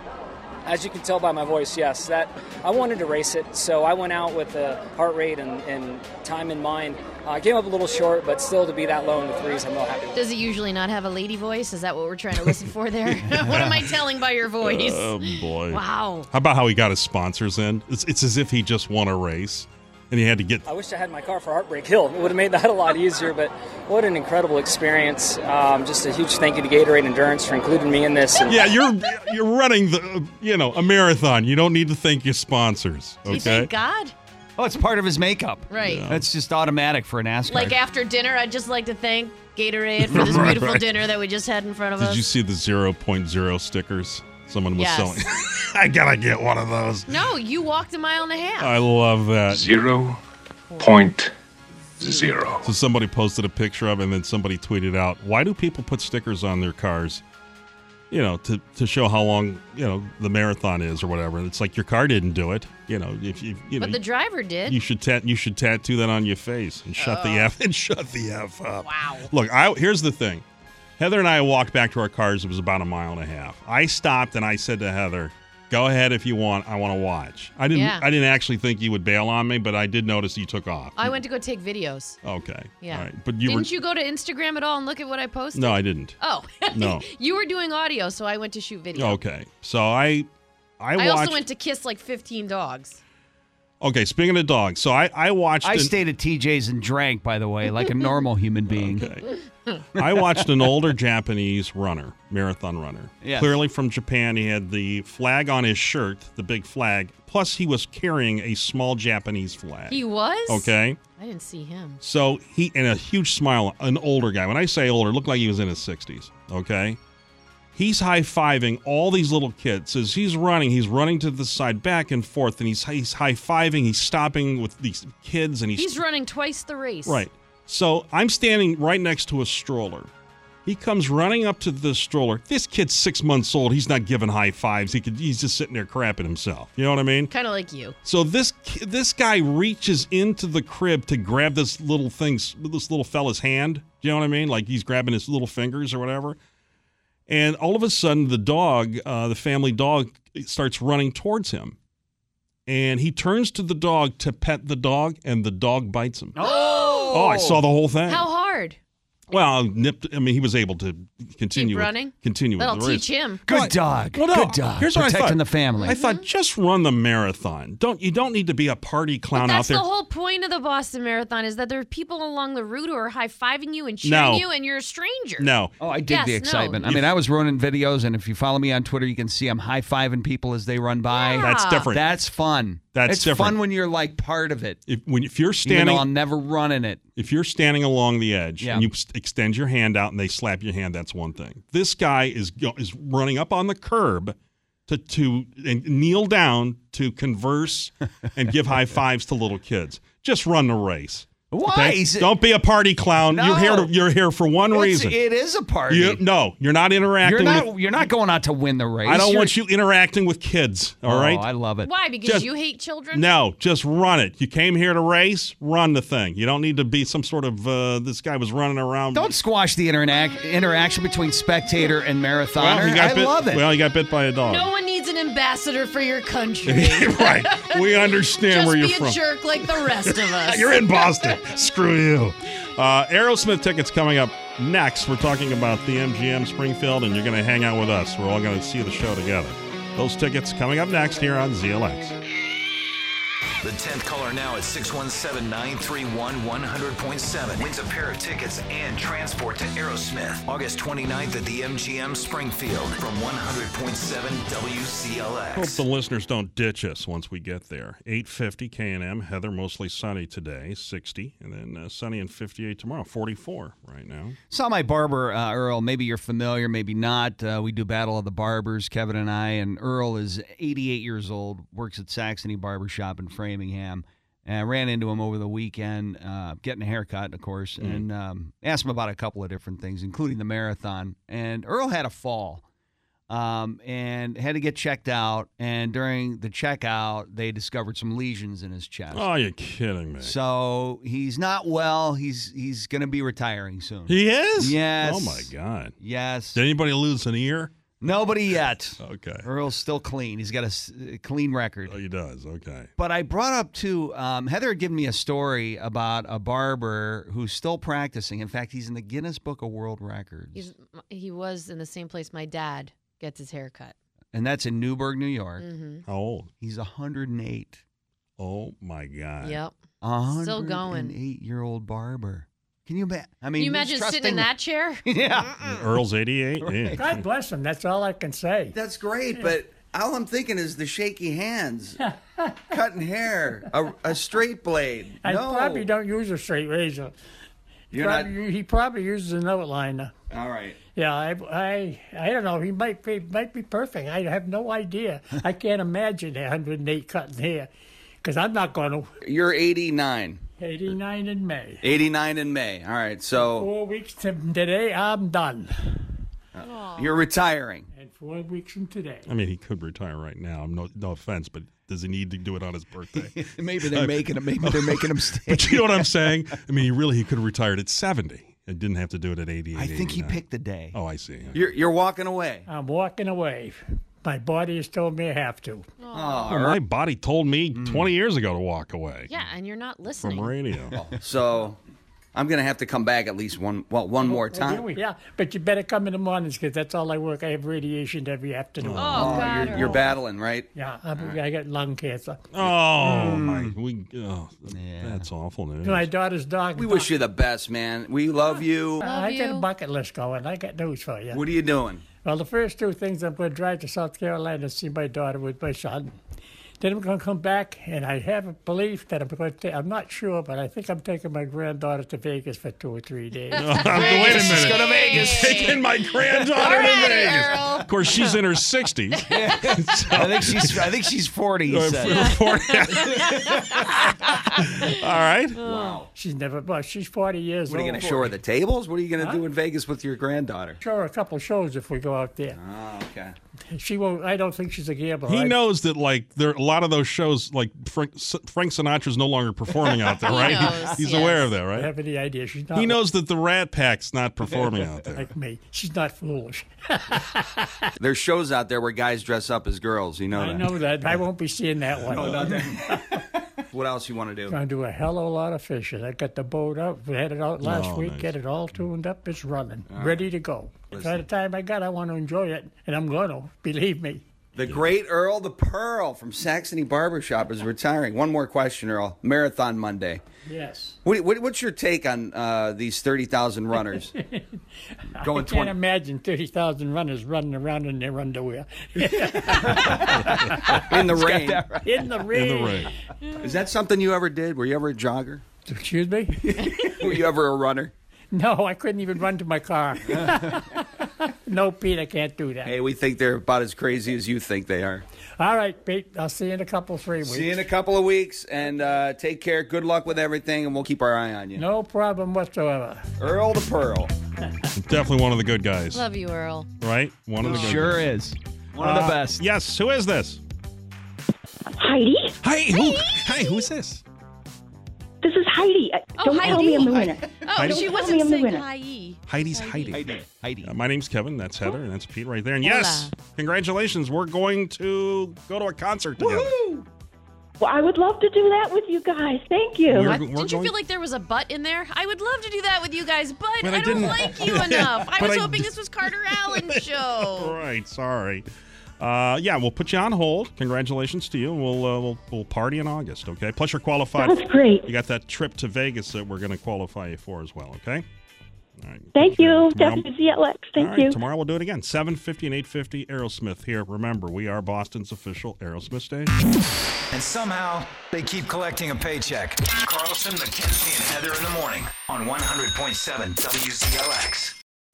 Speaker 9: As you can tell by my voice, yes, that I wanted to race it, so I went out with the heart rate and, and time in mind. I uh, came up a little short, but still to be that low in the threes, I'm real happy.
Speaker 4: Does it usually not have a lady voice? Is that what we're trying to listen for there? what am I telling by your voice?
Speaker 11: Oh boy!
Speaker 4: Wow.
Speaker 11: How about how he got his sponsors in? It's, it's as if he just won a race, and he had to get
Speaker 9: I wish I had my car for Heartbreak Hill. It would have made that a lot easier, but what an incredible experience. Um, just a huge thank you to Gatorade Endurance for including me in this. And
Speaker 11: Yeah, you're you're running the you know a marathon. You don't need to thank your sponsors. Okay.
Speaker 4: You thank God.
Speaker 10: Oh, it's part of his makeup.
Speaker 4: Right.
Speaker 10: That's just automatic for an NASCAR.
Speaker 4: Like after dinner, I'd just like to thank Gatorade for this
Speaker 11: Right,
Speaker 4: beautiful
Speaker 11: right.
Speaker 4: dinner that we just had in front of us.
Speaker 11: Did you see the 0.0 stickers someone was
Speaker 4: Yes.
Speaker 11: selling? I gotta get one of those.
Speaker 4: no, you walked a mile and a half.
Speaker 11: I love that. Zero point zero. So somebody posted a picture of it and then somebody tweeted out, why do people put stickers on their cars? You know, to, to show how long, you know, the marathon is or whatever. And it's like your car didn't do it. You know, if you you know
Speaker 4: but the Oh. driver did.
Speaker 11: you should tat you should tattoo that on your face and shut the F and shut the F up.
Speaker 4: Wow.
Speaker 11: Look, I here's the thing. Heather and I walked back to our cars. It was about a mile and a half. I stopped and I said to Heather, "Go ahead if you want. I want to watch." I didn't.
Speaker 4: Yeah.
Speaker 11: I didn't actually think you would bail on me, but I did notice you took off.
Speaker 4: I went to go take videos.
Speaker 11: okay.
Speaker 4: Yeah.
Speaker 11: Oh, All right. But you
Speaker 4: Didn't
Speaker 11: were.
Speaker 4: you go to Instagram at all and look at what I posted?
Speaker 11: no, I didn't.
Speaker 4: Oh.
Speaker 11: No.
Speaker 4: you were doing audio, so I went to shoot video.
Speaker 11: Okay. So I. I, watched.
Speaker 4: also went to kiss like 15 dogs.
Speaker 11: okay. Speaking of dogs, so I I watched.
Speaker 10: I
Speaker 11: an-
Speaker 10: stayed at TJ's and drank, by the way, like a normal human being.
Speaker 11: I watched an older Japanese runner, marathon runner.
Speaker 10: Yes.
Speaker 11: Clearly from Japan, he had the flag on his shirt, the big flag. Plus, he was carrying a small Japanese flag.
Speaker 4: He was?
Speaker 11: Uh, Okay.
Speaker 4: I didn't see him.
Speaker 11: So he and a huge smile, an older guy. When I say older, looked like he was in his 60s. Okay. He's high fiving all these little kids as he's running. He's running to the side, back and forth, and he's he's high fiving. He's stopping with these kids, and
Speaker 4: He's running twice the race.
Speaker 11: Right. So I'm standing right next to a stroller. He comes running up to the stroller. This kid's six months old. He's not giving high fives. He could. He's just sitting there crapping himself. You know what I mean?
Speaker 4: Kind of like you.
Speaker 11: So this ki- this guy reaches into the crib to grab this little thing's this little fella's hand. Do you know what I mean? Like he's grabbing his little fingers or whatever. And all of a sudden, the dog, uh, the family dog, starts running towards him. And he turns to the dog to pet the dog, and the dog bites him.
Speaker 4: Oh!
Speaker 11: Oh, I saw the whole thing.
Speaker 4: How hard?
Speaker 11: Well, nipped. I mean, he was able to continue
Speaker 4: Keep
Speaker 11: with-
Speaker 4: running?
Speaker 11: Continue. with
Speaker 4: That'll
Speaker 11: the race.
Speaker 4: teach him.
Speaker 10: Good
Speaker 11: Well,
Speaker 10: dog.
Speaker 11: Well, no,
Speaker 10: Good dog.
Speaker 11: Here's what I
Speaker 10: Protecting
Speaker 11: thought.
Speaker 10: the family.
Speaker 11: I thought just run the marathon. Don't you don't need to be a party clown out
Speaker 4: That's
Speaker 11: there.
Speaker 4: the whole point of the Boston Marathon is that there are people along the route who are high fiving you and cheering
Speaker 10: No.
Speaker 4: you, and you're a stranger.
Speaker 10: Oh, I dig
Speaker 4: Yes,
Speaker 10: the
Speaker 4: no.
Speaker 10: excitement. I mean, I was running videos, and if you follow me on Twitter, you can see I'm high fiving people as they run by.
Speaker 11: That's different.
Speaker 10: That's fun.
Speaker 11: That's
Speaker 10: it's
Speaker 11: different.
Speaker 10: fun when you're like part of it.
Speaker 11: if when if you're
Speaker 10: Even
Speaker 11: standing
Speaker 10: though I'm never running it.
Speaker 11: if you're standing along the edge
Speaker 10: Yeah.
Speaker 11: and you s- extend your hand out and they slap your hand, that's one thing. This guy is go- is running up on the curb to to and kneel down to converse and give high fives to little kids. Just run the race.
Speaker 10: Why? Is it-
Speaker 11: Don't be a party clown. You're here. To,
Speaker 10: No.
Speaker 11: you're here for one
Speaker 10: It's-
Speaker 11: reason.
Speaker 10: it is a party.
Speaker 11: You- no, you're not interacting.
Speaker 10: You're
Speaker 11: with,
Speaker 10: not. You're not going out to win the race.
Speaker 11: I don't
Speaker 10: You're-
Speaker 11: want you interacting with kids. All
Speaker 10: Oh,
Speaker 11: right.
Speaker 10: I love it.
Speaker 4: Why? Because
Speaker 11: Just-
Speaker 4: you hate children?
Speaker 11: No, just run it. You came here to race. Run the thing. You don't need to be some sort of. Uh, this guy was running around.
Speaker 10: Don't squash the interac- interaction between spectator and marathoner.
Speaker 11: he got
Speaker 10: I
Speaker 11: bit,
Speaker 10: love it.
Speaker 11: Well, he got bit by a dog.
Speaker 4: No one needs an ambassador for your country.
Speaker 11: right. We understand
Speaker 4: Just
Speaker 11: where you're
Speaker 4: be a
Speaker 11: from.
Speaker 4: jerk like the rest of us.
Speaker 11: You're in Boston. Screw you. Uh, Aerosmith tickets coming up next. We're talking about the MGM Springfield, and you're going to hang out with us. We're all going to see the show together. Those tickets coming up next here on ZLX.
Speaker 3: The 10th caller now at 617 931 100.7 wins a pair of tickets and transport to Aerosmith August 29th at the MGM Springfield from 100.7 WCLX.
Speaker 11: Hope the listeners don't ditch us once we get there. 850 K&M, Heather, mostly sunny today, 60, and then uh, sunny and 58 tomorrow, 44 right now.
Speaker 10: Saw my barber, uh, Earl. Maybe you're familiar, maybe not. Uh, we do Battle of the Barbers, Kevin and I. And Earl is 88 years old, works at Saxony Barber Shop in Framingham. And I ran into him over the weekend, uh, getting a haircut, of course,
Speaker 24: Mhm.
Speaker 10: and um, asked him about a couple of different things, including the marathon. And Earl had a fall um, and had to get checked out. And during the checkout, they discovered some lesions in his chest.
Speaker 11: Oh, you're kidding me.
Speaker 10: So he's not well. He's he's going to be retiring soon.
Speaker 11: He is?
Speaker 10: Yes.
Speaker 11: Oh, my God.
Speaker 10: Yes.
Speaker 11: Did anybody lose an ear?
Speaker 10: Nobody yet.
Speaker 11: okay.
Speaker 10: Earl's still clean. He's got a s- a clean record.
Speaker 11: Oh, he does. Okay.
Speaker 10: But I brought up too. Um, Heather had given me a story about a barber who's still practicing. In fact, he's in the Guinness Book of World Records,
Speaker 4: He's, he was in the same place my dad gets his hair cut.
Speaker 10: and that's in Newburgh, New York.
Speaker 4: Mhm.
Speaker 11: How old?
Speaker 10: He's 108.
Speaker 11: Oh, my God.
Speaker 4: Yep. Still
Speaker 10: Still
Speaker 4: going.
Speaker 10: going. Eight year old barber. Can you imagine? I mean,
Speaker 4: Can you
Speaker 10: who's
Speaker 4: imagine sitting
Speaker 10: trusting-
Speaker 4: in that chair?
Speaker 10: Yeah.
Speaker 11: Earl's 88? Yeah.
Speaker 27: God bless him. That's all I can say.
Speaker 24: That's great, but all I'm thinking is the shaky hands, cutting hair, a, a straight blade.
Speaker 27: I
Speaker 24: no.
Speaker 27: probably don't use a straight razor. He
Speaker 24: You're not-
Speaker 27: probably, he probably uses an outliner.
Speaker 24: All right.
Speaker 27: Yeah, I, I, I don't know. He might be, might be perfect. I have no idea. I can't imagine 108 cutting hair, because I'm not going to.
Speaker 24: You're 89.
Speaker 27: 89 in May.
Speaker 24: 89 in May. All right, so
Speaker 27: Four weeks from today, I'm done.
Speaker 24: you're retiring.
Speaker 27: And four weeks from today.
Speaker 11: I mean, he could retire right now. I'm no, no offense, but does he need to do it on his birthday?
Speaker 10: maybe they're
Speaker 11: Uh,
Speaker 10: making him. Maybe they're making him stay.
Speaker 11: But you know what I'm saying? I mean, he really he could have retired at 70 and didn't have to do it at 88.
Speaker 27: I think he
Speaker 11: 89.
Speaker 27: picked
Speaker 10: the day.
Speaker 11: Oh, I see.
Speaker 24: You're, you're walking away.
Speaker 27: I'm walking away. My body has told me I have to.
Speaker 11: Well, my body told me
Speaker 10: Mm.
Speaker 11: 20 years ago to walk away
Speaker 4: yeah, and you're not listening.
Speaker 27: Oh.
Speaker 11: from radio.
Speaker 24: So I'm going to have to come back at least one well, one more
Speaker 27: Well, here
Speaker 24: time.
Speaker 27: we- Yeah, but you better come in the mornings because that's all I work. I have radiation every afternoon.
Speaker 24: Oh, you're, you're battling, right?
Speaker 27: Yeah, I'm, I got lung cancer.
Speaker 11: Oh,
Speaker 10: Mm.
Speaker 11: my. We, oh, That's awful news.
Speaker 27: My daughter's dog.
Speaker 24: We wish you the best, man. We love you.
Speaker 27: Uh, I got a bucket list going. I got news for you.
Speaker 24: What are you doing?
Speaker 27: Well, the first two things I'm going to drive to South Carolina to see my daughter with my son. Then I'm going to come back, and I have a belief that I'm going to. I'm not sure, but I think I'm taking my granddaughter to Vegas for two or three days.
Speaker 11: Wait a minute. Taking my granddaughter to Vegas. Of course, she's in her 60s.
Speaker 30: I think she's. I think she's forty. he
Speaker 11: Uh,
Speaker 30: said.
Speaker 11: 40. All right.
Speaker 27: Wow. She's never. Well, she's 40 years
Speaker 10: What are you
Speaker 27: old.
Speaker 10: going to show her the tables? What are you going to do in Vegas with your granddaughter?
Speaker 27: Show her a couple shows if we go out there.
Speaker 10: Oh, okay.
Speaker 27: She won't. I don't think she's a gambler.
Speaker 11: He
Speaker 27: I-
Speaker 11: knows that like there a lot of those shows like Frank, Frank Sinatra's no longer performing out there, right?
Speaker 27: knows,
Speaker 11: He's
Speaker 27: yes.
Speaker 11: aware of that,
Speaker 27: I
Speaker 11: right?
Speaker 27: have any idea. She's not.
Speaker 11: He knows that the Rat Pack's not performing out there.
Speaker 27: like me. She's not foolish.
Speaker 10: There's shows out there where guys dress up as girls. You know
Speaker 27: I
Speaker 10: that.
Speaker 27: know that. I won't be seeing that one.
Speaker 10: What else you want to do?
Speaker 27: Gonna do a hell of a lot of fishing. I got the boat up, we had it out last
Speaker 10: Oh,
Speaker 27: week,
Speaker 10: nice.
Speaker 27: get it all tuned up, it's running,
Speaker 10: All right.
Speaker 27: ready to go. By the time I got, I want to enjoy it, and I'm gonna. Believe me.
Speaker 10: The great Earl the Pearl from Saxony Barbershop is retiring. One more question, Earl. Marathon Monday.
Speaker 27: Yes.
Speaker 10: What, what, what's your take on uh, these 30,000 runners?
Speaker 27: I
Speaker 10: Going
Speaker 27: can't
Speaker 10: 20.
Speaker 27: imagine thirty thousand runners running around in their underwear.
Speaker 10: In the
Speaker 27: He's got
Speaker 10: rain.
Speaker 27: that right. In the In the rain.
Speaker 10: Is that something you ever did? Were you ever a jogger?
Speaker 27: Excuse me?
Speaker 10: Were you ever a runner?
Speaker 27: No, I couldn't even run to my car. no, Pete, I can't do that.
Speaker 10: Hey, we think they're about as crazy as you think they are.
Speaker 27: All right, Pete, I'll see you in a couple, three weeks.
Speaker 10: See you in a couple of weeks, and uh, take care. Good luck with everything, and we'll keep our eye on you.
Speaker 27: No problem whatsoever.
Speaker 10: Earl the Pearl.
Speaker 11: Definitely one of the good guys,
Speaker 4: Love you, Earl.
Speaker 11: right? One of the good
Speaker 30: Sure
Speaker 11: guys. is.
Speaker 30: One of the best.
Speaker 11: Yes. Who is this?
Speaker 16: Heidi?
Speaker 11: Hey, who? Hey, who's this?
Speaker 16: This is Heidi. Uh,
Speaker 4: Oh,
Speaker 16: Don't tell
Speaker 4: Heidi.
Speaker 16: me I'm the winner.
Speaker 4: Oh,
Speaker 11: Heidi?
Speaker 4: she
Speaker 11: Tell
Speaker 4: wasn't
Speaker 16: me I'm the
Speaker 4: saying
Speaker 16: winner.
Speaker 4: hi.
Speaker 11: Heidi's Heidi. Heidi. Heidi. my name's Kevin. That's Heather, and that's Pete right there. And yes, congratulations. We're going to go to a concert together.
Speaker 16: Well, I would love to do that with you guys. Thank you.
Speaker 11: We're- we're
Speaker 4: Didn't you
Speaker 11: going-
Speaker 4: feel like there was a butt in there? I would love to do that with you guys, but,
Speaker 11: But
Speaker 4: I,
Speaker 11: I
Speaker 4: don't
Speaker 11: didn't.
Speaker 4: like you enough. I
Speaker 11: But
Speaker 4: was
Speaker 11: I
Speaker 4: hoping
Speaker 11: d-
Speaker 4: this was Carter Allen's
Speaker 11: All
Speaker 4: show.
Speaker 11: right, sorry. Uh, yeah, we'll put you on hold. Congratulations to you. and We'll uh, we'll, we'll party in August, okay? Plus, you're qualified.
Speaker 16: That's great.
Speaker 11: You got that trip to Vegas that we're going to qualify you for as well, okay? All right.
Speaker 16: Thank you,
Speaker 11: Tomorrow-
Speaker 16: WZLX. Thank
Speaker 11: All right,
Speaker 16: you.
Speaker 11: Tomorrow we'll do it again. 750 and 850 Aerosmith here. Remember, we are Boston's official Aerosmith station.
Speaker 3: And somehow they keep collecting a paycheck. Carlson, McKenzie, and Heather in the morning on 100.7 WZLX.